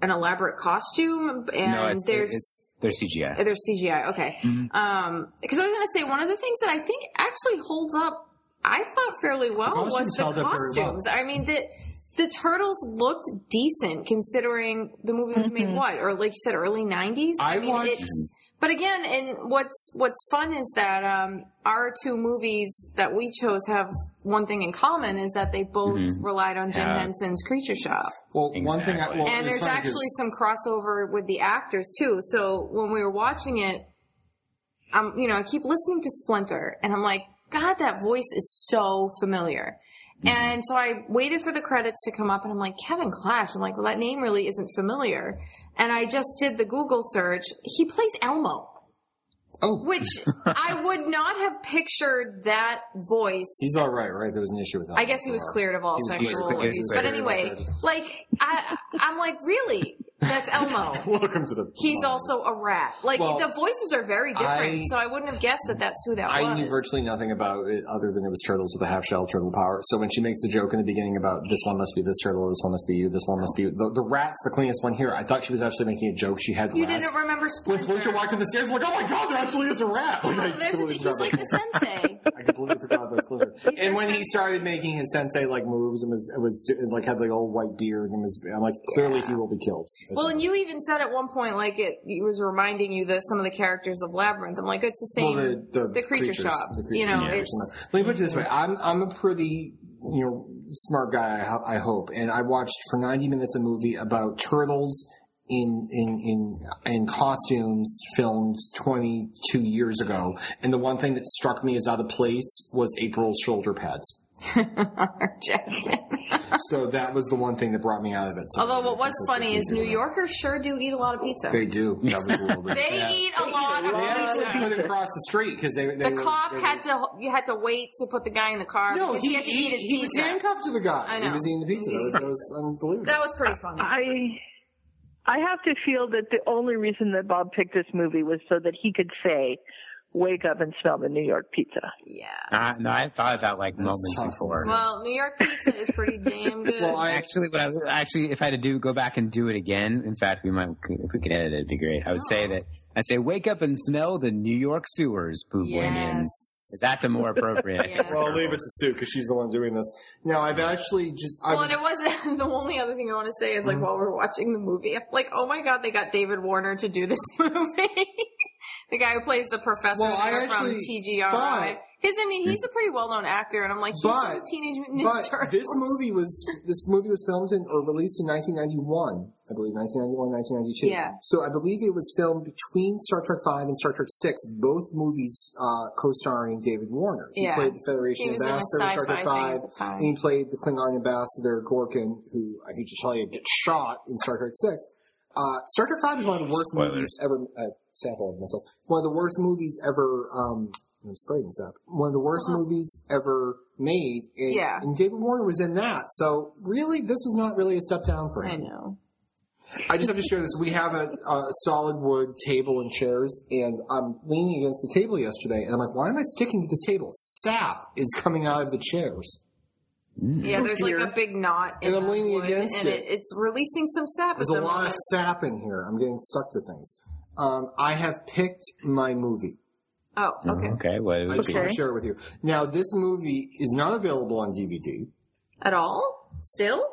C: an elaborate costume and
H: no, it's,
C: there's
H: it's, there's CGI.
C: there's CGI? Okay,
B: Mm-hmm.
C: um, because I was going to say one of the things that I think actually holds up, I thought fairly well, was
B: costumes
C: the
B: held up very well.
C: costumes. I mean the the turtles looked decent considering the movie was made what or like you said early nineties.
B: Mm-hmm. I
C: mean
B: watched-
C: it's but again, and what's what's fun is that um, our two movies that we chose have one thing in common is that they both
B: Mm-hmm.
C: relied on Jim
H: Yeah.
C: Henson's Creature Shop,
B: well. One thing, I,
H: Exactly.
B: well,
C: and
B: it's
C: there's
B: funny 'cause-
C: actually some crossover with the actors too. So when we were watching it, I'm you know I keep listening to Splinter, and I'm like, God, that voice is so familiar.
B: Mm-hmm.
C: And so I waited for the credits to come up, and I'm like, Kevin Clash. I'm like, well, that name really isn't familiar. And I just did the Google search. He plays Elmo
B: oh,
C: which I would not have pictured that voice.
B: he's all right, right? There was an issue with that.
C: I guess he was cleared of all
B: He was- he was
C: sexual
B: cleared- he was
C: abuse. But
B: cleared of all
C: anyway,
B: sexual-
C: like I, I'm like, really? That's Elmo.
B: Welcome to the.
C: He's also a rat. Like
B: Well,
C: the voices are very different,
B: I-
C: so I wouldn't have guessed that that's who that
B: I
C: was.
B: knew virtually nothing about it other than it was turtles with a half shell turtle power. So when she makes the joke in the beginning about this one must be this turtle, this one must be you, this one must be you, the, the rat's the cleanest one here. I thought she was actually making a joke. She had
C: you
B: rats.
C: didn't remember
B: With Felicia
C: Splinter.
B: walked up the stairs, I'm like, oh my god, there actually is a rat. Like, I,
C: There's a,
B: completely
C: he's
B: forgot
C: like
B: about
C: the sensei.
B: that. I completely forgot about Splinter. and when he started making his sensei like moves and was, was like had the old white beard and was, I'm like, clearly he will be killed.
C: Well, and you even said at one point, like it, it was reminding you that some of the characters of Labyrinth. I'm like, it's the
B: Well,
C: same. creature
B: creatures-
C: shop.
B: the
C: you
B: creatures,
C: know,
B: yeah.
C: it's
B: Let me put it this way: I'm I'm a pretty you know smart guy. I, ho- I hope, and I watched for 90 minutes a movie about turtles in in in in costumes filmed 22 years ago, and the one thing that struck me as out of place was April's shoulder pads. So that was the one thing that brought me out of it. So
C: Although what was funny is New Yorkers sure do eat a lot of pizza.
B: They do. That was a little bit.
C: They eat a lot
B: They
C: of
B: actually
C: pizza.
B: put it across the street because they, they
C: The
B: were-
C: cop
B: they were-
C: had to you had to wait to put the guy in the car
B: No,
C: because
B: he,
C: he, had to
B: he,
C: eat his
B: he was
C: pizza.
B: handcuffed to the guy.
C: I
B: He
C: know.
B: was eating the pizza. That was, that was unbelievable.
C: that was pretty funny.
A: I I have to feel that the only reason that Bob picked this movie was so that he could say, "Wake up and smell the New York pizza."
C: yeah.
H: Uh, no, I thought of that like moments
B: tough.
H: before.
C: Well, New York pizza is pretty damn good.
B: well, I
H: actually, what I was, actually, if I had to do go back and do it again, in fact, we might if we could edit it, it'd be great. I would say that I'd say wake up and smell the New York sewers, Poobanians.
C: Yes.
H: Is that the more appropriate?
C: Yes.
B: well, I'll leave it to Sue because she's the one doing this. Now, I've actually just. I've,
C: Well, and it wasn't the only other thing I want to say is like
B: Mm-hmm.
C: while we're watching the movie, I'm like, oh my god, they got David Warner to do this movie. the guy who plays the professor
B: Well, I
C: there from
B: actually
C: TGRI.
B: thought-
C: Because I mean, he's a pretty well-known actor, and I'm like, he's
B: But-
C: from Teenage Mutant Ninja
B: but
C: Turtles.
B: this movie was this movie was filmed in or released in 1991, I believe 1991, 1992.
C: Yeah.
B: So I believe it was filmed between Star Trek Five and Star Trek Six, both movies uh, co-starring David Warner. He
C: Yeah.
B: played the Federation
C: He was in a
B: ambassador in Star Trek
C: sci-fi thing
B: Five,
C: at the time.
B: and he played the Klingon ambassador Gorkin, who I hate to tell you gets shot in Star Trek Six. Uh, Star Trek Five is one of the worst
E: Spoilers.
B: movies ever. Uh, sample of myself. One of the worst movies ever. Um, I'm spreading this up. One of the worst movies ever made. And,
C: Yeah.
B: And David Warner was in that. So really, this was not really a step down for
C: I
B: him.
C: know.
B: I just have to share this. We have a, a solid wood table and chairs, and I'm leaning against the table yesterday, and I'm like, why am I sticking to this table? Sap is coming out of the chairs.
C: Yeah, there's like a big knot, in
B: And I'm
C: the
B: leaning
C: wood,
B: against
C: and
B: it.
C: It's releasing some sap.
B: There's
C: at
B: a
C: the
B: lot of
C: moment.
B: sap in here. I'm getting stuck to things. Um, I have picked my movie.
C: Oh, okay.
H: Okay, what
B: I
H: would
B: just
H: you-
B: want to share it with you. Now, this movie is not available on DVD.
C: At all? Still?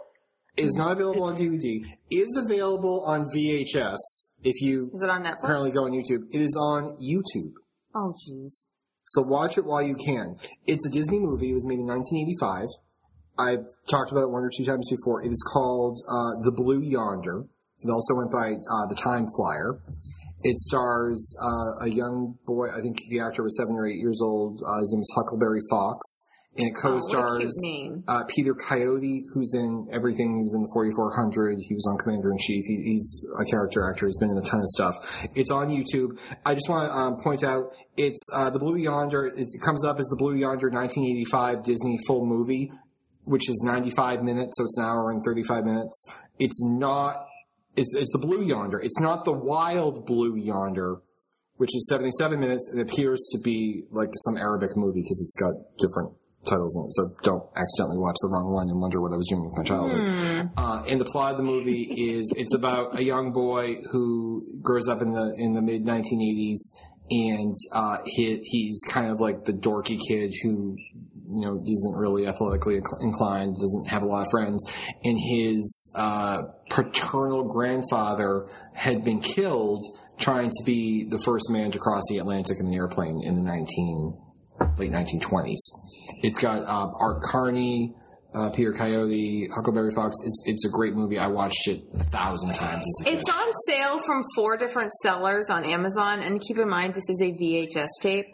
B: Is not available on DVD. Is available on VHS. If you
C: Is it on Netflix?
B: apparently go on YouTube, it is on YouTube.
C: Oh, jeez.
B: So watch it while you can. It's a Disney movie. It was made in 1985. I've talked about it one or two times before. It is called uh, The Blue Yonder. It also went by uh, The Time Flyer. It stars uh, a young boy. I think the actor was seven or eight years old. Uh, his name is Huckleberry Fox. And it
C: Oh, what a cute
B: co-stars
C: name.
B: uh, Peter Coyote, who's in everything. He was in the 4400. He was on Commander in Chief. He, he's a character actor. He's been in a ton of stuff. It's on YouTube. I just want to um, point out it's uh, the Blue Yonder. It comes up as the Blue Yonder 1985 Disney full movie, which is 95 minutes, so it's an hour and 35 minutes. It's not. It's it's the Blue Yonder. It's not the Wild Blue Yonder. Which is 77 minutes. It appears to be like some Arabic movie because it's got different titles in it, so don't accidentally watch the wrong one and wonder what I was doing with my childhood. Uh, and the plot of the movie is it's about a young boy who grows up in the in the mid 1980s, and uh, he, he's kind of like the dorky kid who you know isn't really athletically inc- inclined, doesn't have a lot of friends, and his uh, paternal grandfather had been killed trying to be the first man to cross the Atlantic in an airplane in the 19 late 1920s. It's got um, Art Carney, uh, Peter Coyote, Huckleberry Fox. It's it's a great movie. I watched it a thousand times. As a kid.
C: It's on sale from four different sellers on Amazon, and keep in mind this is a VHS tape.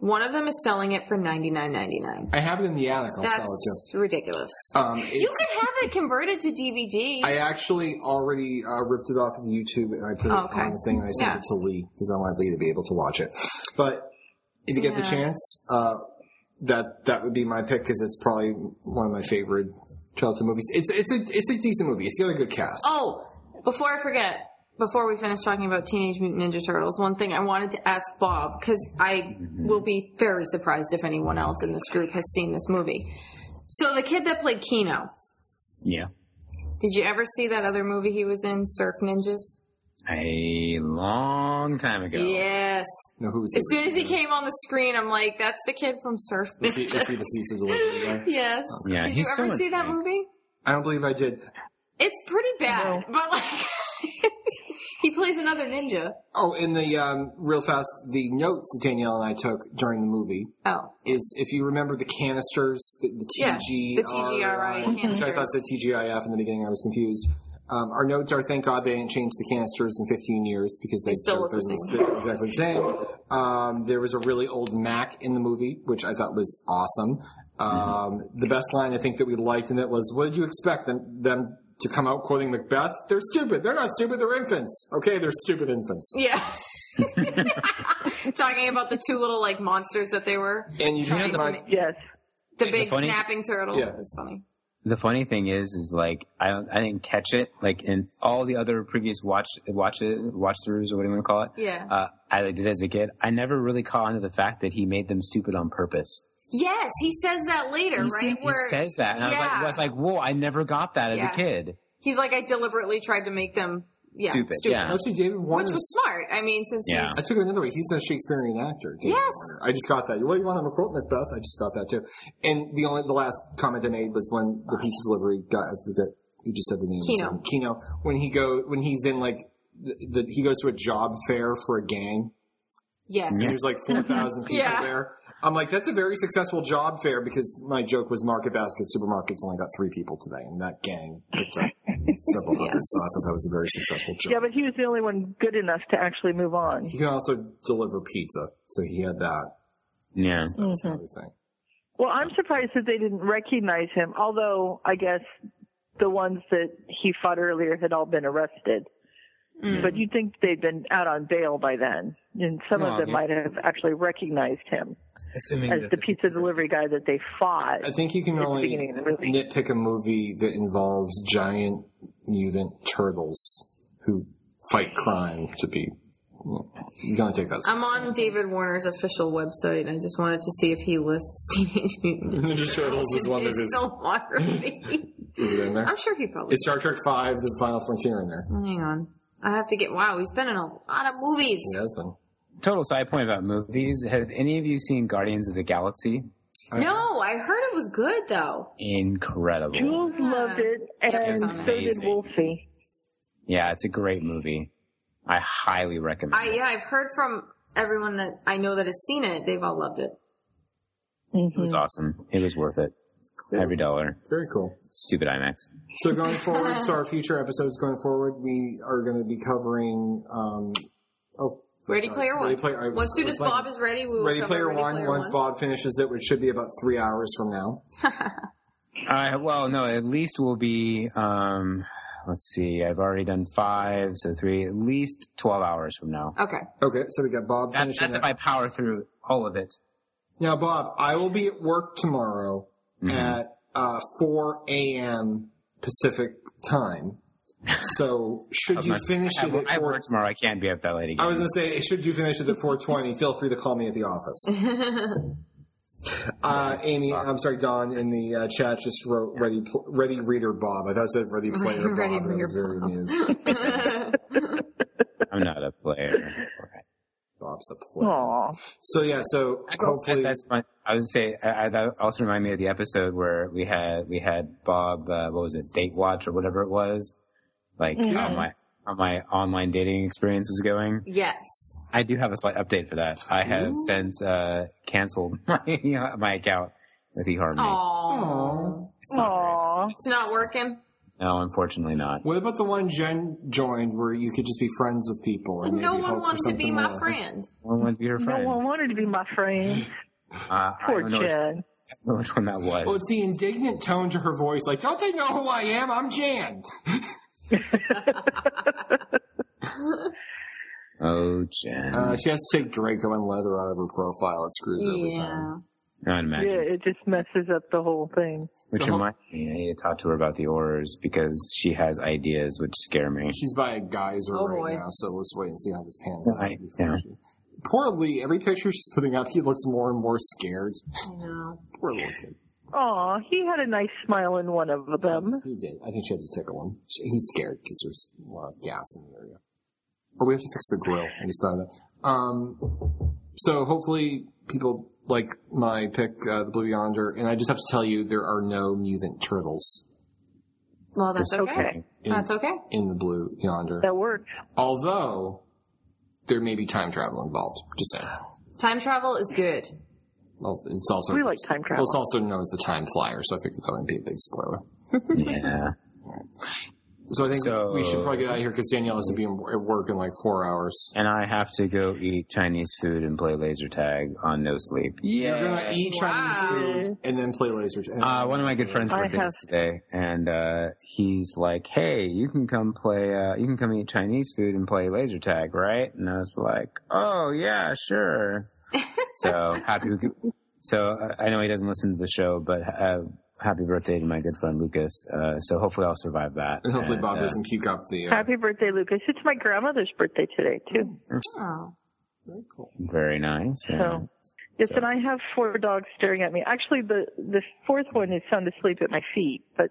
C: One of them is selling it for ninety nine ninety nine.
B: I have it in the attic. I'll sell it
C: That's ridiculous.
B: too. Um,
C: you
B: it's-
C: could have it converted to DVD.
B: I actually already uh, ripped it off of YouTube and I put it
C: Oh, Okay.
B: on the thing and I sent
C: Yeah.
B: it to Lee because I wanted Lee to be able to watch it. But if you get the
C: Yeah.
B: chance, uh, that that would be my pick because it's probably one of my favorite childhood movies. It's it's a it's a decent movie. It's got a good cast.
C: oh, before I forget, before we finish talking about Teenage Mutant Ninja Turtles, one thing I wanted to ask Bob because I
H: Mm-hmm.
C: will be very surprised if anyone else in this group has seen this movie. So the kid that played Kino,
H: Yeah.
C: did you ever see that other movie he was in, Surf Ninjas?
H: A long time ago.
C: Yes.
B: No, who was
C: As
B: he?
C: soon as he came on the screen, I'm like, "That's the kid from Surf."
B: Was he, was he the pizza delivery guy?
C: yes.
H: Yeah,
C: Did you
H: he's so
C: ever see that
H: annoying.
C: movie?
B: I don't believe I did.
C: It's pretty bad, but like, he plays another ninja.
B: Oh, in the um, real fast, the notes that Danielle and I took during the movie
C: Oh,
B: is if you remember the canisters, the, the
C: Yeah,
B: TGRI,
C: the TGRI
B: Mm-hmm. which I thought
C: canisters.
B: said TGIF in the beginning. I was confused. Um, our notes are thank God they didn't change the canisters in 15 years because they,
C: still look the
B: they're- they're exactly the same. Um, there was a really old Mac in the movie, which I thought was awesome. Um, The best line I think that we liked in it was, "What did you expect them them to come out quoting Macbeth? They're stupid. They're not stupid. They're infants. Okay, they're stupid infants."
C: yeah. Talking about the two little like monsters that they were.
B: And you
C: Trying
B: just
C: to
B: like,
C: ma-
A: Yes.
C: the big
H: funny-
C: snapping turtle.
B: Yeah.
C: It's funny.
H: The funny thing is, is like I don't, I didn't catch it. Like in all the other previous watch watches watch throughs or what do you want to call it?
C: Yeah.
H: Uh, I like, did as a kid. I never really caught on to the fact that he made them stupid on purpose.
C: Yes, he says that later,
H: He,
C: right?
H: said- he says that, and I was like,
C: Yeah.
H: I was like, whoa! I never got that as
C: Yeah.
H: a kid.
C: he's like, I deliberately tried to make them yeah
H: Stupid, yeah.
B: actually, David Warner.
C: Which was smart. I mean, since
H: Yeah.
C: he's
B: I took it another way. He's a Shakespearean actor. David
C: Yes.
B: Warner. I just got that. Well, you want him to quote Macbeth? I just got that too. And the only the last comment I made was when the pizza delivery guy. I forget. You just said the name.
C: Kino.
B: Um, Kino. When he go when he's in like the, the he goes to a job fair for a gang.
C: yes,
B: And there's like four thousand people
C: Yeah.
B: there. I'm like, that's a very successful job fair because my joke was Market Basket Supermarkets only got three people today, and that gang picked up several hundred.
C: Yes.
B: So I thought that was a very successful joke.
A: Yeah, but he was the only one good enough to actually move on.
B: He can also deliver pizza, so he had that.
H: Yeah.
B: That's
A: Mm-hmm.
B: another thing.
A: Well, I'm surprised that they didn't recognize him, although I guess the ones that he fought earlier had all been arrested. But you'd think they'd been out on bail by then. And some
H: No,
A: of them
H: he-
A: might have actually recognized him
H: Assuming
A: as
H: that
A: the pizza delivery guy that they fought.
B: I think you can
A: the
B: only
A: beginning of the movie.
B: nitpick a movie that involves giant mutant turtles who fight crime to be. You're gonna take that.
C: I'm on David Warner's official website, and I just wanted to see if he lists Teenage Mutant Ninja
B: Ninja Turtles is one that
C: Turtles
B: is.
C: filmography.
B: Is it in there?
C: I'm sure he probably.
B: Is Star Trek Five: The Final Frontier in there?
C: Hang on, I have to get. Wow, he's been in a lot of movies.
B: It has been.
H: Total side point about movies. Have any of you seen Guardians of the Galaxy?
C: No, I heard it was good though.
H: Incredible.
A: Jules loved it, and
C: it's
A: so did
H: amazing.
A: Wolfie.
H: Yeah, it's a great movie. I highly recommend.
C: I yeah, I've heard from everyone that I know that has seen it, they've all loved it.
D: It was awesome. It was worth it. Every dollar.
B: Very cool.
D: Stupid IMAX.
B: So going forward, so our future episodes going forward, we are going to be covering. Um, oh,
C: Ready Player One.
B: Ready Player- I-
C: well, as soon
B: I
C: as
B: was like-
C: Bob is ready, we will
B: Ready
C: cover
B: Player
C: Ready
B: One.
C: Player
B: once
C: One.
B: Bob finishes it, which should be about three hours from now.
D: Uh, well, no, at least we'll be, um, let's see, I've already done five, so three, at least 12 hours from now.
C: Okay.
B: Okay, so we got Bob
D: That,
B: finishing
D: that's
B: that.
D: if I power through all of it.
B: Now, Bob, I will be at work tomorrow
D: Mm-hmm.
B: at uh, 4 a.m. Pacific time. So, should you
D: My-
B: finish
D: I,
B: it
D: have- I
B: at
D: have
B: 4?
D: work tomorrow. I can't be up that late again.
B: I was going to say, should you finish it at 4:20? Feel free to call me at the office. Uh, Amy, I'm sorry, Don in the uh, chat just wrote "ready, pl- ready reader Bob." I thought it said "ready player Bob."
C: Ready
B: and I was
C: Reader
B: very
C: Bob.
B: amused.
D: I'm not a player.
B: Bob's a player.
A: Aw.
B: So yeah, so hopefully
D: That- that's fun. I was gonna say I, I, that also reminded me of the episode where we had we had Bob. Uh, what was it? Date Watch or whatever it was. Like how
B: Mm-hmm.
D: my how my online dating experience was going.
C: Yes.
D: I do have a slight update for that. I have since uh, canceled my my account with eHarmony.
C: Aww.
D: It's not great.
A: Aw.
C: It's not working.
D: No, unfortunately not.
B: What about the one Jen joined where you could just be friends with people? And
C: No
B: maybe
C: one
B: hope
C: wanted
B: for
C: to be
B: something
C: my
B: more?
C: friend.
D: One would be your
A: No
D: friend.
A: one wanted to be my friend.
D: uh, I
A: Poor
D: don't know which, I
A: Jen.
D: don't know which one that was.
B: Well, it's the indignant tone to her voice. Like, don't they know who I am? I'm Jan.
D: oh, Jen.
B: Uh, she has to take Draco and Leather out of her profile. It screws her every time.
C: Yeah.
D: I imagine.
A: Yeah, it just messes up the whole thing.
D: Which
B: So-
D: reminds me, I need to talk to her about the oars because she has ideas which scare me.
B: She's by a geyser
C: Oh,
B: right
C: boy.
B: now, so let's wait and see how this pans out.
D: I, yeah.
B: Poor Lee. Every picture she's putting up, he looks more and more scared.
C: I know.
B: Poor little kid.
A: Aw, he had a nice smile in one of them.
B: He did. I think she had to tickle him. She- He's scared because there's a lot of gas in the area. Or we have to fix the grill. I just found that. Um, so hopefully people like my pick, uh, the Blue Yonder, and I just have to tell you there are no mutant turtles
C: Well, that's okay.
A: Okay,
C: That's okay.
B: in the Blue Yonder.
A: that worked.
B: Although there may be time travel involved. Just saying.
C: Time travel is good.
B: Well, it's also
A: We like time
B: Well,
A: travel.
B: it's also known as the Time Flyer, so I figured that wouldn't be a big spoiler.
D: yeah.
B: So I think
D: So-
B: we should probably get out of here because Danielle has to be in- at work in like four hours.
D: And I have to go eat Chinese food and play laser tag on no sleep.
B: You're
D: Yeah.
B: gonna eat Chinese food and then play laser tag.
D: Uh, one of my good friends'
A: Um, I
D: birthday
A: have-
D: is today, and uh, he's like, "Hey, you can come play. Uh, you can come eat Chinese food and play laser tag, right?" And I was like, "Oh yeah, sure." so happy. We could, so uh, I know he doesn't listen to the show, but uh, happy birthday to my good friend Lucas. Uh, so hopefully I'll survive that.
B: and hopefully Bob
D: uh,
B: doesn't puke up the. Uh,
A: Happy birthday, Lucas. It's my grandmother's birthday today, too.
C: Oh.
D: Very nice. Very
A: So-
D: nice.
A: Yes, and I have four dogs staring at me. Actually, the, the fourth one is sound asleep at my feet, but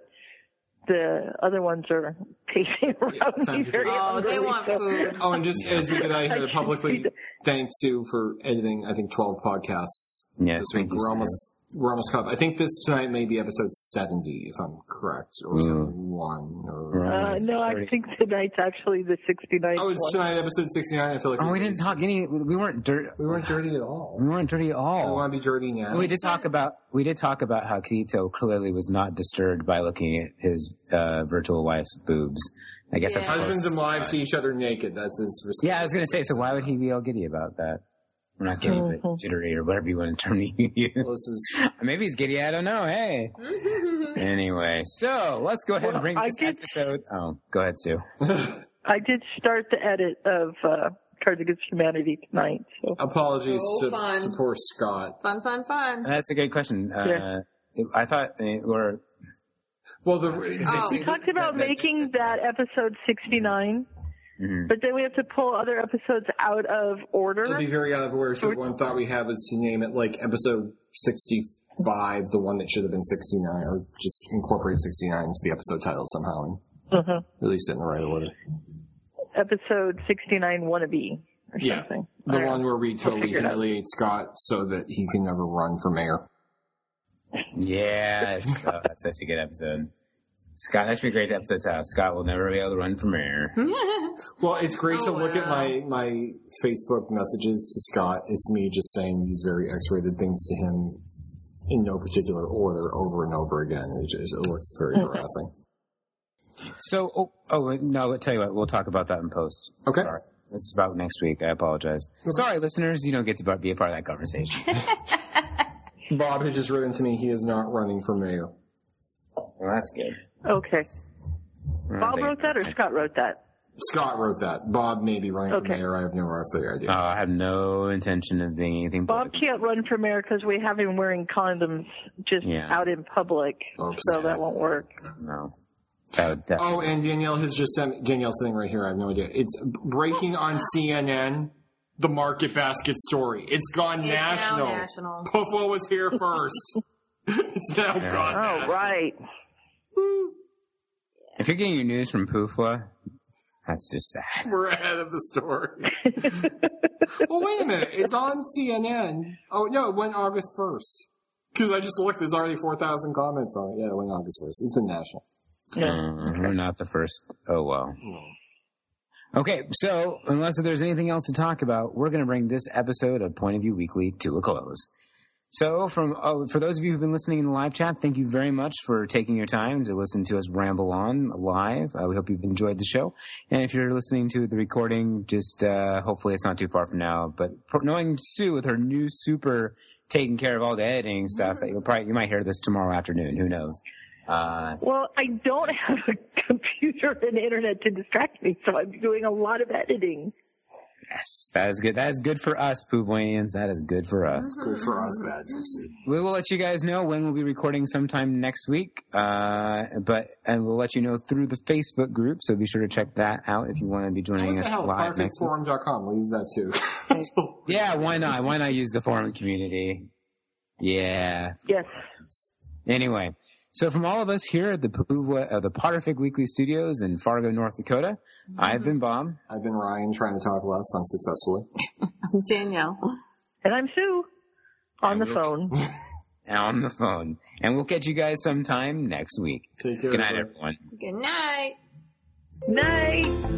A: the other ones are pacing around
B: time
A: me
B: to
A: very
B: take-
C: Oh, they
A: hungrily,
C: want
A: so-
C: food.
B: oh, and just as we get out of here,
A: I
B: publicly
A: should
B: thank Sue for editing. I think twelve podcasts
D: Yeah,
B: this week.
D: thank you,
B: We're
D: Sue.
B: almost we're almost caught. up. I think this tonight may be episode seventy, if I'm correct, or
D: Mm.
B: seventy one. Or
A: Uh, no, I think tonight's actually the 69th
B: oh,
A: one.
B: it's tonight episode sixty nine. I feel like
D: Oh, we didn't talk any. We weren't dirty.
B: We weren't dirty at all.
D: We weren't dirty at all.
B: I want to be dirty now.
D: we did talk about we did talk about how Kirito clearly was not disturbed by looking at his uh, virtual wife's boobs. I guess
C: Yeah.
D: that's
B: Husbands
D: close.
B: and wives see each other naked. That's his response.
D: yeah. I was gonna say, so why would he be all giddy about that? We're not giddy,
A: Mm-hmm.
D: but jittery or whatever you want to term you use.
B: This is,
D: Maybe he's giddy. I don't know. Hey. anyway, so let's go ahead and
A: Mm-hmm. Well,
D: bring
A: I
D: this
A: did-
D: episode. Oh, go ahead, Sue.
A: I did start the edit of uh, Cards Against Humanity tonight, so
B: apologies
C: So
B: to,
C: fun.
B: to poor Scott.
C: Fun, fun, fun.
D: That's a good question. Uh,
A: Yeah.
D: I thought, uh, or
B: Well, the
C: Oh.
A: we talked about making that episode 69, but then we have to pull other episodes out of
B: it'll
A: order.
B: be very out of order. So one thought we had was to name it like episode sixty-five, the one that should have been sixty-nine, or just incorporate sixty-nine into the episode title somehow and
A: Uh-huh.
B: release it in the right order.
A: Episode 69 wannabe or
B: Yeah.
A: something. I
B: The
A: don't
B: one
A: know.
B: where we totally
A: figure it out.
B: humiliate Scott so that he can never run for mayor.
D: yes, oh, that's such a good episode. Scott, that should be great to episode title. Scott will never be able to run from air.
B: Well, it's great
A: Oh,
B: to look at my my Facebook messages to Scott. It's me just saying these very X-rated things to him in no particular order over and over again. It just it looks very harassing.
D: So, oh, oh no, I'll tell you what, we'll talk about that in post.
B: Okay.
D: Sorry. It's about next week. I apologize. Sorry, listeners, you don't get to be a part of that conversation.
B: Bob had just written to me. He is not running for mayor.
D: well, that's good.
A: Okay.
D: I don't
A: Bob
D: think-
A: wrote that or Scott wrote that?
B: Scott wrote that. Bob may be running for
A: Okay.
B: mayor. I have no earthly idea.
D: Oh, I have no intention of being anything.
A: Bob
D: political.
A: can't run for mayor because we have him wearing condoms just
D: Yeah.
A: out in public,
B: Oops.
A: so that won't work.
D: No. That would definitely.
B: Oh, and Danielle has just sent Danielle sitting right here. I have no idea. It's breaking on CNN. The market basket story. It's gone
C: It's now
B: national.
C: national.
B: Puffo was here first. it's now
D: Yeah.
B: gone.
A: Oh, right.
D: If you're getting your news from Pufla, that's just sad.
B: We're ahead of the story. well, wait a minute. It's on CNN. Oh no, it went August first. Because I just looked. There's already four thousand comments on it. Yeah, it went August first. It's been national.
D: Uh, we're not the first. Oh, well. Okay, so unless there's anything else to talk about, we're going to bring this episode of Point of View Weekly to a close. So, from oh, for those of you who've been listening in the live chat, thank you very much for taking your time to listen to us ramble on live. Uh, we hope you've enjoyed the show, and if you're listening to the recording, just uh, hopefully it's not too far from now. But pro- knowing Sue with her new super taking care of all the editing stuff, that you'll probably you might hear this tomorrow afternoon. Who knows? Uh,
A: Well, I don't have a computer and internet to distract me, so I'm doing a lot of editing.
D: yes, that is good. That is good for us, Poovanians. That is good for us.
B: Good for us, bad for Sue.
D: We will let you guys know when we'll be recording sometime next week, uh, but and we'll let you know through the Facebook group. So be sure to check that out if you want to be joining
B: What the
D: us
B: hell?
D: live next week.
B: Perfectforum.com. We'll use that too.
D: Yeah, why not? Why not use the forum community? Yeah.
A: Yes.
D: Anyway, so from all of us here at the Puvla, uh, the Potterfic Weekly Studios in Fargo, North Dakota, I've been Bob.
B: I've been Ryan trying to talk less unsuccessfully.
C: Danielle.
A: And I'm Sue on the
D: And we'll-
A: phone.
D: on the phone, and we'll catch you guys sometime next week.
B: Take care.
D: Good night,
B: everybody.
D: everyone.
C: Good night.
A: Night.